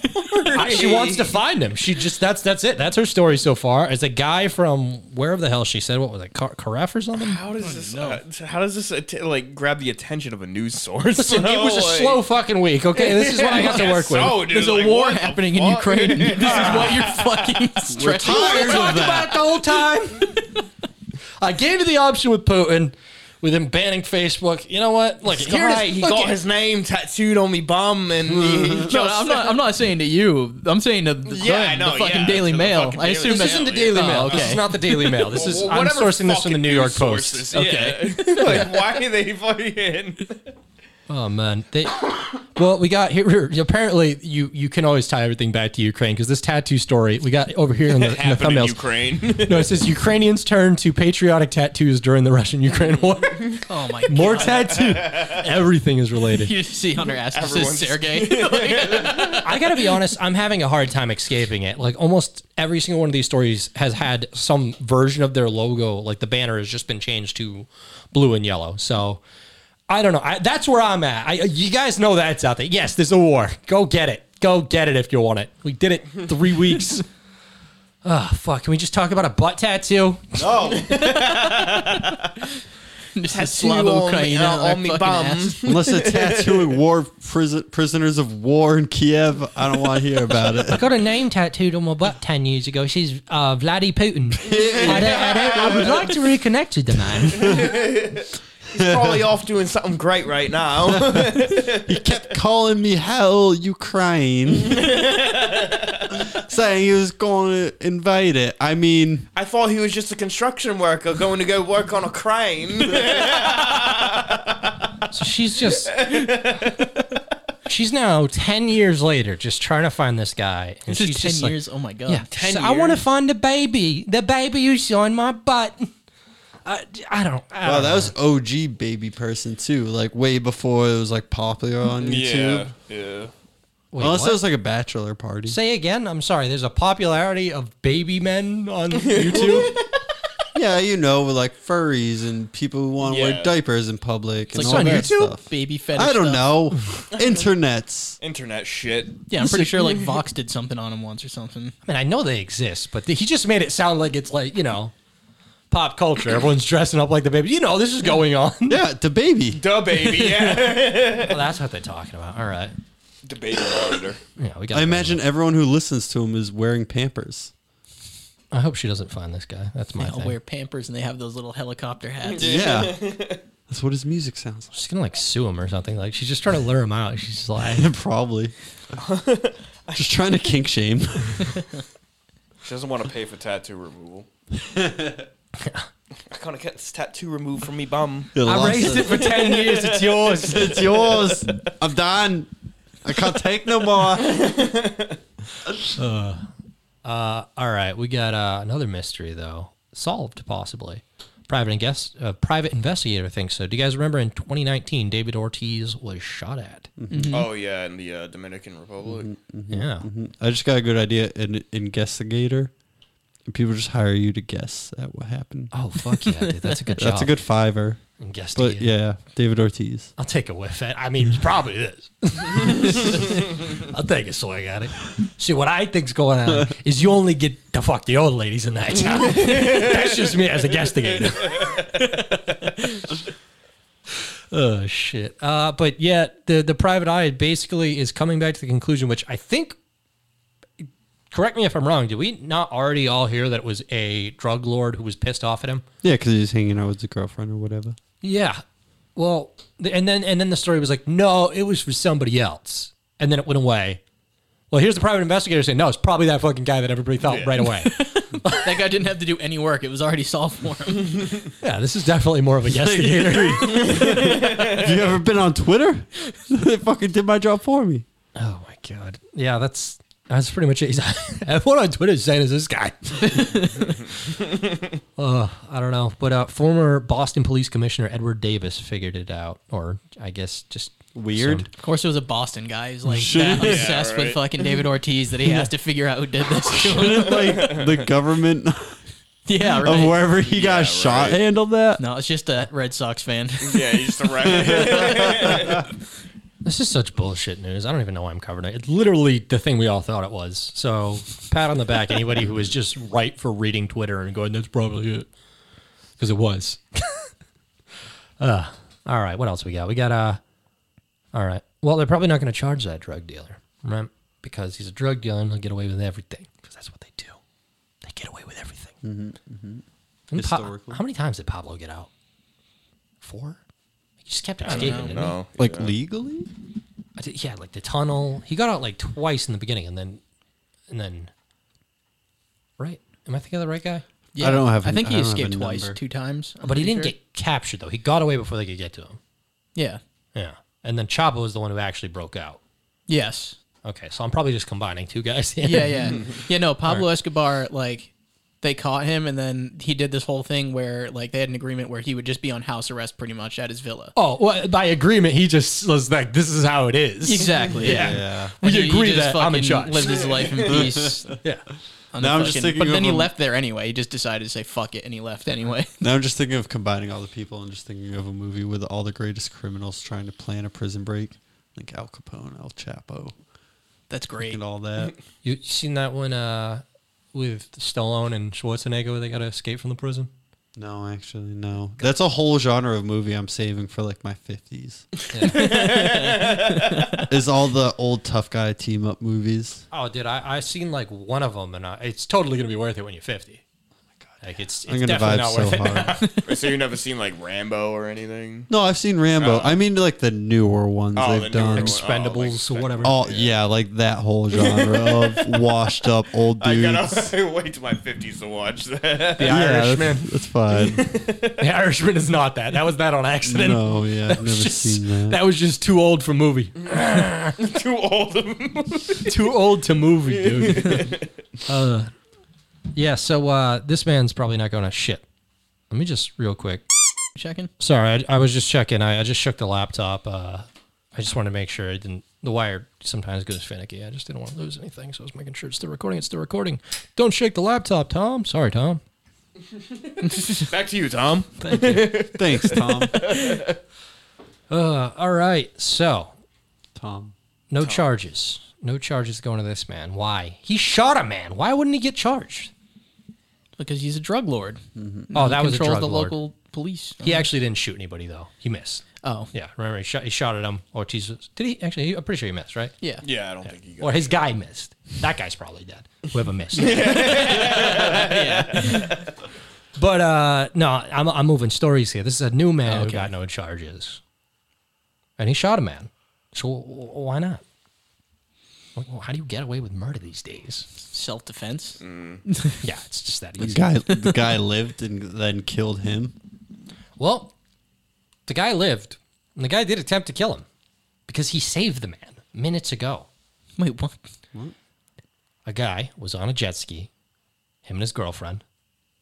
Speaker 1: Uh, she wants to find him. She just that's that's it. That's her story so far. As a guy from wherever the hell she said, what was it, Car- Caraf or something?
Speaker 2: Oh,
Speaker 3: How does this? Uh, how does this att- like grab the attention of a news source?
Speaker 1: Listen, it was a
Speaker 3: Like-
Speaker 1: slow fucking week. Okay, this is what I got to
Speaker 3: guess
Speaker 1: work with.
Speaker 2: Oh,
Speaker 3: so, dude.
Speaker 4: There's a
Speaker 3: Like,
Speaker 4: war
Speaker 3: what the
Speaker 4: happening in
Speaker 3: fuck?
Speaker 4: Ukraine. and This is what you're fucking stressing.
Speaker 1: We talked about it the whole time. I gave you the option with Putin. with him banning Facebook. You know what? Look,
Speaker 3: All
Speaker 1: here it
Speaker 3: right,
Speaker 1: is.
Speaker 3: he
Speaker 1: Look
Speaker 3: got
Speaker 1: at-
Speaker 3: his name tattooed on me bum, and
Speaker 1: Hmm.
Speaker 3: he, he
Speaker 4: No, I'm not. I'm not saying to you. I'm saying to the,
Speaker 3: Yeah, I
Speaker 4: them,
Speaker 3: know,
Speaker 4: the fucking
Speaker 3: yeah,
Speaker 4: Daily
Speaker 3: to the
Speaker 4: Mail.
Speaker 3: fucking
Speaker 4: I
Speaker 3: Daily
Speaker 4: assume
Speaker 3: Mail,
Speaker 1: This
Speaker 4: that's
Speaker 1: isn't the Daily
Speaker 4: Oh,
Speaker 1: Mail.
Speaker 4: okay.
Speaker 1: This is not the Daily Mail. This is
Speaker 3: Well,
Speaker 1: I'm sourcing
Speaker 3: whatever
Speaker 1: this from the
Speaker 3: fucking
Speaker 1: New York
Speaker 3: news source
Speaker 1: Post.
Speaker 3: this-
Speaker 4: Okay.
Speaker 3: yeah. like, why are they fucking?
Speaker 1: Oh man, they. Well, we got here. Apparently, you you can always tie everything back to Ukraine because this tattoo story we got over here in the, in the
Speaker 3: Happened in
Speaker 1: thumbnails.
Speaker 3: Ukraine.
Speaker 1: No, it says Ukrainians turn to patriotic tattoos during the Russian-Ukraine war.
Speaker 4: Oh my god.
Speaker 1: More tattoo. Everything is related.
Speaker 4: You just see Hunter Astor says
Speaker 3: Everyone's-
Speaker 4: Sergey.
Speaker 1: I gotta be honest. I'm having a hard time escaping it. Like almost every single one of these stories has had some version of their logo. Like the banner has just been changed to blue and yellow. So I don't know. I, that's where I'm at. I, you guys know that's out there. Yes, there's a war. Go get it. Go get it if you want it. We did it three weeks. Ah, fuck. Can we just talk about a butt tattoo?
Speaker 4: Just a
Speaker 3: Tattoo on
Speaker 4: Slavo
Speaker 3: me-
Speaker 4: Ukraine
Speaker 3: uh,
Speaker 4: on
Speaker 3: on me
Speaker 4: my
Speaker 3: bum.
Speaker 4: ass.
Speaker 2: Unless they're tattooing war prison, prisoners of war in Kiev, I don't want to hear about it.
Speaker 1: got a name tattooed on my butt 10 years ago. She's uh, Vladdy Putin. I, don't, I, don't, I would like to reconnect with the man.
Speaker 3: He's probably off doing something great right now.
Speaker 2: He kept calling me hell Ukraine, saying he was going to invade it. I mean,
Speaker 3: I thought he was just a construction worker going to go work on a crane.
Speaker 1: So she's just. She's now 10 years later just trying to find this guy. And
Speaker 4: This
Speaker 1: she's
Speaker 4: is
Speaker 1: just
Speaker 4: ten
Speaker 1: like,
Speaker 4: years. oh my god.
Speaker 1: Yeah, so I want to find the baby, the baby who saw in my butt. I, I don't. I
Speaker 2: wow,
Speaker 1: don't
Speaker 2: that
Speaker 1: know.
Speaker 2: was OG baby person too. Like way before it was like popular on YouTube.
Speaker 3: yeah.
Speaker 1: Wait,
Speaker 2: Unless
Speaker 1: what?
Speaker 2: it was like a bachelor party.
Speaker 1: Say again. I'm sorry. There's a popularity of baby men on YouTube.
Speaker 2: yeah, you know, with like furries and people who want to
Speaker 3: Yeah.
Speaker 2: wear diapers in public and
Speaker 4: like
Speaker 2: all
Speaker 4: on
Speaker 2: that
Speaker 4: YouTube?
Speaker 2: stuff.
Speaker 4: Baby fetish.
Speaker 2: I don't
Speaker 4: stuff.
Speaker 2: know. Internets.
Speaker 3: Internet shit.
Speaker 4: Yeah, I'm pretty sure like Vox did something on him once or something.
Speaker 1: I mean, I know they exist, but he just made it sound like it's like you know, pop culture. Everyone's dressing up like the baby. You know, this is going on. well,
Speaker 2: Yeah, the baby.
Speaker 3: Duh, baby. Yeah.
Speaker 1: that's what they're talking about. All right.
Speaker 3: Debate monitor.
Speaker 1: Yeah, we got.
Speaker 2: I imagine everyone who listens to him is wearing Pampers.
Speaker 1: I hope she doesn't find this guy. That's my
Speaker 4: They all
Speaker 1: thing.
Speaker 4: wear Pampers and they have those little helicopter hats.
Speaker 2: Yeah. That's what his music sounds
Speaker 1: She's gonna like sue him or something. Like she's just trying to lure him out. She's just like,
Speaker 2: like. Probably. Just trying to kink shame.
Speaker 3: She doesn't want to pay for tattoo removal. I gotta get this tattoo removed from me bum.
Speaker 1: I raised it for ten years. It's yours.
Speaker 2: It's yours. I'm done. I can't take no more.
Speaker 1: All right, we got uh, another mystery though solved possibly. Private and guest, uh, private investigator thinks so. Do you guys remember in 2019 David Ortiz was shot at?
Speaker 3: Oh yeah, in the uh, Dominican Republic.
Speaker 2: Mm-hmm.
Speaker 1: Yeah,
Speaker 2: I just got a good idea. An investigator. People just hire you to guess at what happened.
Speaker 1: Oh fuck yeah, dude. That's a good job.
Speaker 2: That's a good fiver.
Speaker 1: investigator.
Speaker 2: But yeah, David Ortiz.
Speaker 1: I'll take a whiff at. I mean, it's probably this. I'll take a swing at it. See, what I think's going on is you only get to fuck the old ladies in that town. That's just me as a guestigator. oh shit! Uh, but yeah, the the private eye basically is coming back to the conclusion, which I think. Correct me if I'm wrong. Did we not already all hear that it was a drug lord who was pissed off at him?
Speaker 2: Yeah, because he's hanging out with his girlfriend or whatever.
Speaker 1: Yeah. Well, th- and then and then the story was like, no, it was for somebody else, and then it went away. Well, here's the private investigator saying, no, it's probably that fucking guy that everybody thought right away.
Speaker 4: That guy didn't have to do any work. It was already solved for him.
Speaker 1: yeah, this is definitely more of a investigator.
Speaker 2: Have you ever been on Twitter? they fucking did my job for me.
Speaker 1: oh my god. Yeah, that's that's pretty much it. He's- Everyone on Twitter is saying is this guy. uh, I don't know, but uh, former Boston Police Commissioner Edward Davis figured it out, or I guess just
Speaker 2: Weird.
Speaker 1: assumed.
Speaker 4: Of course, it was a Boston guy who's like that obsessed with
Speaker 3: right.
Speaker 4: fucking David Ortiz that he has to figure out who did this to him.
Speaker 2: Didn't like the government
Speaker 4: Yeah,
Speaker 2: of
Speaker 4: right.
Speaker 2: wherever he got
Speaker 3: right.
Speaker 2: shot handle that?
Speaker 4: No, it's just a Red Sox fan.
Speaker 3: Yeah, he's the right.
Speaker 1: This is such bullshit news. I don't even know why I'm covering it. It's literally the thing we all thought it was. So, pat on the back, anybody who is just right for reading Twitter and going, that's probably it. Because it was. uh, all right. What else we got? We got, uh, all right. Well, they're probably not going to charge that drug dealer, right? Because he's a drug dealer and he'll get away with everything. Because that's what they do. They get away with everything. Didn't Pa-
Speaker 2: Historically.
Speaker 1: how many times did Pablo get out? four. He just kept escaping. didn't he?
Speaker 3: No.
Speaker 2: Like legally?
Speaker 1: I did- Yeah, like the tunnel. He got out like twice in the beginning, and then, and then. Right? Am I thinking of the right guy?
Speaker 4: Yeah,
Speaker 2: I don't have
Speaker 4: I
Speaker 2: an-
Speaker 4: think
Speaker 2: I
Speaker 4: he
Speaker 2: don't have a
Speaker 4: escaped twice,
Speaker 2: number.
Speaker 4: two times. I'm
Speaker 1: But he
Speaker 4: pretty
Speaker 1: didn't
Speaker 4: sure.
Speaker 1: get captured though. He got away before they could get to him.
Speaker 4: Yeah.
Speaker 1: Yeah. And then Chapa was the one who actually broke out.
Speaker 4: Yes.
Speaker 1: Okay, so I'm probably just combining two guys.
Speaker 4: Yeah, yeah, yeah. No, Pablo Escobar, like they caught him, and then he did this whole thing where like they had an agreement where he would just be on house arrest pretty much at his villa.
Speaker 1: Oh, well, by agreement, he just was like, "This is how it is."
Speaker 4: Exactly. Yeah.
Speaker 2: Yeah.
Speaker 1: We
Speaker 4: And he- he
Speaker 1: agree
Speaker 4: just
Speaker 1: that I'm in
Speaker 4: fucking
Speaker 1: charge.
Speaker 4: Lived his life in peace.
Speaker 1: Yeah.
Speaker 4: on
Speaker 2: Now
Speaker 4: the
Speaker 2: I'm just thinking
Speaker 4: But
Speaker 2: of
Speaker 4: then he
Speaker 2: him-
Speaker 4: left there anyway. He just decided to say fuck it, and he left anyway.
Speaker 2: Now I'm just thinking of combining all the people and just thinking of a movie with all the greatest criminals trying to plan a prison break, like Al Capone, Al Chapo,
Speaker 4: That's great.
Speaker 2: and all that.
Speaker 1: You seen that one uh, with Stallone and Schwarzenegger where they got to escape from the prison?
Speaker 2: No, actually, no. That's a whole genre of movie I'm saving for like my fifties. Is all the old tough guy team up movies?
Speaker 1: Oh, dude, I I seen like one of them, and I, it's totally gonna be worth it when you're 50. Like it's, it's
Speaker 2: I'm gonna
Speaker 1: definitely
Speaker 2: vibe
Speaker 1: not
Speaker 2: so
Speaker 1: worth it.
Speaker 2: hard.
Speaker 3: Wait, so you've never seen like Rambo or anything?
Speaker 2: no, I've seen Rambo. I mean, like the newer ones
Speaker 3: Oh,
Speaker 2: they've
Speaker 3: the newer
Speaker 2: done.
Speaker 3: ones.
Speaker 1: Expendables
Speaker 3: Oh,
Speaker 1: or
Speaker 3: like
Speaker 1: whatever.
Speaker 2: Oh yeah. like that whole genre of washed up old
Speaker 3: I
Speaker 2: dudes.
Speaker 3: gotta wait till my fifties to watch that.
Speaker 1: the
Speaker 2: yeah, that's-
Speaker 1: Irishman.
Speaker 2: That's, fine.
Speaker 1: The Irishman is not that. That was that on accident.
Speaker 2: no, yeah, I've never
Speaker 1: It's just-
Speaker 2: seen that.
Speaker 1: was just too old for movie.
Speaker 3: Too old.
Speaker 1: too old to movie, dude. uh, yeah, so uh, this man's probably not going to shit. Let me just real quick.
Speaker 4: Checking.
Speaker 1: Sorry, I, I was just checking. I, I just shook the laptop. Uh, I just wanted to make sure it didn't. The wire sometimes goes finicky. I just didn't want to lose anything, so I was making sure it's still recording. It's still recording. Don't shake the laptop, Tom. Sorry, Tom.
Speaker 3: Back to you, Tom.
Speaker 2: Thanks, Tom.
Speaker 1: Uh, all right, so
Speaker 2: Tom.
Speaker 1: no charges. No charges going to this man. Why? He shot a man. Why wouldn't he get charged?
Speaker 4: Because he's a drug lord.
Speaker 1: Oh, that was a
Speaker 4: controls
Speaker 1: drug
Speaker 4: the
Speaker 1: lord.
Speaker 4: local police.
Speaker 1: He actually didn't shoot anybody though. He missed.
Speaker 4: Oh.
Speaker 1: Yeah, remember he shot, he shot at him. Ortiz was- did he actually? He, I'm pretty sure he missed, right?
Speaker 4: Yeah.
Speaker 3: Yeah, I don't think he got.
Speaker 1: Or his guy missed. That guy's probably dead. Whoever missed. But uh, no, I'm, I'm moving stories here. This is a new man who got no charges, and he shot a man. So w- w- why not? Wh- wh- How do you get away with murder these days?
Speaker 4: Self defense.
Speaker 2: Mm.
Speaker 1: Yeah, it's just that
Speaker 2: The
Speaker 1: easy.
Speaker 2: guy, the guy lived and then killed him.
Speaker 1: Well, the guy lived, and the guy did attempt to kill him because he saved the man minutes ago.
Speaker 4: Wait, what?
Speaker 1: a guy was on a jet ski, him and his girlfriend.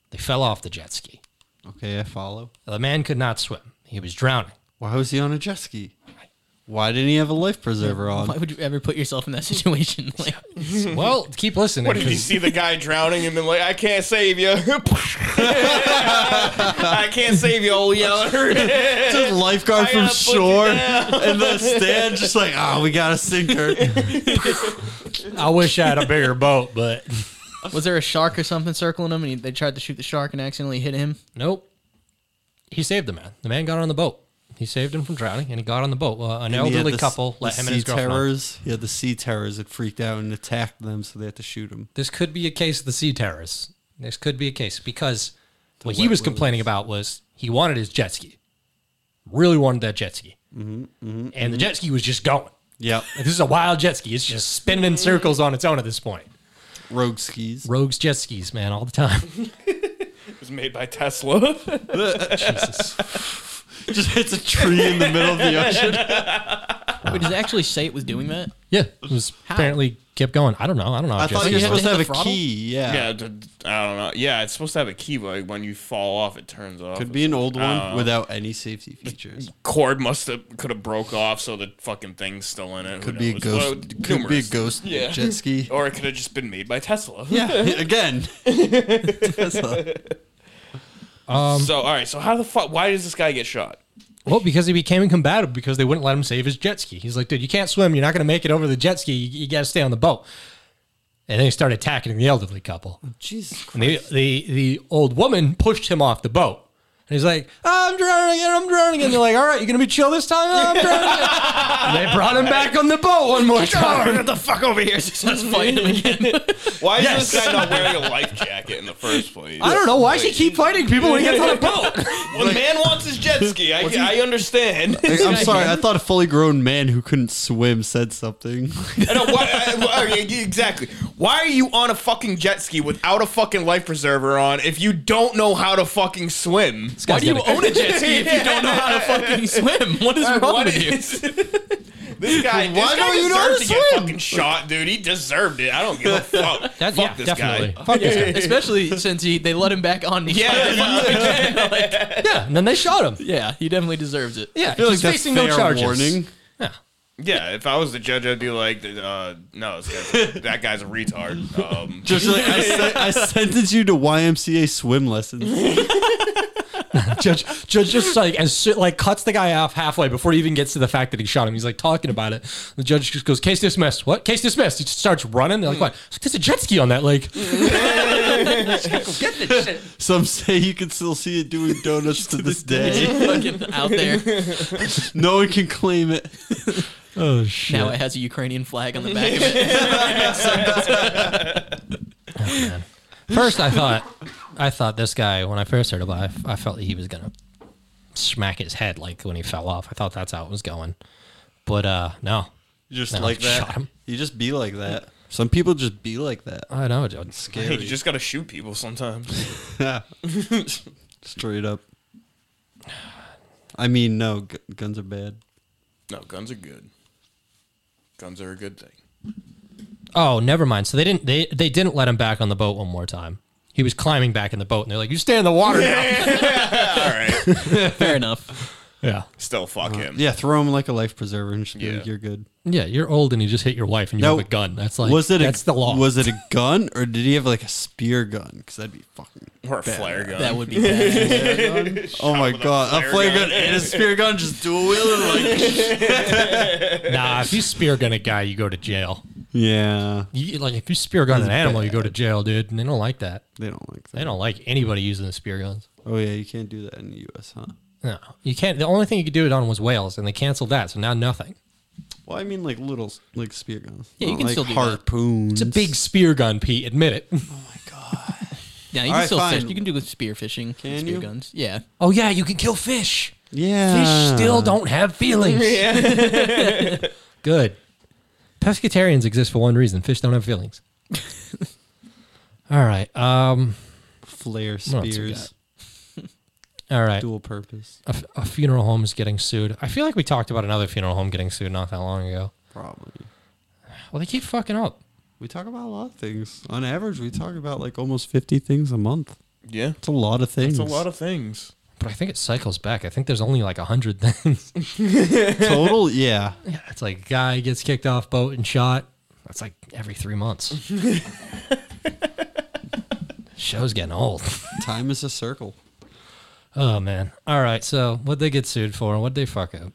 Speaker 1: They fell off the jet ski.
Speaker 2: Okay, I follow.
Speaker 1: The man could not swim. He was drowning.
Speaker 2: Why was he on a jet ski? Why didn't he have a life preserver
Speaker 4: Why
Speaker 2: on?
Speaker 4: would you ever put yourself in that situation? Like,
Speaker 1: well, keep listening.
Speaker 3: What did you
Speaker 1: 'cause
Speaker 3: see the guy drowning and been like, I can't save you. I can't save oh, you, old yeller.
Speaker 2: Just lifeguard
Speaker 3: I gotta
Speaker 2: from
Speaker 3: put you
Speaker 2: shore and the stand just like, oh, we got a sinker.
Speaker 1: I wish I had a bigger boat, but
Speaker 4: was there a shark or something circling him, and he, they tried to shoot the shark and accidentally hit him?
Speaker 1: nope. He saved the man. The man got on the boat. He saved him from drowning, and he got on the boat. Well, an
Speaker 2: And he had
Speaker 1: elderly
Speaker 2: the s-
Speaker 1: couple
Speaker 2: the
Speaker 1: let him
Speaker 2: sea
Speaker 1: and his girlfriend. on.
Speaker 2: terrors. Yeah, the sea terrors had freaked out and attacked them, so they had to shoot him.
Speaker 1: This could be a case of the sea terrors. This could be a case because what he
Speaker 2: wet
Speaker 1: was
Speaker 2: willies.
Speaker 1: complaining about was he wanted his jet ski. Really wanted that jet ski. and the jet ski was just going.
Speaker 2: Yep,
Speaker 1: Like, This is a wild jet ski. It's just spinning in circles on its own at this point.
Speaker 2: rogue skis.
Speaker 1: Rogues jet skis, man, all the time.
Speaker 3: It was made by Tesla.
Speaker 1: Jesus.
Speaker 2: Just hits a tree in the middle of the ocean.
Speaker 1: Ah.
Speaker 4: Wait, does it actually say it was doing that?
Speaker 1: Yeah, it was apparently kept going. I don't know. I don't know. how
Speaker 2: I
Speaker 1: jet
Speaker 2: thought
Speaker 1: skis
Speaker 2: you were
Speaker 1: work.
Speaker 2: supposed to have
Speaker 4: hit the
Speaker 2: a
Speaker 4: throttle?
Speaker 2: key. Yeah.
Speaker 3: Yeah, d- d- I don't know. Yeah, it's supposed to have a key, but like, when you fall off, it turns off.
Speaker 2: Could be an old
Speaker 3: I don't
Speaker 2: one
Speaker 3: know.
Speaker 2: without any safety features.
Speaker 3: cord must have could have broke off, so the fucking thing's still in it. Who
Speaker 2: Could be a
Speaker 3: knows?
Speaker 2: ghost.
Speaker 3: Well,
Speaker 2: could be a
Speaker 3: numerous.
Speaker 2: ghost
Speaker 3: Yeah.
Speaker 2: jet ski.
Speaker 3: Or it could have just been made by Tesla.
Speaker 2: Yeah, again. Tesla.
Speaker 3: so all right. So how the fuck? Why does this guy get shot?
Speaker 1: Well, because he became incombative because they wouldn't let him save his jet ski. He's like, dude, you can't swim. You're not going to make it over the jet ski. You, you got to stay on the boat. And then he started attacking the elderly couple.
Speaker 2: Oh, Jesus
Speaker 1: And the, the, the old woman pushed him off the boat. he's like, "Ah, I'm drowning and I'm drowning. And they're like, all right, you're going to be chill this time? "Oh, I'm drowning. And they brought him back on the boat one more time.
Speaker 4: Get the fuck over here! Just let's fight him again.
Speaker 3: Why is this guy not wearing a life jacket in the first place?
Speaker 1: I don't know. Why she keep fighting people when he gets on a boat?
Speaker 3: When man wants his jet ski, I, I understand. I
Speaker 2: Like, I'm sorry. I thought a fully grown man who couldn't swim said something.
Speaker 3: know, why, I- why- exactly. Why are you on a fucking jet ski without a fucking life preserver on if you don't know how to fucking swim?
Speaker 4: Why do you own a jet ski if you don't know how to fucking swim? What is wrong
Speaker 3: What
Speaker 4: with you?
Speaker 3: is- This guy, this
Speaker 2: Why
Speaker 3: guy
Speaker 2: don't you know how
Speaker 3: deserved
Speaker 2: to
Speaker 3: to get
Speaker 2: swim?
Speaker 3: fucking shot, dude. He deserved it. I don't give a fuck.
Speaker 1: That-
Speaker 3: fuck
Speaker 1: yeah,
Speaker 3: this
Speaker 1: definitely.
Speaker 3: guy.
Speaker 1: Fuck this guy.
Speaker 4: Especially since he they let him back on. He
Speaker 3: Yeah,
Speaker 4: tried to fuck him again. Like,
Speaker 1: Yeah, and then they shot him.
Speaker 4: yeah, he definitely deserves it.
Speaker 1: Yeah,
Speaker 2: feel like
Speaker 1: he's
Speaker 2: that's
Speaker 1: facing no
Speaker 2: fair
Speaker 1: charges.
Speaker 2: warning.
Speaker 1: Yeah.
Speaker 3: Yeah, if I was the judge, I'd be like, uh, no, this guy's, that guy's a retard. Um,
Speaker 2: Just like I, sen- I sentenced you to YMCA swim lessons.
Speaker 1: Judge, judge just like as so- like cuts the guy off halfway before he even gets to the fact that he shot him. He's like talking about it. The judge just goes, "Case dismissed." What? Case dismissed. He just starts running. They're like, "What?" It's like, There's a jet ski on that lake.
Speaker 2: Some say you can still see it doing donuts to this day.
Speaker 4: Fucking out there.
Speaker 2: No one can claim it.
Speaker 1: Oh shit!
Speaker 4: Now it has a Ukrainian flag on the back of it.
Speaker 1: First, I thought, I thought this guy when I first heard about, it, I, I felt that he was gonna smack his head like when he fell off. I thought that's how it was going, but uh no,
Speaker 2: Just
Speaker 1: No,
Speaker 2: like
Speaker 1: shot
Speaker 2: that.
Speaker 1: him.
Speaker 2: You just be like that. Some people just be like that.
Speaker 1: I know, dude.
Speaker 3: you
Speaker 2: Scary.
Speaker 3: just gotta shoot people sometimes.
Speaker 2: Straight up. I mean, no, gu- guns are bad.
Speaker 3: No, guns are good. Guns are a good thing.
Speaker 1: Oh, never mind. So they didn't they they didn't let him back on the boat one more time. He was climbing back in the boat, and they're like, "You stay in the water." now."
Speaker 3: All right,
Speaker 4: Fair enough.
Speaker 1: yeah,
Speaker 3: still fuck him.
Speaker 2: Uh-huh. Yeah, throw them like a life preserver and just be like,
Speaker 3: Yeah.
Speaker 2: you're good.
Speaker 1: yeah. You're old, and you just hit your wife, and you
Speaker 2: Now,
Speaker 1: have a gun. That's like
Speaker 2: was it
Speaker 1: that's
Speaker 2: a,
Speaker 1: the law.
Speaker 2: Was it a gun or did he have like a spear gun? Because that'd be fucking.
Speaker 3: Or a flare gun.
Speaker 4: That would be bad.
Speaker 2: oh my god, a flare gun. and a spear gun, just dual wielding. Like,
Speaker 1: nah, if you spear gun a guy, you go to jail.
Speaker 2: yeah,
Speaker 1: You, like if you spear gun an animal, you go to jail, dude. And they don't like that.
Speaker 2: they don't like
Speaker 1: They
Speaker 2: that.
Speaker 1: don't like anybody using the spear guns.
Speaker 2: Oh yeah, you can't do that in the U.S., huh?
Speaker 1: No, you can't. The only thing you could do it on was whales, and they canceled that, so now nothing.
Speaker 2: Well, I mean like little s- like spear guns.
Speaker 4: Yeah, you
Speaker 2: Not
Speaker 4: can
Speaker 2: like
Speaker 4: still do that.
Speaker 1: It's
Speaker 2: harpoons.
Speaker 1: a big spear gun, Pete. Admit it.
Speaker 4: Yeah, you can
Speaker 2: All right,
Speaker 4: still
Speaker 2: fine.
Speaker 4: fish. You can do with spear fishing.
Speaker 2: Can
Speaker 4: spear
Speaker 2: you?
Speaker 4: guns. Yeah.
Speaker 1: oh yeah, you can kill fish.
Speaker 2: Yeah,
Speaker 1: Fish still don't have feelings. Good. Pescatarians exist for one reason. Fish don't have feelings. all right. Um,
Speaker 2: flare
Speaker 1: else we
Speaker 2: spears.
Speaker 1: all right.
Speaker 2: Dual purpose,
Speaker 1: A, f- a funeral home is getting sued. I feel like we talked about another funeral home getting sued not that long ago.
Speaker 2: probably.
Speaker 1: Well, they keep fucking up.
Speaker 2: We talk about a lot of things. On average, we talk about like almost fifty things a month.
Speaker 3: Yeah.
Speaker 2: It's a lot of things.
Speaker 3: It's a lot of things.
Speaker 1: But I think it cycles back. I think there's only like a hundred things.
Speaker 2: total. Yeah,
Speaker 1: Yeah, it's like guy gets kicked off boat and shot. That's like every three months. Show's getting old.
Speaker 2: time is a circle.
Speaker 1: Oh man. All right. So what they get sued for? What they fuck up?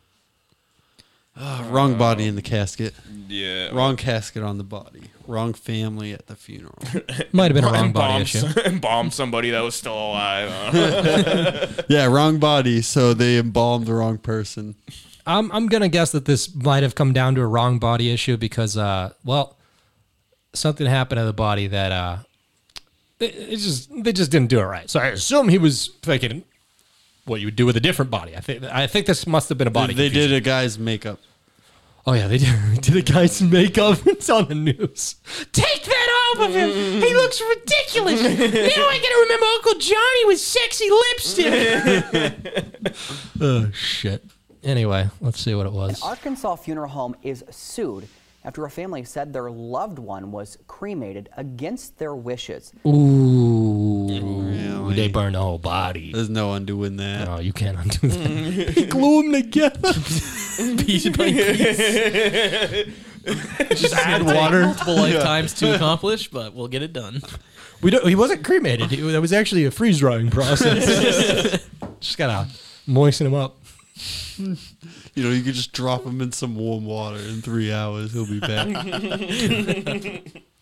Speaker 2: Wrong body in the casket.
Speaker 3: Yeah.
Speaker 2: Wrong casket on the body. Wrong family at the funeral.
Speaker 1: Might have been a wrong
Speaker 3: And
Speaker 1: body
Speaker 3: bomb,
Speaker 1: issue.
Speaker 3: and bomb somebody that was still alive. Uh,
Speaker 2: yeah, wrong body. So they embalmed the wrong person.
Speaker 1: I'm I'm gonna guess that this might have come down to a wrong body issue because uh well something happened to the body that uh it, it just they just didn't do it right. So I assume he was thinking what you would do with a different body. I think I think this must have been a body.
Speaker 2: they
Speaker 1: confusion.
Speaker 2: did a guy's makeup.
Speaker 1: Oh yeah, they did, did a guy's makeup. It's on the news. Take that off of him. He looks ridiculous. now I gotta remember Uncle Johnny with sexy lipstick. oh shit. Anyway, let's see what it was.
Speaker 5: Arkansas funeral home is sued after a family said their loved one was cremated against their wishes.
Speaker 1: Ooh, they burned the whole body.
Speaker 2: There's no undoing that.
Speaker 1: No, you can't undo that. he glue them together.
Speaker 4: Piece by piece.
Speaker 1: Just add water.
Speaker 4: Multiple lifetimes to accomplish, but we'll get it done.
Speaker 1: We don't, he wasn't cremated. He, that was actually a freeze drying process. Just gotta moisten him up.
Speaker 2: You know, you could just drop him in some warm water in three hours. He'll be back.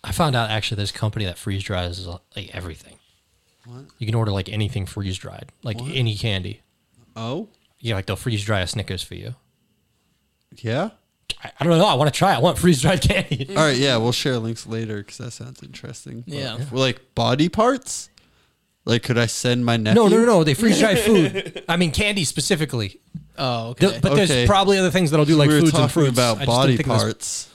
Speaker 1: I found out actually this company that freeze dries like everything. You can order like anything freeze dried, like any candy.
Speaker 2: Oh,
Speaker 1: Yeah, like they'll freeze dry a Snickers for you.
Speaker 2: yeah.
Speaker 1: I, I don't know. I want to try. it. I want freeze dried candy.
Speaker 2: All right, yeah. We'll share links later because that sounds interesting. But-
Speaker 4: Yeah. Yeah.
Speaker 2: Well, like body parts. Like, could I send my nephew?
Speaker 1: No, no, no, no. They freeze dry food. I mean, candy specifically.
Speaker 4: Oh,
Speaker 1: Th-
Speaker 4: okay.
Speaker 1: But
Speaker 2: Okay.
Speaker 1: there's probably other things that'll do, like
Speaker 2: we were
Speaker 1: foods
Speaker 2: talking
Speaker 1: and fruits. I
Speaker 2: about
Speaker 1: just didn't
Speaker 2: body
Speaker 1: think of this-
Speaker 2: parts.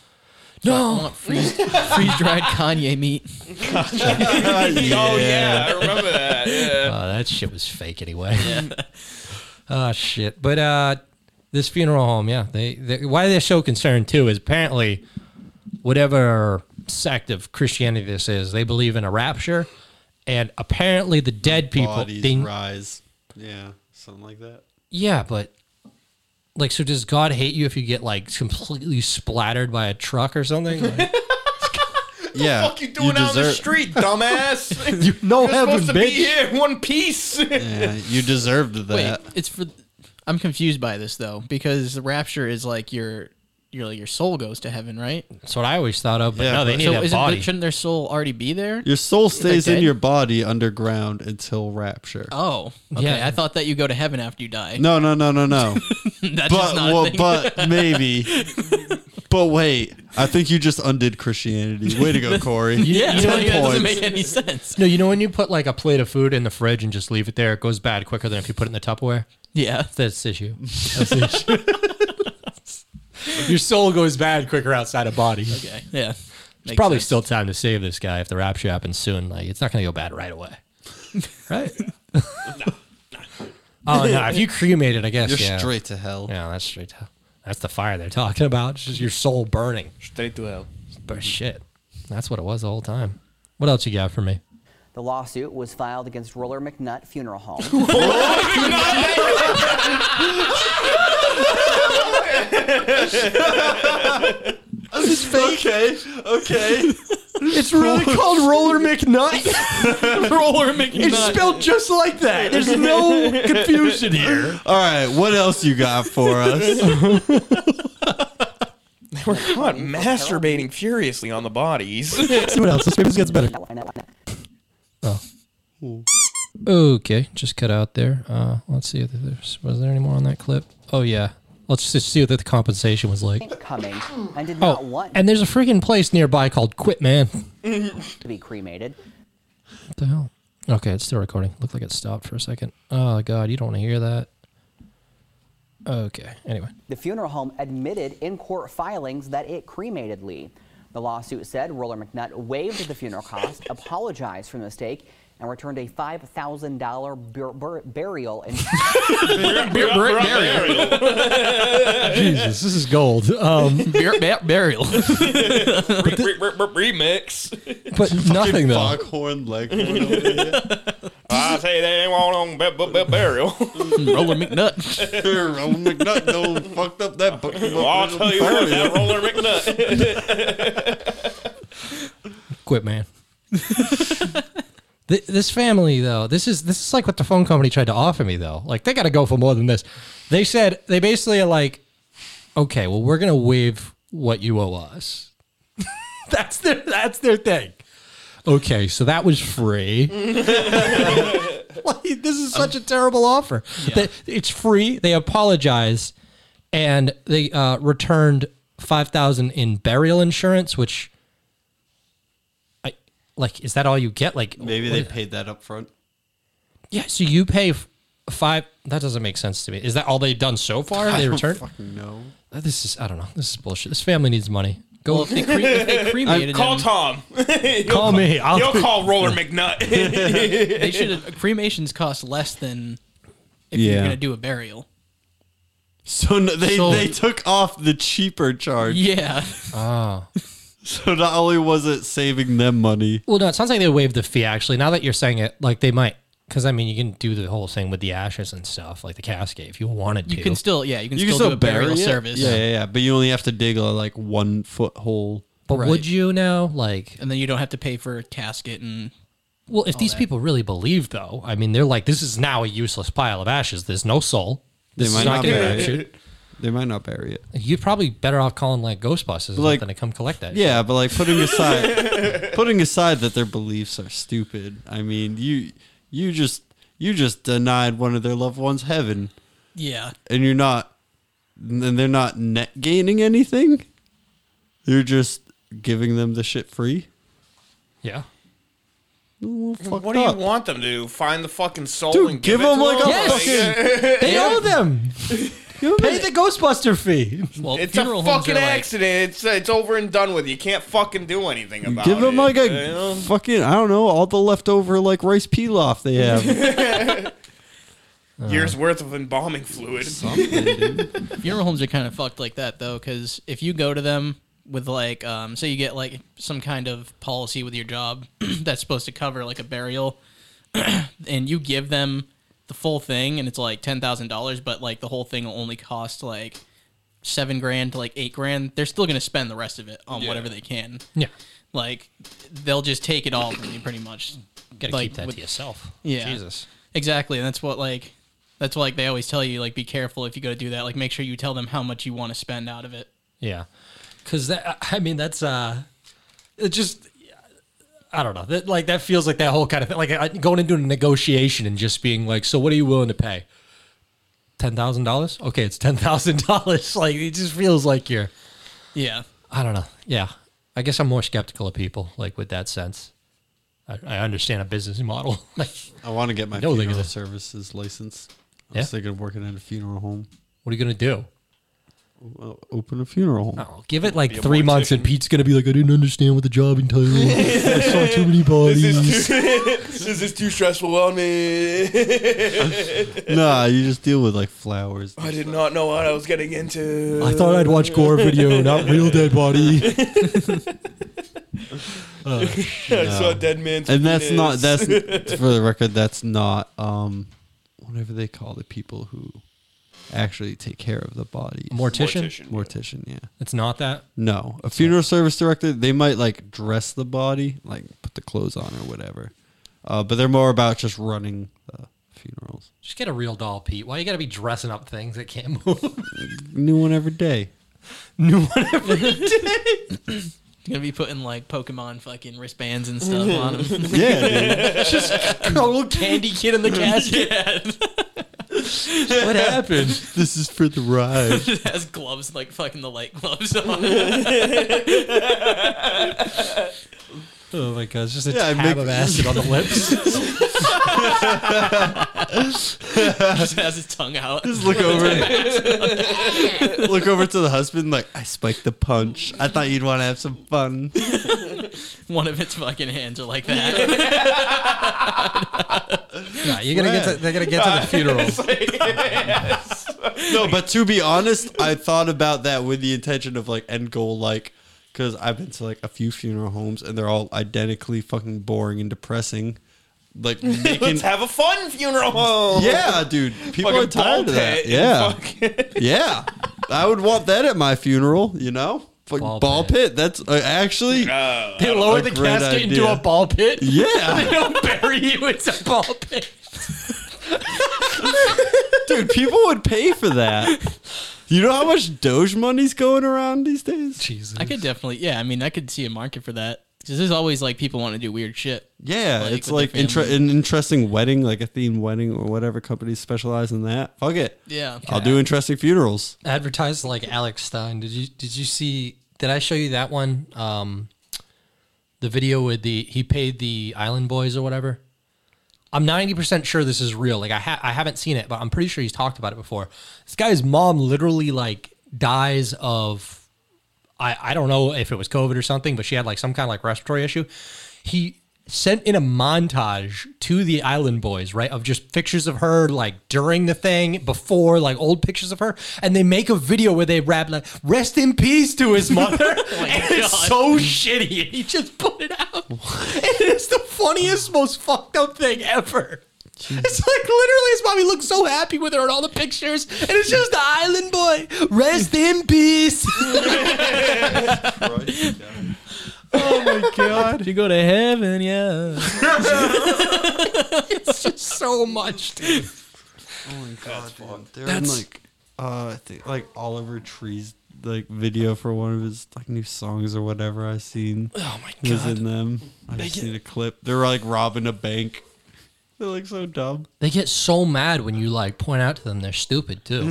Speaker 4: I
Speaker 1: No,
Speaker 4: want freeze freeze dried Kanye meat.
Speaker 3: Oh yeah, I remember that. Yeah.
Speaker 1: Oh, that shit was fake anyway. oh shit. But uh this funeral home, yeah. They, they why they're so concerned too is apparently whatever sect of Christianity this is, they believe in a rapture and apparently the dead people
Speaker 2: Bodies
Speaker 1: they-
Speaker 2: rise. Yeah, something like that.
Speaker 1: Yeah, but like so does God hate you if you get like completely splattered by a truck or something? Like,
Speaker 2: Yeah.
Speaker 3: Fuck you doing out on the
Speaker 2: deserve-
Speaker 3: street, dumbass?
Speaker 1: you no
Speaker 3: You're
Speaker 1: heaven,
Speaker 3: supposed to be
Speaker 1: bitch.
Speaker 3: here in one piece.
Speaker 2: Yeah, you deserved
Speaker 4: Wait,
Speaker 2: that.
Speaker 4: it's for. I'm confused by this though because the rapture is like your your like your soul goes to heaven, right?
Speaker 1: That's what I always thought of, but
Speaker 2: Yeah,
Speaker 1: no, they
Speaker 2: but-
Speaker 1: need
Speaker 4: So
Speaker 1: a
Speaker 4: isn't,
Speaker 1: body.
Speaker 4: shouldn't their soul already be there?
Speaker 2: Your soul stays in
Speaker 4: dead?
Speaker 2: your body underground until rapture.
Speaker 4: Oh, okay.
Speaker 1: Yeah.
Speaker 4: I thought that you go to heaven after you die.
Speaker 2: No, no, no, no, no. but
Speaker 4: That's just not a
Speaker 2: well,
Speaker 4: thing.
Speaker 2: but maybe. but wait, I think you just undid Christianity. Way to go, Corey.
Speaker 4: yeah,
Speaker 1: you
Speaker 4: you
Speaker 1: know,
Speaker 4: know,
Speaker 1: like,
Speaker 4: that doesn't
Speaker 2: points.
Speaker 4: make any sense.
Speaker 1: No, you know when you put like a plate of food in the fridge and just leave it there, it goes bad quicker than if you put it in the Tupperware.
Speaker 4: Yeah,
Speaker 1: That's the issue. That's the issue. Your soul goes bad quicker outside a body.
Speaker 4: okay, yeah.
Speaker 1: It's probably still time to save this guy if the rapture happens soon. Like it's not going to go bad right away, right? oh no! If you cremate it, I guess
Speaker 2: You're
Speaker 1: yeah.
Speaker 2: straight to hell.
Speaker 1: Yeah, that's straight. to- That's the fire they're talking about. It's just your soul burning.
Speaker 3: Straight to hell.
Speaker 1: But shit, that's what it was the whole time. What else you got for me?
Speaker 5: The lawsuit was filed against Roller McNutt Funeral Home.
Speaker 2: Okay, okay.
Speaker 1: It's really called Roller McNutt.
Speaker 4: roller making.
Speaker 1: It's spelled just like that. There's no confusion here.
Speaker 2: All right, what else you got for us?
Speaker 3: We're caught masturbating furiously on the bodies.
Speaker 1: See what else? This paper gets better. Oh. Okay, just cut out there. Uh, let's see if there's was there any more on that clip. Oh yeah, let's just see what the compensation was like.
Speaker 5: Coming and did not
Speaker 1: Oh,
Speaker 5: want
Speaker 1: and there's a freaking place nearby called Quit Man. What
Speaker 5: to be cremated.
Speaker 1: the hell? Okay, it's still recording. Looked like it stopped for a second. Oh god, you don't want to hear that. Okay. Anyway,
Speaker 5: The funeral home admitted in court filings that it cremated Lee. The lawsuit said Roller McNutt waived the funeral cost, apologized for the mistake, and returned a $5,000 bur- bur- burial in
Speaker 1: Jesus, this is gold. Um,
Speaker 4: burial.
Speaker 3: Remix.
Speaker 1: but nothing though.
Speaker 2: Foghorn leghorn over here.
Speaker 3: I say they ain't want on bu- bu- bu- burial.
Speaker 4: roller McNutt.
Speaker 2: Roll McNutt no, fucked up that book.
Speaker 3: Well, I'll
Speaker 2: Oh,
Speaker 3: tell you what, that roller McNutt.
Speaker 1: Quit Man. Th- this family though, this is this is like what the phone company tried to offer me though. Like they got to go for more than this. They said they basically are like, okay, well we're gonna waive what you owe us. that's their that's their thing. Okay, so that was free. like, this is such a terrible offer. That it's free. They apologize, and they uh, returned five thousand in burial insurance, which. I Like, is that all you get? Like,
Speaker 2: Maybe they paid that up front.
Speaker 1: yeah, so you pay f- five. That doesn't make sense to me. Is that all they've done so far? They returned.
Speaker 2: Fucking no.
Speaker 1: This is I don't know. This is bullshit. This family needs money. Go
Speaker 4: Well, if they, cre- if they cremated
Speaker 3: Call
Speaker 4: him,
Speaker 3: Tom. You'll
Speaker 1: call me. I'll
Speaker 3: You'll call Roller McNutt.
Speaker 4: they should have. Cremations cost less than if
Speaker 2: Yeah.
Speaker 4: you're gonna do a burial.
Speaker 2: So no, they
Speaker 4: So-
Speaker 2: they took off the cheaper charge.
Speaker 4: Yeah,
Speaker 2: So not only was it saving them money,
Speaker 1: Well, no, it sounds like they waived the fee. Actually, now that you're saying it, like they might, because I mean, you can do the whole thing with the ashes and stuff, like the casket, if you wanted to.
Speaker 4: you can still. Yeah, you can
Speaker 2: you
Speaker 4: still
Speaker 2: can still
Speaker 4: do a
Speaker 2: bury
Speaker 4: burial
Speaker 2: it.
Speaker 4: service.
Speaker 2: Yeah, yeah, yeah. But you only have to dig a like one foot hole.
Speaker 1: but
Speaker 4: Right.
Speaker 1: would you now? Like,
Speaker 4: and then you don't have to pay for a casket and
Speaker 1: well, if these people really believe, though, I mean, they're like, this is now a useless pile of ashes. There's no soul. This
Speaker 2: might
Speaker 1: is
Speaker 2: not
Speaker 1: not
Speaker 2: be
Speaker 1: getting
Speaker 2: right.
Speaker 1: raptured.
Speaker 2: They might not bury it.
Speaker 1: You're probably better off calling like Ghostbusters or
Speaker 2: Like-
Speaker 1: something to come collect that.
Speaker 2: Yeah, but like putting aside putting aside that their beliefs are stupid. I mean, you you just you just denied one of their loved ones heaven,
Speaker 4: Yeah.
Speaker 2: and you're not, and they're not net gaining anything. You're just giving them the shit free.
Speaker 1: Yeah.
Speaker 2: Well, fucked
Speaker 3: What do you
Speaker 2: up.
Speaker 3: want them to do? Find the fucking soul
Speaker 2: Dude,
Speaker 3: and
Speaker 2: give
Speaker 3: give, it to
Speaker 2: them, like, a
Speaker 1: Yes. They owe them. Pay the Ghostbuster fee.
Speaker 4: Well,
Speaker 3: It's a
Speaker 4: funeral homes
Speaker 3: fucking
Speaker 4: are like,
Speaker 3: accident. It's it's over and done with. You can't fucking do anything about
Speaker 2: Give
Speaker 3: it.
Speaker 2: them like a
Speaker 3: you know?
Speaker 2: fucking I don't know all the leftover like rice pilaf they have. Uh,
Speaker 3: year's worth of embalming fluid.
Speaker 4: funeral homes are kind of fucked like that though, because if you go to them with like, um, say you get like some kind of policy with your job that's supposed to cover like a burial, and you give them the full thing, and it's like ten thousand dollars, but like the whole thing will only cost like seven grand to like eight grand. They're still gonna spend the rest of it on whatever they can.
Speaker 1: Yeah.
Speaker 4: Like they'll just take it all from you, pretty much.
Speaker 1: Gotta
Speaker 4: Like,
Speaker 1: keep that
Speaker 4: with-
Speaker 1: to yourself.
Speaker 4: Yeah.
Speaker 1: Jesus.
Speaker 4: Exactly, and that's what like that's what, like they always tell you like be careful if you go to do that. Like make sure you tell them how much you want to spend out of it.
Speaker 1: Yeah. Cause that I mean that's uh it just I don't know. That like that feels like that whole kind of thing. Like I, going into a negotiation and just being like, so what are you willing to pay? Ten thousand dollars? Okay, it's ten thousand dollars. Like it just feels like you're
Speaker 4: Yeah,
Speaker 1: I don't know. Yeah. I guess I'm more skeptical of people, like with that sense. I, I understand a business model. like
Speaker 2: I want to get my
Speaker 1: No, they
Speaker 2: funeral
Speaker 1: gotta-
Speaker 2: services license. I
Speaker 1: Yeah?
Speaker 2: was thinking of working at a funeral home.
Speaker 1: what are you gonna do?
Speaker 2: Well, open a funeral home.
Speaker 1: Oh, give it like three months and Pete's gonna be like, I didn't understand what the job entitled. I saw too many bodies.
Speaker 3: This is too stressful on me.
Speaker 2: nah, you just deal with like flowers.
Speaker 3: I did not know what I was getting into.
Speaker 1: I thought I'd watch gore video, not real dead body.
Speaker 3: I saw a dead man's.
Speaker 2: and that's not
Speaker 3: penis.
Speaker 2: that's for the record that's not um whatever they call the people who actually take care of the body
Speaker 1: Mortician?
Speaker 2: mortician yeah
Speaker 1: It's not that.
Speaker 2: no a funeral service director they might like dress the body like put the clothes on or whatever uh, but they're more about just running the funerals
Speaker 1: Just get a real doll, Pete. Why you gotta be dressing up things that can't move?
Speaker 2: new one every day
Speaker 4: You're gonna be putting like Pokemon fucking wristbands and stuff on them.
Speaker 2: yeah dude.
Speaker 1: Cold candy kid in the casket. What happened?
Speaker 2: this is for the ride
Speaker 4: it has gloves like fucking the light gloves on.
Speaker 1: Oh my god, it's just a
Speaker 2: Yeah, I
Speaker 1: tab
Speaker 2: make-
Speaker 1: of acid on the lips.
Speaker 4: Just has his tongue out.
Speaker 2: just look over look over to the husband like i spiked the punch i thought you'd want to have some fun
Speaker 4: One of its fucking hands are like that.
Speaker 1: Nah, you're gonna get to, they're gonna get to the funeral.
Speaker 2: No, but to be honest, I thought about that with the intention of like end goal, like because I've been to like a few funeral homes and they're all identically fucking boring and depressing. Like making,
Speaker 3: Let's have a fun funeral home.
Speaker 2: yeah, dude, people
Speaker 3: Fucking
Speaker 2: are tired
Speaker 3: ball
Speaker 2: of that.
Speaker 3: pit.
Speaker 2: Yeah,
Speaker 3: Fuck.
Speaker 2: yeah, I would want that at my funeral. You know, fucking
Speaker 1: Ball
Speaker 2: ball,
Speaker 1: pit.
Speaker 2: pit. That's uh, actually,
Speaker 1: They lower the
Speaker 2: great
Speaker 1: casket into
Speaker 2: idea.
Speaker 1: a ball pit.
Speaker 2: yeah,
Speaker 1: Don't bury you. It's a ball pit.
Speaker 2: dude, people would pay for that. You know how much Doge money's going around these days?
Speaker 1: Jesus.
Speaker 4: I could definitely, yeah. I mean, I could see a market for that because there's always like people want to do weird shit.
Speaker 2: Yeah,
Speaker 4: like,
Speaker 2: it's
Speaker 4: with
Speaker 2: like
Speaker 4: their
Speaker 2: inter-
Speaker 4: family.
Speaker 2: an interesting wedding, like a themed wedding or whatever companies specialize in that. Fuck it.
Speaker 4: Yeah.
Speaker 2: I'll do interesting funerals.
Speaker 1: advertised like Alex Stein. Did you did you see? Did I show you that one? Um, the video with the he paid the Island Boys or whatever. I'm 90% sure this is real. Like I ha- I haven't seen it, but I'm pretty sure he's talked about it before. This guy's mom literally like dies of I I don't know if it was COVID or something, but she had like some kind of like respiratory issue. He sent in a montage to the Island Boys, right, of just pictures of her like during the thing, before like old pictures of her, and they make a video where they rap like "Rest in peace" to his mother. and it's so shitty, and he just put it out. it is the funniest, most fucked up thing ever. It's like literally his mommy looks so happy with her in all the pictures, and it's just the island boy. Rest in peace.
Speaker 2: Oh
Speaker 4: God, you go to heaven, yeah.
Speaker 1: it's just so much. Dude.
Speaker 2: Oh my god, dude. They're in like uh I think like Oliver Tree's like video for one of his like new songs or whatever I've seen. Oh my god. Was in them. I just seen a clip. They're like robbing a bank. They look so dumb.
Speaker 1: They get so mad when you like point out to them they're stupid too.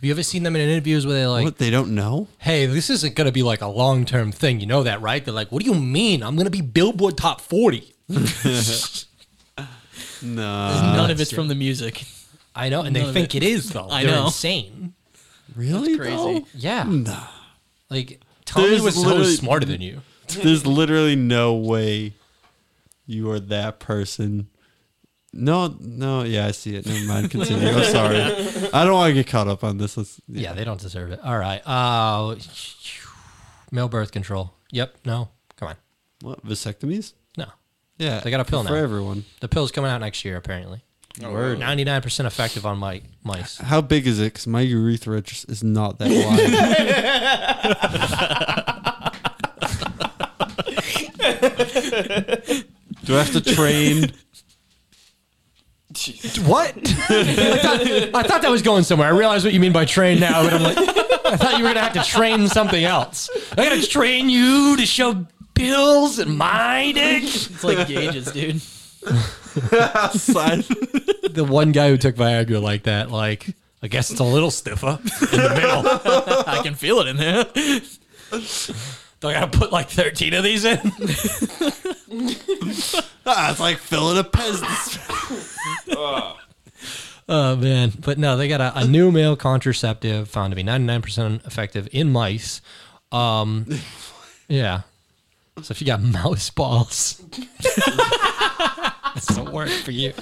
Speaker 1: Have you ever seen them in interviews where they're like,
Speaker 2: what? They don't know?
Speaker 1: "Hey, this isn't gonna be like a long term thing. You know that, right?" They're like, "What do you mean? I'm gonna be Billboard top 40."
Speaker 2: No.
Speaker 4: None of it's from the music.
Speaker 1: I know, and
Speaker 4: None
Speaker 1: they
Speaker 4: of
Speaker 1: think
Speaker 4: it.
Speaker 1: it is though.
Speaker 4: I
Speaker 1: They're
Speaker 4: know.
Speaker 1: insane.
Speaker 2: Really?
Speaker 4: crazy.
Speaker 2: though?
Speaker 1: Yeah,
Speaker 2: No.
Speaker 1: like Tommy
Speaker 2: There's
Speaker 1: was so
Speaker 2: literally-
Speaker 1: smarter than you.
Speaker 2: There's literally no way you are that person. No, no, yeah, I see it. Never mind. Continue. I'm sorry. I don't want to get caught up on this. Let's,
Speaker 1: Yeah, they don't deserve it. All right, uh, male birth control. Yep, no, come on,
Speaker 2: What vasectomies?
Speaker 1: no.
Speaker 2: Yeah,
Speaker 1: They got a pill
Speaker 2: for
Speaker 1: now.
Speaker 2: everyone.
Speaker 1: The pill's coming out next year apparently.
Speaker 3: Word.
Speaker 1: Ninety nine percent effective on mi- mice.
Speaker 2: How big is it? Because my urethra just is not that wide. Do I have to train?
Speaker 1: What? I, thought, I thought that was going somewhere. I realize what you mean by train now, but I'm like, I thought you were gonna have to train something else. I gotta train you to show pills and my dick.
Speaker 4: It's like gauges, dude.
Speaker 2: Side-
Speaker 1: The one guy who took Viagra like that, like, I guess it's a little stiffer in the middle.
Speaker 4: I can feel it in there.
Speaker 1: Do I gotta put like thirteen of these in?
Speaker 2: ah, Uh, it's like filling a pez.
Speaker 1: Oh man, but no, they got a, a new male contraceptive found to be 99% effective in mice. Um, yeah. So if you got mouse balls, that's the word for you.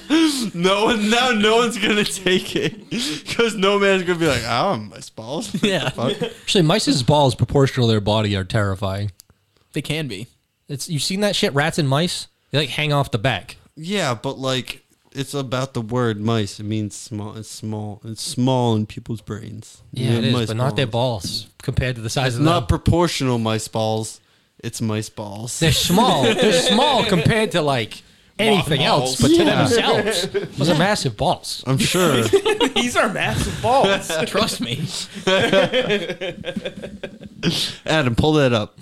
Speaker 2: No one now. No one's gonna take it because no man's gonna be like, "Ah, my balls."
Speaker 4: Yeah,
Speaker 1: Actually, mice's balls proportional to their body are terrifying.
Speaker 4: they can be.
Speaker 1: It's you've seen that shit. Rats and mice, they like hang off the back.
Speaker 2: Yeah, but like it's about the word mice. It means small. It's small. It's small in people's brains.
Speaker 1: Yeah,
Speaker 2: You
Speaker 1: it
Speaker 2: have
Speaker 1: is,
Speaker 2: mice
Speaker 1: but not their
Speaker 2: balls.
Speaker 1: balls compared to the size of them.
Speaker 2: Not proportional mice balls. It's mice balls.
Speaker 1: They're small. They're small compared to like anything else,
Speaker 3: Mothballs.
Speaker 1: but to
Speaker 2: Yeah.
Speaker 1: themselves, those are massive balls.
Speaker 2: I'm sure.
Speaker 3: These are massive balls.
Speaker 4: Trust me.
Speaker 2: Adam, pull that up.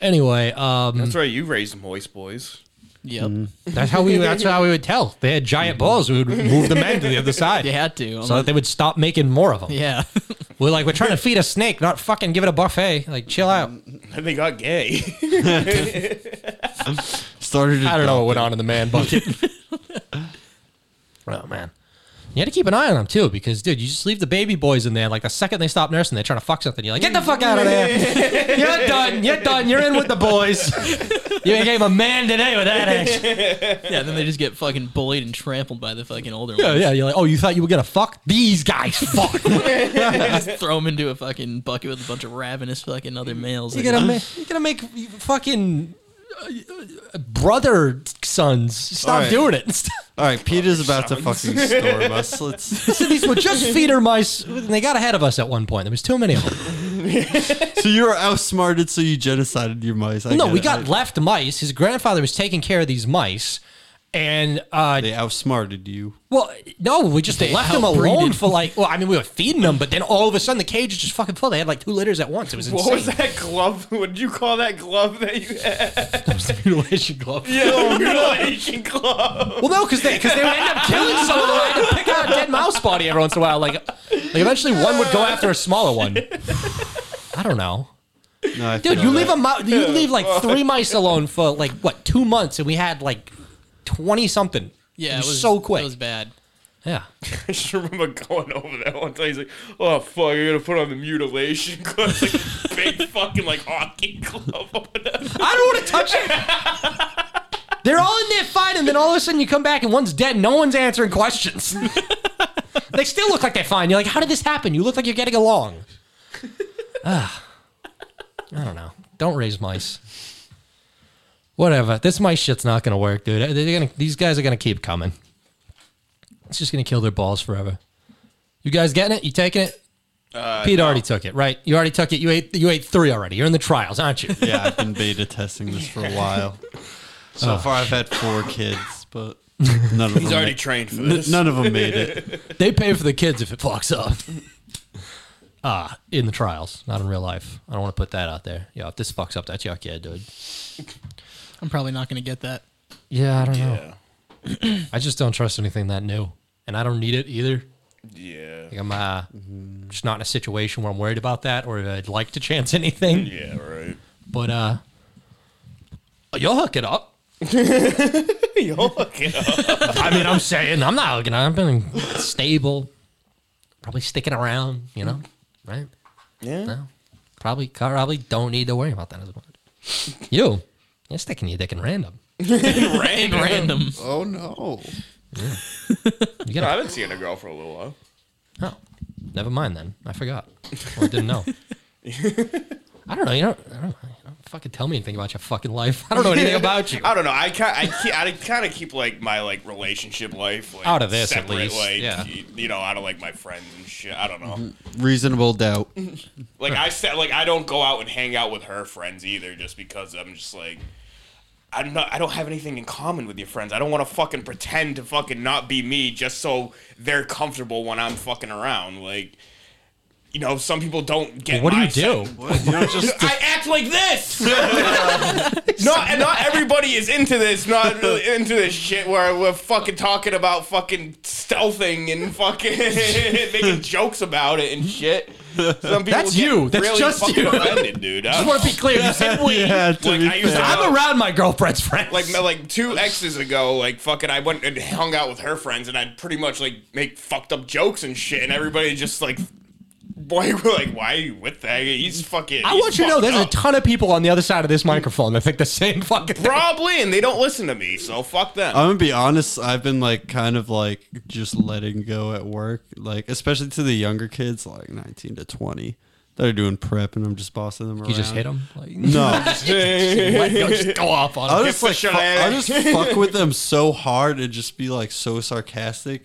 Speaker 1: Anyway, um,
Speaker 3: That's right. You raised moist boys.
Speaker 4: Yep,
Speaker 1: That's how we. That's how we would tell. They had giant balls. We would move the men to the other side,
Speaker 4: they had to. I'm
Speaker 1: so that
Speaker 4: like,
Speaker 1: they would stop making more of them.
Speaker 4: yeah,
Speaker 1: We're like, we're trying to feed a snake, not fucking give it a buffet. Like, chill out.
Speaker 3: And they got gay.
Speaker 2: Started.
Speaker 1: I don't know what went on in the man bucket. oh man, you had to keep an eye on them too, because dude, you just leave the baby boys in there. Like the second they stop nursing, they're trying to fuck something. You're like, get the fuck out of there. You're done. You're done. You're in with the boys. You ain't gave a man today with that action.
Speaker 4: yeah. Then they just get fucking bullied and trampled by the fucking older
Speaker 1: Yeah,
Speaker 4: ones.
Speaker 1: yeah. You're like, oh, you thought you were gonna fuck these guys? Fuck.
Speaker 4: Just throw them into a fucking bucket with a bunch of ravenous fucking other males.
Speaker 1: You're gonna make, you're gonna make fucking uh, brother sons stop
Speaker 2: Alright.
Speaker 1: doing it.
Speaker 2: All right, Peter's about to fucking storm us. Let's.
Speaker 1: So These were just feeder mice. and They got ahead of us at one point. There was too many of them.
Speaker 2: So you were outsmarted, so you genocided your mice. I
Speaker 1: No,
Speaker 2: get
Speaker 1: we
Speaker 2: it.
Speaker 1: got
Speaker 2: I,
Speaker 1: left mice. His grandfather was taking care of these mice, and uh,
Speaker 2: they outsmarted you.
Speaker 1: well, no, we just
Speaker 4: They
Speaker 1: left them
Speaker 4: outbreeded.
Speaker 1: alone for like. Well, I mean, we were feeding them, but then all of a sudden the cage was just fucking full. They had like two litters at once. It was insane.
Speaker 3: What was that glove? What did you call that glove that you had?
Speaker 1: mutilation glove?
Speaker 3: Yeah, mutilation glove.
Speaker 1: Well, no, because they because they would end up killing someone. They had to pick out a dead mouse body every once in a while. Like, like eventually one would go after a smaller one. I don't know,
Speaker 2: No, I
Speaker 1: dude.
Speaker 2: feel
Speaker 1: You
Speaker 2: that.
Speaker 1: leave a mou- you leave like three mice alone for like what two months, and we had like twenty something.
Speaker 4: yeah,
Speaker 1: it
Speaker 4: it
Speaker 1: was,
Speaker 4: was
Speaker 1: so quick.
Speaker 4: It was bad.
Speaker 1: yeah,
Speaker 3: I just remember going over that one time. He's like, "Oh fuck, I gotta put on the mutilation glove, like big fucking like hockey glove." On it.
Speaker 1: I don't want to touch it. They're all in there fighting, then all of a sudden you come back and one's dead. No one's answering questions. they still look like they're fine. You're like, how did this happen? You look like you're getting along. Ah, I don't know. Don't raise mice. Whatever. This mice shit's not gonna work, dude. They're gonna, these guys are gonna keep coming. It's just gonna kill their balls forever. You guys getting it? You taking it? Pete already took it, right? You already took it. You ate. You ate three already. You're in the trials, aren't you?
Speaker 2: Yeah, I've been beta testing this for a while. So far, I've had four kids, but none of them.
Speaker 3: He's already
Speaker 2: ma-
Speaker 3: trained for
Speaker 2: n-
Speaker 3: this.
Speaker 2: none of them made it.
Speaker 1: They pay for the kids if it fucks up. Ah, in the trials, not in real life. I don't want to put that out there. Yeah, if this fucks up, that's your kid, dude.
Speaker 4: I'm probably not gonna get that.
Speaker 1: Yeah, I don't know.
Speaker 3: Yeah.
Speaker 1: I just don't trust anything that new, and I don't need it either.
Speaker 3: Yeah.
Speaker 1: Like I'm uh, just not in a situation where I'm worried about that, or I'd like to chance anything.
Speaker 3: Yeah, right.
Speaker 1: But uh, you'll hook it up.
Speaker 3: You'll hook it up.
Speaker 1: I mean, I'm saying I'm not looking. I've been stable, probably sticking around. You know, right?
Speaker 3: Yeah.
Speaker 1: No, probably probably don't need to worry about that as much. You, you're sticking your dick in random.
Speaker 4: In random.
Speaker 2: Oh no.
Speaker 1: You
Speaker 3: No, I
Speaker 1: gotta.
Speaker 3: haven't seen a girl for a little while.
Speaker 1: Oh, never mind then. I forgot. Or I didn't know. I don't know. You don't. I don't, you don't fucking tell me anything about your fucking life. I don't know anything about you.
Speaker 3: I don't know. I kind I, keep, I kind of keep like my like relationship life like,
Speaker 1: Out of this, at
Speaker 3: separate,
Speaker 1: least.
Speaker 3: Like,
Speaker 1: Yeah.
Speaker 3: y- you know, out of like my friends and shit. I don't know.
Speaker 2: Reasonable doubt.
Speaker 3: Like I said, like I don't go out and hang out with her friends either, just because I'm just like, I'm not. I don't have anything in common with your friends. I don't want to fucking pretend to fucking not be me just so they're comfortable when I'm fucking around. Like, you know, some people don't get.
Speaker 1: What do
Speaker 3: my
Speaker 1: you do?
Speaker 3: side. I act like this. not and not everybody is into this. Not really into this shit where we're fucking talking about fucking stealthing and fucking making jokes about it and shit. Some people
Speaker 1: That's
Speaker 3: get
Speaker 1: you. That's
Speaker 3: really
Speaker 1: just
Speaker 3: fucking
Speaker 1: you.
Speaker 3: offended, dude. I
Speaker 1: I want to be clear. You said we.
Speaker 3: like, I used to
Speaker 1: I'm around my girlfriend's friends.
Speaker 3: like like two exes ago, like fucking, I went and hung out with her friends, and I'd pretty much like make fucked up jokes and shit, and everybody just like, boy, we're like, why are you with that? He's fucking.
Speaker 1: I
Speaker 3: he's
Speaker 1: want you to know
Speaker 3: fucked
Speaker 1: there's
Speaker 3: up.
Speaker 1: a ton of people on the other side of this microphone that think the same fucking thing.
Speaker 3: Probably, and they don't listen to me, so fuck them.
Speaker 2: I'm gonna be honest. I've been like kind of like just letting go at work, like especially to the younger kids, like 19 to 20, that are doing prep, and I'm just bossing them around.
Speaker 1: You just hit them. Like,
Speaker 2: No,
Speaker 1: let go, just go off
Speaker 2: I
Speaker 1: on
Speaker 2: will
Speaker 1: them.
Speaker 2: just like
Speaker 3: Official
Speaker 2: fu- I
Speaker 3: ass.
Speaker 2: just fuck with them so hard and just be like so sarcastic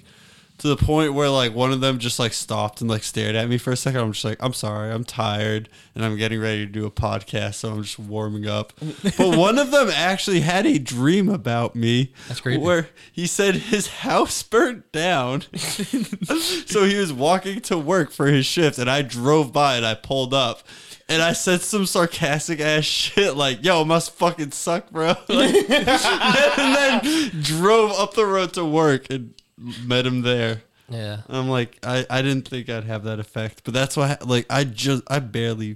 Speaker 2: to the point where like one of them just like stopped and like stared at me for a second. I'm just like, I'm sorry, I'm tired and I'm getting ready to do a podcast, so I'm just warming up. But one of them actually had a dream about me.
Speaker 1: That's creepy.
Speaker 2: Where he said his house burnt down. so he was walking to work for his shift and I drove by and I pulled up. And I said some sarcastic ass shit like, yo, it must fucking suck, bro. Like, and then drove up the road to work and met him there.
Speaker 1: Yeah.
Speaker 2: I'm like, I, I didn't think I'd have that effect, but that's why, like, I just, I barely,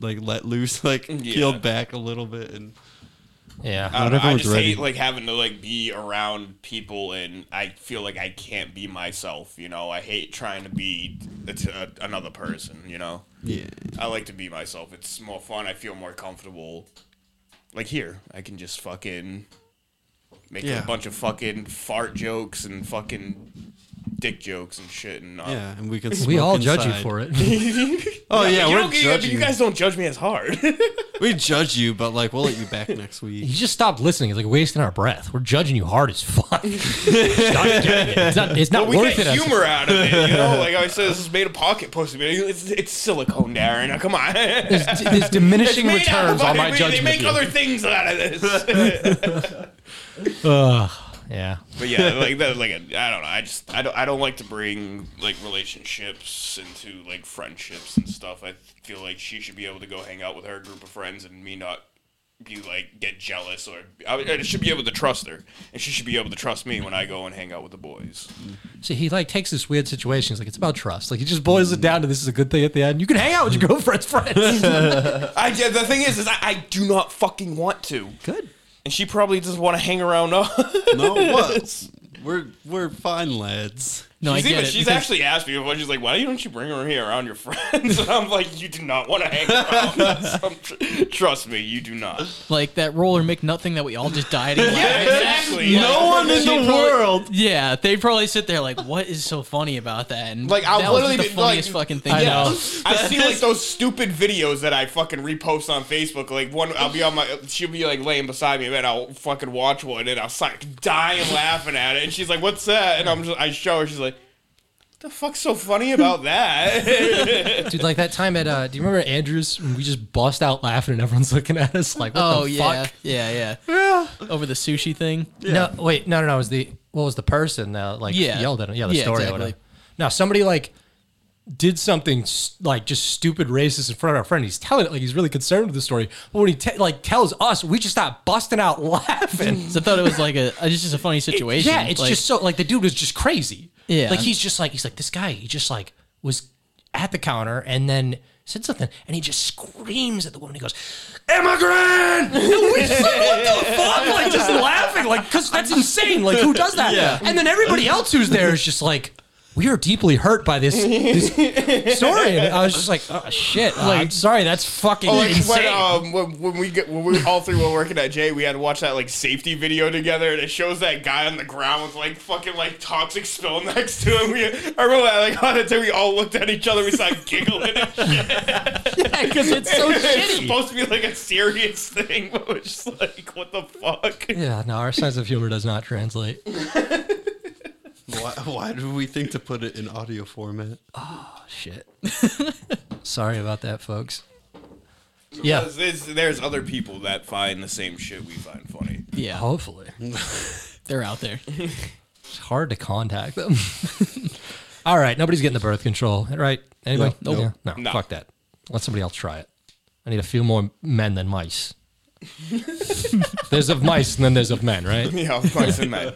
Speaker 2: like, let loose, like, peeled back a little bit. And
Speaker 1: Yeah.
Speaker 2: Not
Speaker 3: I, don't know, I
Speaker 2: everyone's
Speaker 3: just
Speaker 2: ready.
Speaker 3: hate like having to like be around people, and I feel like I can't be myself. You know, I hate trying to be a t- a- another person. You know,
Speaker 2: yeah,
Speaker 3: I like to be myself. It's more fun. I feel more comfortable. Like here, I can just fucking make
Speaker 2: Yeah.
Speaker 3: a bunch of fucking fart jokes and fucking dick jokes and shit. And uh,
Speaker 2: yeah, and we can.
Speaker 1: We
Speaker 2: smoke
Speaker 1: all judge you
Speaker 2: inside.
Speaker 1: for it.
Speaker 2: Oh yeah,
Speaker 3: you,
Speaker 2: we're
Speaker 3: don't, you,
Speaker 2: judging.
Speaker 3: you guys don't judge me as hard.
Speaker 2: we judge you, but like, we'll let you back next
Speaker 1: You
Speaker 2: week.
Speaker 1: just stopped listening. It's like wasting our breath. We're judging you hard as fuck. Stop doing it. It's not, it's not
Speaker 3: we
Speaker 1: worth it.
Speaker 3: get
Speaker 1: as-
Speaker 3: humor out of it, you know. Like I said, this is made of pocket pussy. but It's, it's silicone, Darren. Now, Come on.
Speaker 1: There's, there's
Speaker 3: It's
Speaker 1: diminishing
Speaker 3: made out of
Speaker 1: returns on
Speaker 3: it.
Speaker 1: my
Speaker 3: They-
Speaker 1: judgment.
Speaker 3: They make
Speaker 1: of you.
Speaker 3: other things out of this.
Speaker 1: Ugh. yeah.
Speaker 3: but yeah, like that, like a, I don't know. I just I don't I don't like to bring like relationships into like friendships and stuff. I feel like she should be able to go hang out with her group of friends and me not be like get jealous or I, I should be able to trust her and she should be able to trust me when I go and hang out with the boys.
Speaker 1: So he like takes this weird situation. He's like, it's about trust. Like he just boils it down to this is a good thing at the end. You can hang out with your girlfriend's friends.
Speaker 3: I yeah, the thing is is I, I do not fucking want to.
Speaker 1: good.
Speaker 3: And she probably doesn't want to hang around us.
Speaker 2: no, what? We're we're fine lads.
Speaker 4: No, I
Speaker 3: She's,
Speaker 4: get
Speaker 3: even,
Speaker 4: it.
Speaker 3: she's
Speaker 4: because-
Speaker 3: actually asked me before. She's like, "Why don't you bring her here around your friends?" And I'm like, "You do not want to hang around. us. Um, tr- trust me, you do not."
Speaker 4: like that roller McNothing that we all just died in.
Speaker 3: Yeah, exactly.
Speaker 2: No one in
Speaker 4: She
Speaker 2: the
Speaker 4: probably-
Speaker 2: world.
Speaker 4: Yeah, they probably sit there like, what is so funny about that? And
Speaker 3: Like, I
Speaker 4: that
Speaker 3: literally
Speaker 4: was the
Speaker 3: did,
Speaker 4: funniest
Speaker 3: like-
Speaker 4: fucking thing.
Speaker 1: I
Speaker 4: about
Speaker 1: know.
Speaker 4: it.
Speaker 3: I see like those stupid videos that I fucking repost on Facebook. Like one, I'll be on my, she'll be like laying beside me, and I'll fucking watch one, and I'll like dying laughing at it, and she's like, "What's that?" And I'm just, I show her, she's like, "The fuck's so funny about that?"
Speaker 1: Dude, like that time at uh do you remember Andrews when we just bust out laughing and everyone's looking at us like what
Speaker 4: Oh
Speaker 1: the
Speaker 4: yeah,
Speaker 1: fuck?
Speaker 4: yeah, yeah, Over the sushi thing.
Speaker 1: No wait, no no no, it was the what was the person that like
Speaker 4: Yeah.
Speaker 1: yelled at him. Yeah, the
Speaker 4: Yeah,
Speaker 1: story or
Speaker 4: exactly.
Speaker 1: whatever. No, somebody like did something s- like just stupid racist in front of our friend. He's telling it like he's really concerned with the story. But when he te- like tells us, we just start busting out laughing.
Speaker 4: So I thought it was like a, it's just a funny situation.
Speaker 1: Yeah, it's
Speaker 4: like,
Speaker 1: just so like the dude was just crazy.
Speaker 4: Yeah.
Speaker 1: like he's just like he's like this guy. He just like was at the counter and then said something and he just screams at the woman. He goes, "Immigrant!" And we just like, what the fuck? Like just laughing, like because that's insane. Like who does that?
Speaker 2: Yeah.
Speaker 1: And then everybody else who's there is just like. We are deeply hurt by this, this story. And I was just like, oh shit! Like, I'm sorry, that's fucking
Speaker 3: Like
Speaker 1: insane.
Speaker 3: when, um, when, when we get when we all three were working at Jay, we had to watch that like safety video together, and it shows that guy on the ground with like fucking like toxic spill next to him. We, I remember that like on the day we all looked at each other, we started giggling. and shit.
Speaker 1: because it's so
Speaker 3: it's
Speaker 1: shitty.
Speaker 3: supposed to be like a serious thing, but we're just like, what the fuck?
Speaker 1: Yeah, no, our sense of humor does not translate.
Speaker 2: Why, why do we think to put it in audio format?
Speaker 1: Shit. Sorry about that, folks. Yeah.
Speaker 3: Because There's, there's other people that find the same shit we find funny.
Speaker 4: yeah,
Speaker 1: Hopefully.
Speaker 4: they're out there.
Speaker 1: It's hard to contact them. All right. Nobody's getting the birth control, right? Anybody?
Speaker 4: No. Nope.
Speaker 1: Yeah, no,
Speaker 3: No.
Speaker 1: Fuck that. Let somebody else try it. I need a few more men than mice. there's of mice and then there's of men, right?
Speaker 3: Yeah, of mice and men.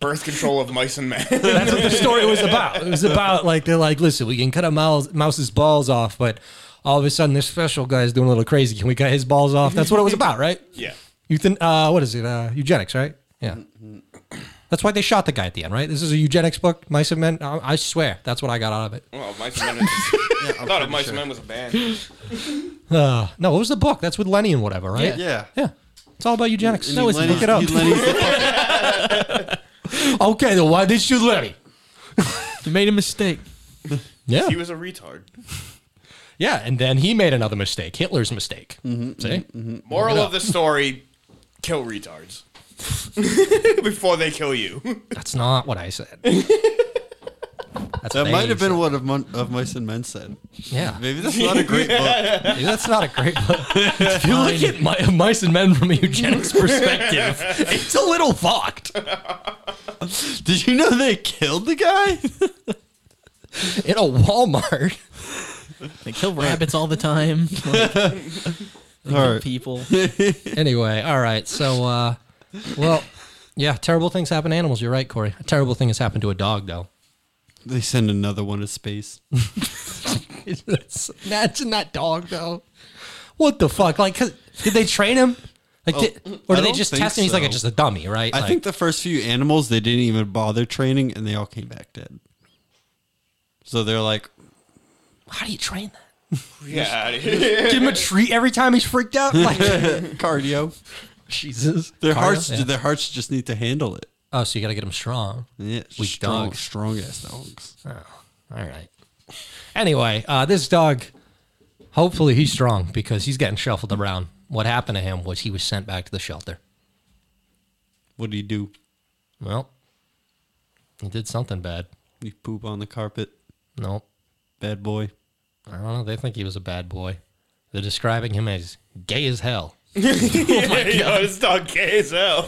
Speaker 3: Birth control of mice and men.
Speaker 1: That's what the story was about. It was about like they're like, listen, we can cut a mouse, mouse's balls off, but all of a sudden this special guy's doing a little crazy. Can we cut his balls off? That's what it was about, right?
Speaker 3: Yeah.
Speaker 1: You think uh, what is it? Uh, eugenics, right? Yeah. That's why they shot the guy at the end, right? This is a eugenics book, Mice and Men. I, I swear, that's what I got out of it.
Speaker 3: Well, mice and men. Is, I thought of mice and men was a band.
Speaker 1: Uh, no, it was the book. That's with Lenny and whatever, right?
Speaker 2: Yeah.
Speaker 1: Yeah. It's all about eugenics.
Speaker 2: And
Speaker 1: No,
Speaker 2: he
Speaker 1: it's
Speaker 2: Lenny's-
Speaker 1: look it up.
Speaker 2: he Lenny's the fucking-
Speaker 1: okay, then why did you shoot Lenny?
Speaker 4: You made a mistake.
Speaker 1: Yeah.
Speaker 3: He was a retard.
Speaker 1: yeah, and then he made another mistake, Hitler's mistake. See?
Speaker 3: Moral of the story: kill retards before they kill you.
Speaker 1: That's not what I said. That's
Speaker 2: that might have been what of, Mon- of Mice and Men said.
Speaker 1: Yeah.
Speaker 2: Maybe that's not a great book.
Speaker 1: Dude, that's not a great book. if you look at mi- mice and men from a eugenics perspective, it's a little fucked.
Speaker 2: Did you know they killed the guy?
Speaker 1: in a Walmart.
Speaker 4: They kill rabbits all the time. Like,
Speaker 2: All
Speaker 4: they kill
Speaker 2: right.
Speaker 4: people.
Speaker 1: anyway, all right. So, uh, well, yeah, terrible things happen to animals. You're right, Corey. A terrible thing has happened to a dog, though.
Speaker 2: They send another one to space.
Speaker 1: That's not dog, though. What the fuck? Like, 'cause- did they train him? Like, did, or
Speaker 2: I
Speaker 1: did they
Speaker 2: don't
Speaker 1: just
Speaker 2: think
Speaker 1: test him? He's like
Speaker 2: so.
Speaker 1: a, just a dummy, right?
Speaker 2: I
Speaker 1: Like,
Speaker 2: think the first few animals they didn't even bother training, and they all came back dead. So they're like,
Speaker 1: how do you train that?
Speaker 3: Yeah.
Speaker 1: Give him a treat every time he's freaked out. Like,
Speaker 2: cardio.
Speaker 1: Jesus,
Speaker 2: Their
Speaker 1: Cardio?
Speaker 2: hearts,
Speaker 1: Yeah.
Speaker 2: their hearts just need to handle it.
Speaker 1: Oh, so you got to get him strong.
Speaker 2: Yeah,
Speaker 1: Weak
Speaker 2: strong,
Speaker 1: dogs.
Speaker 2: strong ass dogs.
Speaker 1: Oh, all right. Anyway, uh, this dog, hopefully he's strong because he's getting shuffled around. What happened to him was he was sent back to the shelter.
Speaker 2: What do you do?
Speaker 1: Well, he did something bad.
Speaker 2: You poop on the carpet,
Speaker 1: Nope.
Speaker 2: bad boy.
Speaker 1: I don't know. They think he was a bad boy. They're describing him as gay as hell.
Speaker 3: Yo, this dog gay as hell.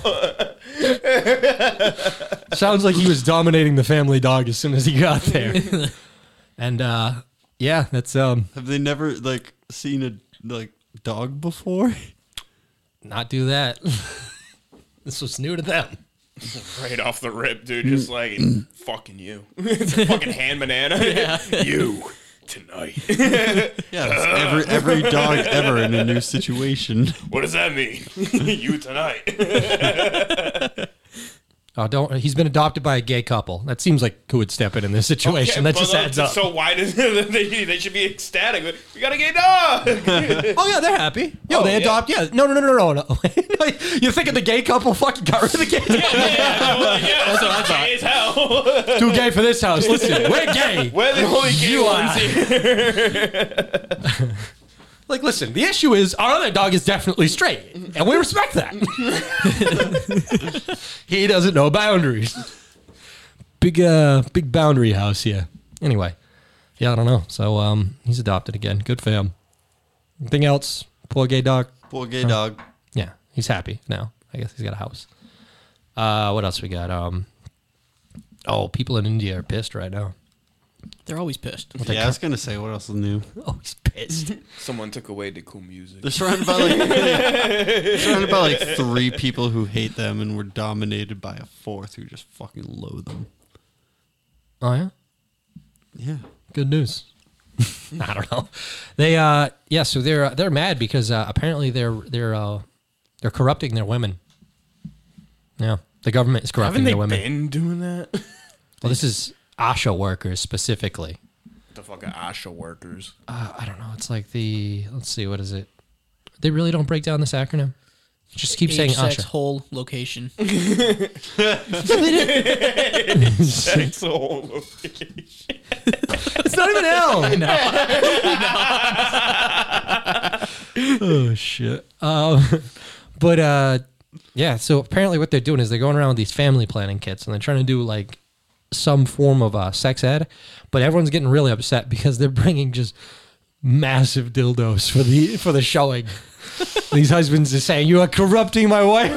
Speaker 1: Sounds like he was dominating the family dog as soon as he got there. and uh, yeah, that's um,
Speaker 2: Have they never like seen a like dog before?
Speaker 1: not do that. this was new to them.
Speaker 3: Right off the rip, dude.
Speaker 1: Mm.
Speaker 3: Just like fucking you. it's a fucking hand banana. you tonight.
Speaker 2: Yeah, every every dog ever in a new situation.
Speaker 3: What does that mean? you tonight.
Speaker 1: Oh, don't. He's been adopted by a gay couple. That seems like who would step in in this situation. that
Speaker 3: But,
Speaker 1: just
Speaker 3: uh,
Speaker 1: adds up.
Speaker 3: So why does they, they should be ecstatic? but We got a gay dog.
Speaker 1: oh yeah, they're happy. Yo,
Speaker 3: Oh,
Speaker 1: they
Speaker 3: yeah.
Speaker 1: adopt. Yeah. No, no, no, no, no, no. You're thinking the gay couple fucking got rid of the gay?
Speaker 3: yeah, well, yeah, that's what I thought. Gay as hell.
Speaker 1: Too gay for this house. Listen, we're gay.
Speaker 3: We're the only gay
Speaker 1: You
Speaker 3: ones
Speaker 1: are.
Speaker 3: here.
Speaker 1: Like, listen, the issue is our other dog is definitely straight, and we respect that. he doesn't know boundaries. Big, uh, big boundary house here. Anyway, yeah, I don't know. So, um, he's adopted again. Good for him. Anything else? Poor gay dog.
Speaker 2: Poor gay dog.
Speaker 1: Yeah, he's happy now. I guess he's got a house. Uh, what else we got? Um, oh, people in India are pissed right now.
Speaker 4: They're always pissed.
Speaker 2: Yeah, I was gonna say what else is new.
Speaker 1: Oh, he's pissed.
Speaker 3: Someone took away the cool music.
Speaker 2: They're surrounded by like they're surrounded by like three people who hate them, and we're dominated by a fourth who just fucking loathe them.
Speaker 1: oh yeah.
Speaker 2: Yeah,
Speaker 1: Good news. I don't know. They uh yeah, so they're uh, they're mad because uh, apparently they're they're uh they're corrupting their women. Yeah, the government is corrupting
Speaker 3: Haven't they
Speaker 1: their women.
Speaker 3: been doing that?
Speaker 1: Well, this is ASHA workers specifically.
Speaker 3: the fucking ASHA workers.
Speaker 1: Uh, I don't know. It's like the let's see, what is it? They really don't break down this acronym. Just keep
Speaker 4: Age,
Speaker 1: saying
Speaker 4: sex,
Speaker 1: ASHA.
Speaker 4: whole location.
Speaker 3: That's a whole.
Speaker 1: It's not even L. I know. oh shit. Um, but uh, yeah. So apparently, what they're doing is they're going around with these family planning kits, and they're trying to do like some form of uh, sex ed. But everyone's getting really upset because they're bringing just massive dildos for the for the showing. these husbands are saying you are corrupting my wife.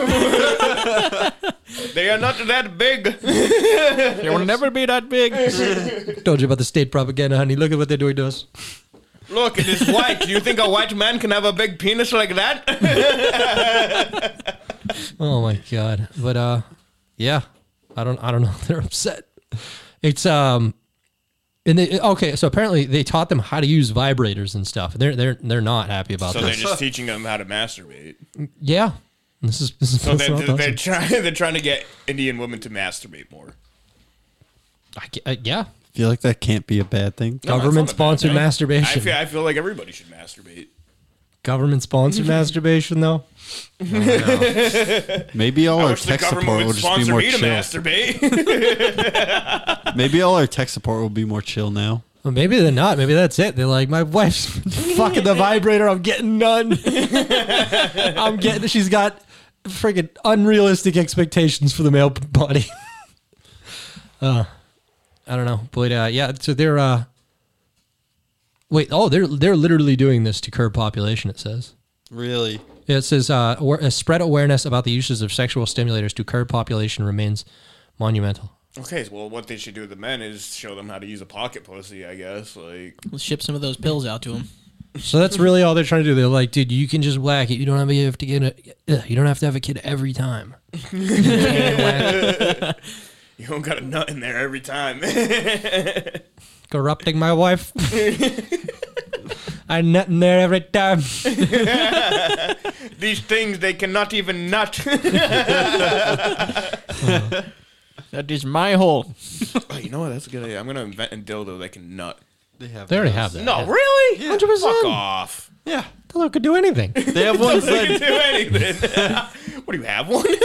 Speaker 3: They are not that big.
Speaker 4: they will never be that big.
Speaker 1: Told you about the state propaganda, honey. Look at what they're doing to us.
Speaker 3: Look, it is white. You think a white man can have a big penis like that?
Speaker 1: Oh my god. But uh yeah. I don't I don't know. They're upset. It's um and they okay, so apparently they taught them how to use vibrators and stuff. They're they're they're not happy about
Speaker 3: So they're
Speaker 1: this.
Speaker 3: just teaching them how to masturbate.
Speaker 1: yeah. This is this is
Speaker 3: So
Speaker 1: this is
Speaker 3: they're,
Speaker 1: what I thought.
Speaker 3: they're, they're trying. They're trying to get Indian women to masturbate more.
Speaker 1: I ca- uh, yeah.
Speaker 2: I feel like that can't be a bad thing.
Speaker 3: No, that's
Speaker 1: Government
Speaker 3: not a bad
Speaker 1: sponsored
Speaker 3: thing. I
Speaker 1: masturbation.
Speaker 3: feel, I feel like everybody should masturbate.
Speaker 1: Government sponsored masturbation though.
Speaker 2: Maybe all
Speaker 3: I
Speaker 2: our
Speaker 3: wish the
Speaker 2: Oh, tech
Speaker 3: government
Speaker 2: support will
Speaker 3: would
Speaker 2: just be
Speaker 3: sponsor
Speaker 2: more
Speaker 3: me to
Speaker 2: chill.
Speaker 3: masturbate.
Speaker 2: Maybe all our tech support will be more chill now.
Speaker 1: Well, maybe they're not. Maybe that's it. They're like, my wife's fucking the vibrator. I'm getting none. I'm getting. She's got freaking unrealistic expectations for the male body. uh, I don't know, but uh, yeah. So they're uh, wait. Oh, they're they're literally doing this to curb population. It says.
Speaker 2: Really?
Speaker 1: Yeah, It says uh, aware- uh, spread awareness about the uses of sexual stimulators to curb population remains monumental.
Speaker 3: okay, well, what they should do with the men is show them how to use a pocket pussy. I guess. Like,
Speaker 4: Let's ship some of those pills out to him.
Speaker 1: So that's really all they're trying to do. They're like, dude, you can just whack it. You don't have to have to get a, ugh, you don't have to have a kid every time.
Speaker 3: you don't got a nut in there every time.
Speaker 1: Corrupting my wife. I nut in there every time.
Speaker 3: These things they cannot even nut.
Speaker 4: That is my hole.
Speaker 3: Oh, you know what? That's a good idea. I'm gonna invent a dildo that can nut.
Speaker 2: They have.
Speaker 1: They already have that.
Speaker 3: No, really?
Speaker 1: hundred
Speaker 3: Fuck
Speaker 1: percent.
Speaker 3: off.
Speaker 2: Yeah,
Speaker 1: Dildo could do anything.
Speaker 2: they have ones
Speaker 3: They can
Speaker 2: that
Speaker 3: do anything. what do you have one?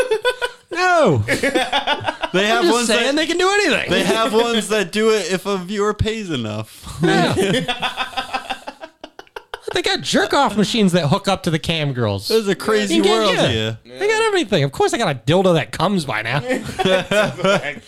Speaker 1: No,
Speaker 2: they have
Speaker 1: I'm just
Speaker 2: ones
Speaker 1: saying
Speaker 2: that
Speaker 1: they can do anything.
Speaker 2: they have ones that do it if a viewer pays enough.
Speaker 1: they got jerk off machines that hook up to the cam girls.
Speaker 2: There's a crazy
Speaker 1: You can-
Speaker 2: world
Speaker 1: yeah.
Speaker 2: here.
Speaker 1: They got everything. Of course, they got a dildo that comes by now.
Speaker 2: That's what I'm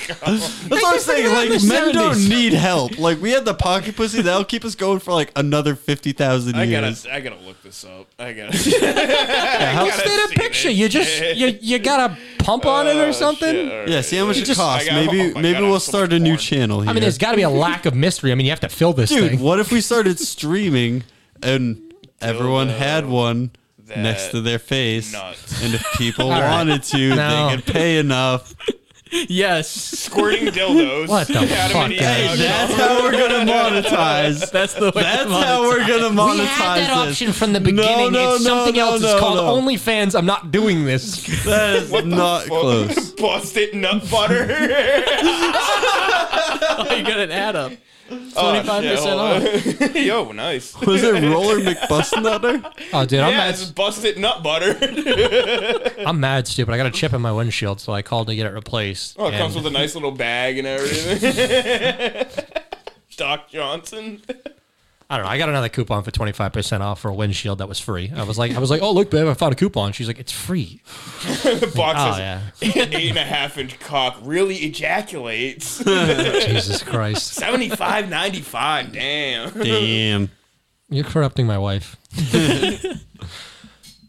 Speaker 2: saying.
Speaker 1: about
Speaker 2: Like
Speaker 1: the
Speaker 2: men don't
Speaker 1: 70s.
Speaker 2: need help. Like we had the pocket pussy that'll keep us going for like another fifty thousand
Speaker 3: I
Speaker 2: years.
Speaker 3: gotta, I gotta look this up. I gotta.
Speaker 1: How
Speaker 3: gotta
Speaker 1: state
Speaker 3: see
Speaker 1: a picture?
Speaker 3: this.
Speaker 1: You just you you got a pump on it
Speaker 2: Oh,
Speaker 1: or something.
Speaker 2: yeah, see how much it costs.
Speaker 3: I got-
Speaker 2: Maybe
Speaker 3: oh my
Speaker 2: maybe
Speaker 3: God,
Speaker 2: we'll
Speaker 3: I'm so
Speaker 2: start
Speaker 3: much
Speaker 2: a new
Speaker 3: porn.
Speaker 2: channel here.
Speaker 1: I mean, there's got to be a lack of mystery. I mean, you have to fill this
Speaker 2: Dude,
Speaker 1: thing.
Speaker 2: what if we started streaming and everyone had one next to their face,
Speaker 3: nuts.
Speaker 2: and if people
Speaker 1: right.
Speaker 2: wanted to,
Speaker 1: No.
Speaker 2: they could pay enough.
Speaker 4: Yes,
Speaker 3: Squirting dildos.
Speaker 1: What the
Speaker 3: Adam and
Speaker 1: fuck,
Speaker 3: Eve.
Speaker 1: guys?
Speaker 2: Hey, that's how we're gonna monetize.
Speaker 4: that's the way.
Speaker 2: That's how we're gonna monetize.
Speaker 1: We had that
Speaker 2: this.
Speaker 1: option from the beginning.
Speaker 2: no,
Speaker 1: it's
Speaker 2: no,
Speaker 1: something
Speaker 2: no,
Speaker 1: else.
Speaker 2: no,
Speaker 1: it's called
Speaker 2: no.
Speaker 1: OnlyFans. I'm not doing this.
Speaker 2: That is not
Speaker 3: Fuck.
Speaker 2: close.
Speaker 3: Busted nut butter.
Speaker 4: you got an ad up.
Speaker 3: Oh,
Speaker 4: Twenty five
Speaker 3: shit,
Speaker 4: percent
Speaker 3: hold
Speaker 4: off.
Speaker 3: on. Yo, nice.
Speaker 2: Was it Roller McBustnutter?
Speaker 1: Oh, dude, I'm,
Speaker 3: Yeah, it's
Speaker 1: mad,
Speaker 3: busted nut butter.
Speaker 1: I'm mad stupid. I got a chip in my windshield, so I called to get it replaced.
Speaker 3: Oh, it comes
Speaker 1: And
Speaker 3: with a nice little bag and everything. Doc Johnson.
Speaker 1: I don't know. I got another coupon for 25% off for a windshield that was free. I was like, I was like, oh, look, babe, I found a coupon. She's like, it's free.
Speaker 3: The box
Speaker 1: Oh,
Speaker 3: says,
Speaker 1: yeah.
Speaker 3: an eight and a half inch cock really ejaculates.
Speaker 1: Jesus Christ.
Speaker 3: Seventy five ninety five. Damn.
Speaker 2: Damn.
Speaker 1: You're corrupting my wife.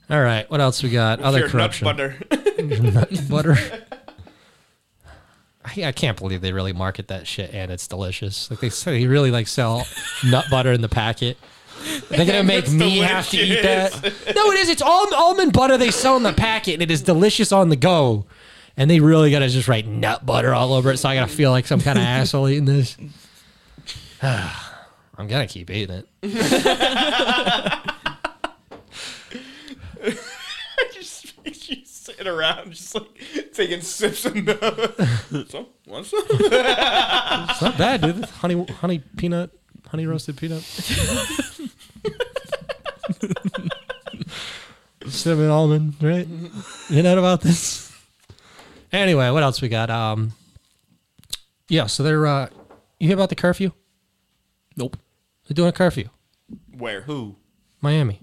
Speaker 1: All right. What else we got? Other
Speaker 3: Pure nut
Speaker 1: corruption.
Speaker 3: butter.
Speaker 1: butter. I can't, I can't believe they really market that shit and it's delicious. Like they say, they really like sell nut butter in the packet. They're gonna make
Speaker 3: It's
Speaker 1: me have to eat that. No, it is. It's all almond butter they sell in the packet, and it is delicious on the go. And they really gotta just write nut butter all over it, so I gotta feel like some kind of asshole eating this. I'm gonna keep eating it.
Speaker 3: just, she's sitting around, just like taking sips and so want some?
Speaker 1: It's not bad, dude. It's honey, honey peanut, honey roasted peanut. Cinnamon almond, right? You know about this. Anyway, what else we got? Um, yeah. So they're. Uh, you hear about the curfew?
Speaker 4: Nope.
Speaker 1: They're doing a curfew,
Speaker 3: Where? Who?
Speaker 1: Miami,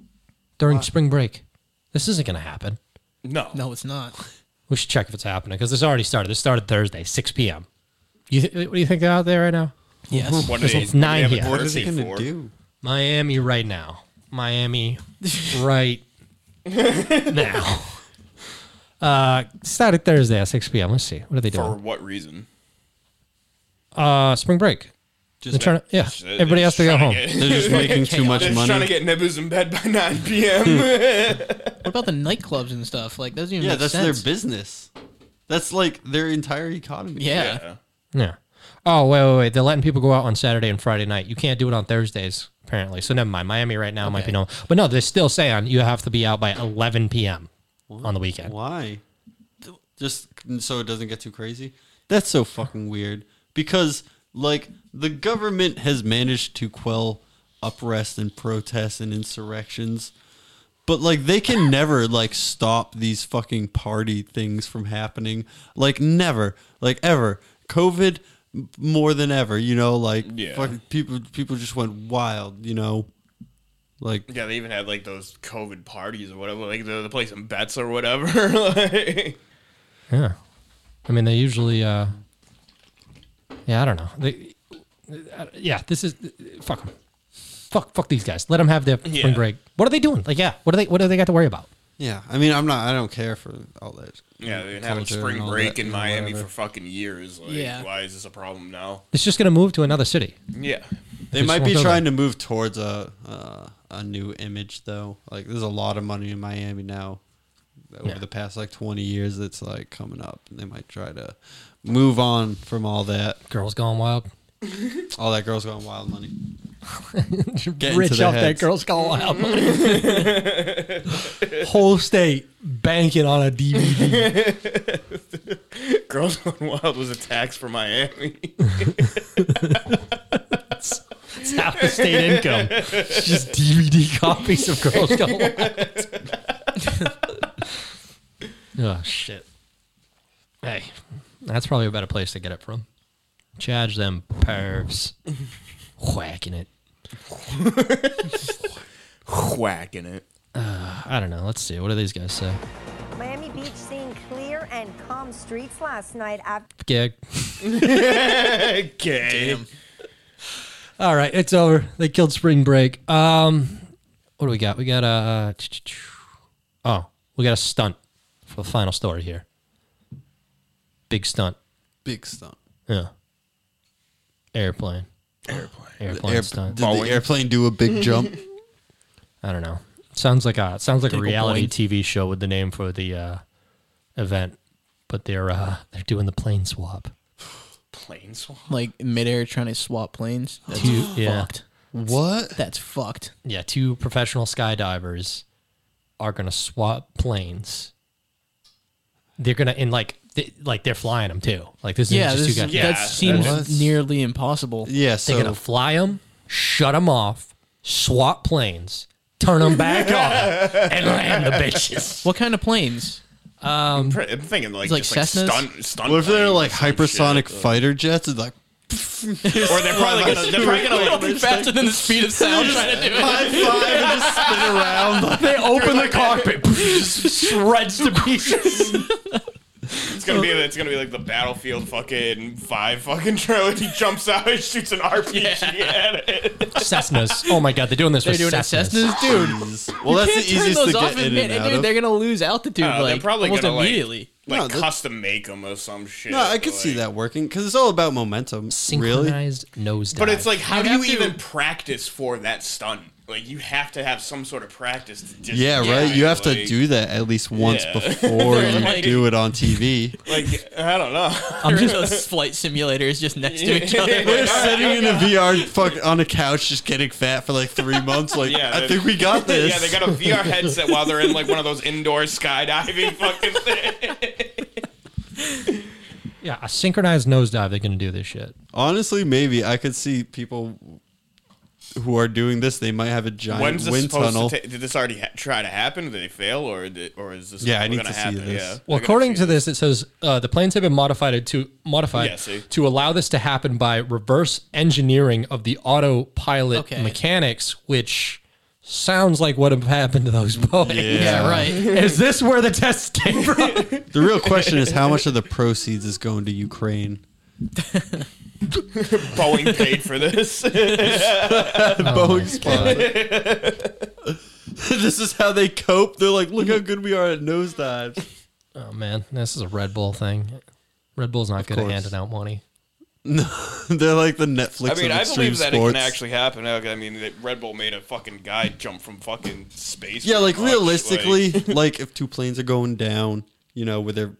Speaker 1: during spring break. This isn't gonna happen.
Speaker 3: No.
Speaker 4: No, it's not.
Speaker 1: We should check if it's happening because this already started. This started Thursday, six p.m. You th- what do you think they're out there right now?
Speaker 4: Yes.
Speaker 3: What are they,
Speaker 1: It's nine
Speaker 3: what do they
Speaker 1: here.
Speaker 3: have a
Speaker 1: What
Speaker 2: What is he
Speaker 3: curfew
Speaker 2: going to
Speaker 3: for?
Speaker 2: do?
Speaker 1: Miami right now. Miami right now. Uh, started Thursday at 6 p.m. Let's see. What are they
Speaker 3: For
Speaker 1: doing?
Speaker 3: what reason?
Speaker 1: Uh, spring break. They're trying to, yeah,
Speaker 3: Just- they're
Speaker 1: everybody has
Speaker 3: just
Speaker 1: to go
Speaker 3: trying
Speaker 1: home.
Speaker 3: to get-
Speaker 2: They're just making too much
Speaker 3: They're just
Speaker 2: money. Hmm.
Speaker 3: trying to get Nebu's in bed by 9 p.m.
Speaker 4: What about the nightclubs and stuff? Like, that doesn't even
Speaker 2: yeah,
Speaker 4: make
Speaker 2: that's
Speaker 4: sense.
Speaker 2: their business. That's like their entire economy.
Speaker 4: Yeah.
Speaker 1: Yeah. Oh, wait, wait, wait. They're letting people go out on Saturday and Friday night. You can't do it on Thursdays, apparently. So never mind. Miami right now might be
Speaker 4: Okay.
Speaker 1: normal. But no, they still say on you have to be out by 11 p.m. on the weekend.
Speaker 2: Why? Just so it doesn't get too crazy? That's so fucking weird. Because, like, the government has managed to quell unrest and protests and insurrections. But like they can never like stop these fucking party things from happening. Like never, like ever. COVID m- more than ever, you know, like
Speaker 3: Yeah.
Speaker 2: fucking people people just went wild, you know. Like
Speaker 3: Yeah, they even had like those COVID parties or whatever, like the, the place in bets or whatever. like,
Speaker 1: Yeah. I mean, they usually. Uh, yeah, I don't know. They, uh, yeah, this is fuck 'em. Fuck, fuck these guys. Let them have their
Speaker 3: Yeah.
Speaker 1: spring break. What are they doing? Like, yeah, what are they? What do they got to worry about?
Speaker 2: yeah, I mean, I'm not I don't care for all that.
Speaker 3: yeah, they've been having
Speaker 2: culture
Speaker 3: spring
Speaker 2: and all
Speaker 3: break
Speaker 2: that,
Speaker 3: in
Speaker 2: you know,
Speaker 3: Miami
Speaker 2: whatever.
Speaker 3: for fucking years. Like,
Speaker 4: Yeah.
Speaker 3: why is this a problem now?
Speaker 1: It's just gonna move to another city.
Speaker 3: Yeah.
Speaker 2: They
Speaker 1: Just
Speaker 2: might
Speaker 1: won't
Speaker 2: be
Speaker 1: go
Speaker 2: trying to move towards a uh, a new image though. Like there's a lot of money in Miami now. Over
Speaker 1: Yeah.
Speaker 2: the past like 20 years, that's like coming up. They might try to move on from all that,
Speaker 1: Girls gone wild.
Speaker 2: all that girls gone wild money. into
Speaker 1: Rich
Speaker 2: their
Speaker 1: off that
Speaker 2: heads.
Speaker 1: girls gone wild. Whole state banking on a DVD.
Speaker 3: Girls Gone Wild was a tax for Miami.
Speaker 1: It's half the state income. It's just DVD copies of Girls Gone Wild. oh shit. Hey, that's probably a better place to get it from. Charge them pervs. Whacking it.
Speaker 3: Whacking it.
Speaker 1: I don't know. Let's see. What do these guys say?
Speaker 10: Miami Beach seeing clear and calm streets last night after.
Speaker 1: Gig.
Speaker 3: Okay.
Speaker 1: All right, it's over. They killed spring break. Um, what do we got? We got a. uh, Oh, we got a stunt for the final story here. Big stunt.
Speaker 2: Big stunt.
Speaker 1: Yeah. Airplane. Airplane. Airplane
Speaker 2: Air-
Speaker 1: stunt.
Speaker 2: did the airplane do a big jump?
Speaker 1: I don't know. Sounds like a sounds like a
Speaker 4: Take a
Speaker 1: reality
Speaker 4: point.
Speaker 1: TV show with the name for the uh, event, but they're uh, they're doing the plane swap.
Speaker 3: Plane swap.
Speaker 4: Like, midair trying to swap planes. That's
Speaker 1: Two- yeah.
Speaker 4: fucked.
Speaker 2: what?
Speaker 4: That's fucked.
Speaker 1: Yeah, two professional skydivers are gonna swap planes. They're gonna and like they, like they're flying them too. Like this is
Speaker 4: Yeah,
Speaker 1: not just
Speaker 4: this,
Speaker 1: two guys.
Speaker 3: yeah,
Speaker 4: that seems
Speaker 2: that's-
Speaker 4: nearly impossible.
Speaker 2: Yeah,
Speaker 1: They're
Speaker 2: so
Speaker 1: gonna fly them, shut them off, swap planes, turn them back on, and land the bitches.
Speaker 4: What kind of planes?
Speaker 3: I'm, pre- I'm thinking like
Speaker 4: It's like
Speaker 3: just
Speaker 4: Cessnas?
Speaker 3: like stunt stunt.
Speaker 2: what if they're
Speaker 3: planes
Speaker 2: like
Speaker 3: or some
Speaker 2: hypersonic
Speaker 3: shit.
Speaker 2: fighter jets? It's like
Speaker 3: Or they're probably gonna they're probably gonna like
Speaker 4: faster than the speed of sound trying to do it.
Speaker 2: high five and just spin around. Like,
Speaker 1: They open the cockpit, shreds to pieces.
Speaker 3: It's gonna be it's gonna be like the battlefield fucking five fucking trailer. He jumps out and shoots an RPG at it.
Speaker 1: Cessnas. Oh my god, they're doing this
Speaker 4: They're
Speaker 1: with
Speaker 4: doing it
Speaker 1: Cessnas.
Speaker 4: Cessnas, dude.
Speaker 2: well, that's
Speaker 4: Can't
Speaker 2: the easiest to get in and
Speaker 4: mid-
Speaker 2: out
Speaker 4: dude,
Speaker 2: of.
Speaker 4: They're gonna lose altitude
Speaker 3: Oh, they're
Speaker 4: like
Speaker 3: probably
Speaker 4: almost
Speaker 3: gonna, like-
Speaker 4: immediately.
Speaker 3: Like
Speaker 2: No, that-
Speaker 3: custom make them or some shit.
Speaker 2: No, I could see
Speaker 3: like-
Speaker 2: that working because it's all about momentum. Really?
Speaker 1: synchronized nosedive.
Speaker 3: But it's like, how
Speaker 4: You'd
Speaker 3: do
Speaker 4: have
Speaker 3: you
Speaker 4: to-
Speaker 3: even practice for that stun? Like, you have to have some sort of practice to just.
Speaker 2: Yeah, right. You have to
Speaker 3: like-
Speaker 2: do that at least once
Speaker 3: Yeah.
Speaker 2: before you
Speaker 4: Like-
Speaker 2: do it on TV.
Speaker 3: Like, I don't know.
Speaker 4: I'm just those flight simulators just next to each other.
Speaker 2: We're sitting in a VR fuck on a couch, just getting fat for like three months. Like,
Speaker 3: Yeah,
Speaker 2: I
Speaker 3: they-
Speaker 2: think we got this.
Speaker 3: yeah, they got a VR headset while they're in like one of those indoor skydiving fucking things.
Speaker 1: yeah, a synchronized nosedive. They're gonna do this shit.
Speaker 2: Honestly, maybe I could see people who are doing this. They might have a giant
Speaker 3: When's this
Speaker 2: wind
Speaker 3: supposed
Speaker 2: tunnel.
Speaker 3: to? Ta- did this already ha- try to happen? Did they fail, or did, or is this?
Speaker 2: Yeah, I need
Speaker 3: gonna
Speaker 2: to see
Speaker 3: happen?
Speaker 2: this.
Speaker 3: Yeah.
Speaker 1: Well,
Speaker 3: I gotta
Speaker 1: according
Speaker 3: see
Speaker 1: to this, it says uh, the planes have been modified to modified
Speaker 3: Yeah, see.
Speaker 1: to allow this to happen by reverse engineering of the autopilot
Speaker 4: Okay.
Speaker 1: mechanics, which sounds like what have happened to those boys.
Speaker 4: yeah, right.
Speaker 1: Is this where the test came from?
Speaker 2: the real question is how much of the proceeds is going to Ukraine?
Speaker 3: Boeing paid for this.
Speaker 4: Oh,
Speaker 2: Boeing sponsor. this is how they cope. They're like, look how good we are at nosedives.
Speaker 1: oh man, this is a Red Bull thing. Red Bull's not good
Speaker 2: course.
Speaker 1: at handing out money.
Speaker 2: They're like the Netflix.
Speaker 3: I mean,
Speaker 2: of
Speaker 3: I
Speaker 2: extreme
Speaker 3: believe that
Speaker 2: sports.
Speaker 3: it can actually happen. I mean, that Red Bull made a fucking guy jump from fucking space.
Speaker 2: Yeah, like
Speaker 3: pretty much,
Speaker 2: realistically, like if two planes are going down, you know, with their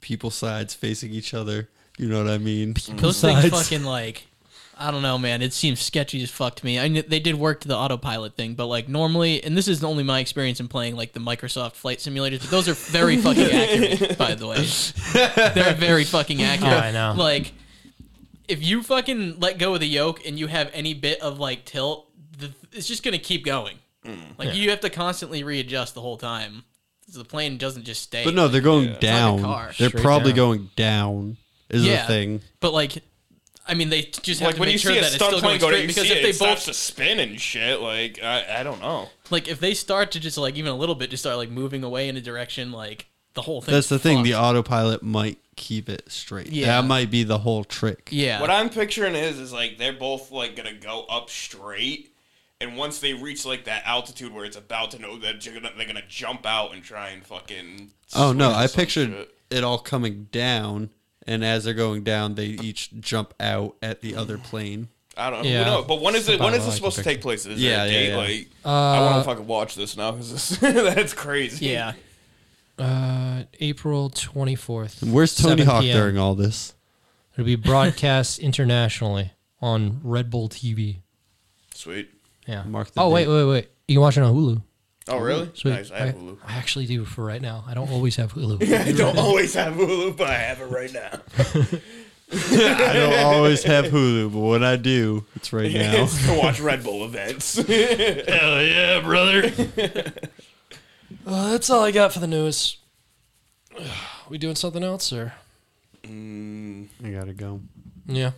Speaker 2: people sides facing each other, you know what I mean?
Speaker 4: Those things
Speaker 1: Besides-
Speaker 4: fucking like, I don't know, man. It seems sketchy as fuck to me. I kn- they did work to the autopilot thing, but like normally, and this is only my experience in playing like the Microsoft flight simulators. But those are very fucking accurate, by the way. They're very fucking accurate.
Speaker 1: Oh, I know.
Speaker 4: Like, if you fucking let go of the yoke and you have any bit of like tilt, the, it's just gonna keep going. Like you have to constantly readjust the whole time. So the plane doesn't just stay.
Speaker 2: But no, they're going down.
Speaker 4: It's like a car.
Speaker 2: They're
Speaker 1: Straight
Speaker 2: probably
Speaker 1: down.
Speaker 2: going down. Is the thing.
Speaker 4: But like, I mean, they just have
Speaker 3: Like,
Speaker 4: to
Speaker 3: when
Speaker 4: make
Speaker 3: you
Speaker 4: sure
Speaker 3: see a
Speaker 4: that it's still
Speaker 3: stunt plane
Speaker 4: going
Speaker 3: go,
Speaker 4: straight
Speaker 3: you
Speaker 4: because
Speaker 3: see it,
Speaker 4: if
Speaker 3: it
Speaker 4: they both
Speaker 3: starts to spin and shit. Like, I, I don't know.
Speaker 4: like if they start to just like even a little bit just start like moving away in a direction like the whole thing.
Speaker 2: That's the thing. The autopilot might keep it straight.
Speaker 4: Yeah.
Speaker 2: That might be the whole trick.
Speaker 4: yeah.
Speaker 3: What I'm picturing is is like they're both like gonna go up straight, and once they reach like that altitude where it's about to know that you're gonna, they're gonna jump out and try and fucking.
Speaker 2: Oh no,
Speaker 3: swing
Speaker 2: I
Speaker 3: some
Speaker 2: pictured
Speaker 3: shit.
Speaker 2: it all coming down, and as they're going down, they each jump out at the other plane.
Speaker 3: I don't know.
Speaker 1: Yeah.
Speaker 3: Who knows? But when is it? When
Speaker 1: About what
Speaker 3: is
Speaker 1: I
Speaker 3: this
Speaker 1: can
Speaker 3: supposed to
Speaker 1: picture.
Speaker 3: take place? Is
Speaker 2: Yeah,
Speaker 3: yeah,
Speaker 2: yeah,
Speaker 3: date?
Speaker 2: yeah.
Speaker 3: Like, I want to fucking watch this now because that's crazy.
Speaker 4: yeah.
Speaker 1: Uh, April twenty fourth.
Speaker 2: Where's Tony Hawk
Speaker 1: during
Speaker 2: during all this?
Speaker 1: It'll be broadcast internationally on Red Bull TV.
Speaker 3: Sweet.
Speaker 1: Yeah.
Speaker 2: Mark the
Speaker 1: oh wait,
Speaker 2: date.
Speaker 1: wait, wait! You can watch it on Hulu.
Speaker 3: Oh really?
Speaker 1: Sweet.
Speaker 3: Nice. I have Hulu.
Speaker 1: I actually do for right now. I don't always have Hulu.
Speaker 3: I don't always have Hulu, but I have it right now.
Speaker 2: I don't always have Hulu, but when I do, it's right now.
Speaker 3: It's to watch Red Bull events. Hell yeah, brother.
Speaker 1: Uh, that's all I got for the news. We doing something else or?
Speaker 2: I gotta go.
Speaker 1: Yeah.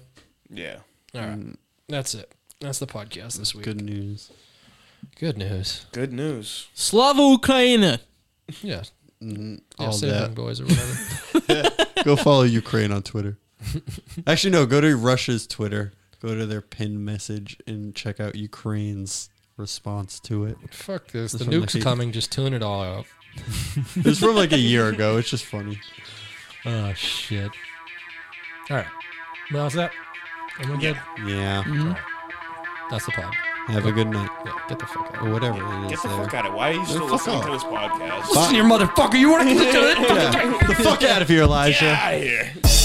Speaker 3: Yeah.
Speaker 1: All right. That's it. That's the podcast this week.
Speaker 2: Good news.
Speaker 1: Good news.
Speaker 3: Good news.
Speaker 4: Slava Ukraina.
Speaker 1: Yeah. yeah
Speaker 2: All
Speaker 1: Save
Speaker 2: that.
Speaker 1: them boys or whatever.
Speaker 2: Go follow Ukraine on Twitter. Actually, no. Go to Russia's Twitter. Go to their pinned message and check out Ukraine's response to it.
Speaker 1: Fuck this. The
Speaker 2: That's from the
Speaker 1: nuke's
Speaker 2: feed.
Speaker 1: coming. Just tune it all out.
Speaker 2: It's from like a year ago. It's just funny.
Speaker 1: Oh shit. All right. Well, that's that. Am I good?
Speaker 2: Yeah.
Speaker 3: Mm-hmm.
Speaker 1: That's the pod.
Speaker 2: Have a good night
Speaker 1: Yeah. Get the fuck out.
Speaker 2: or whatever it is.
Speaker 3: Get the
Speaker 2: there.
Speaker 3: fuck out of Why are you still
Speaker 2: fuck
Speaker 3: listening
Speaker 2: off.
Speaker 3: to this podcast?
Speaker 1: Listen here, motherfucker. You want to get to it?
Speaker 2: Yeah. the fuck out of here, Elijah.
Speaker 3: Get out of here.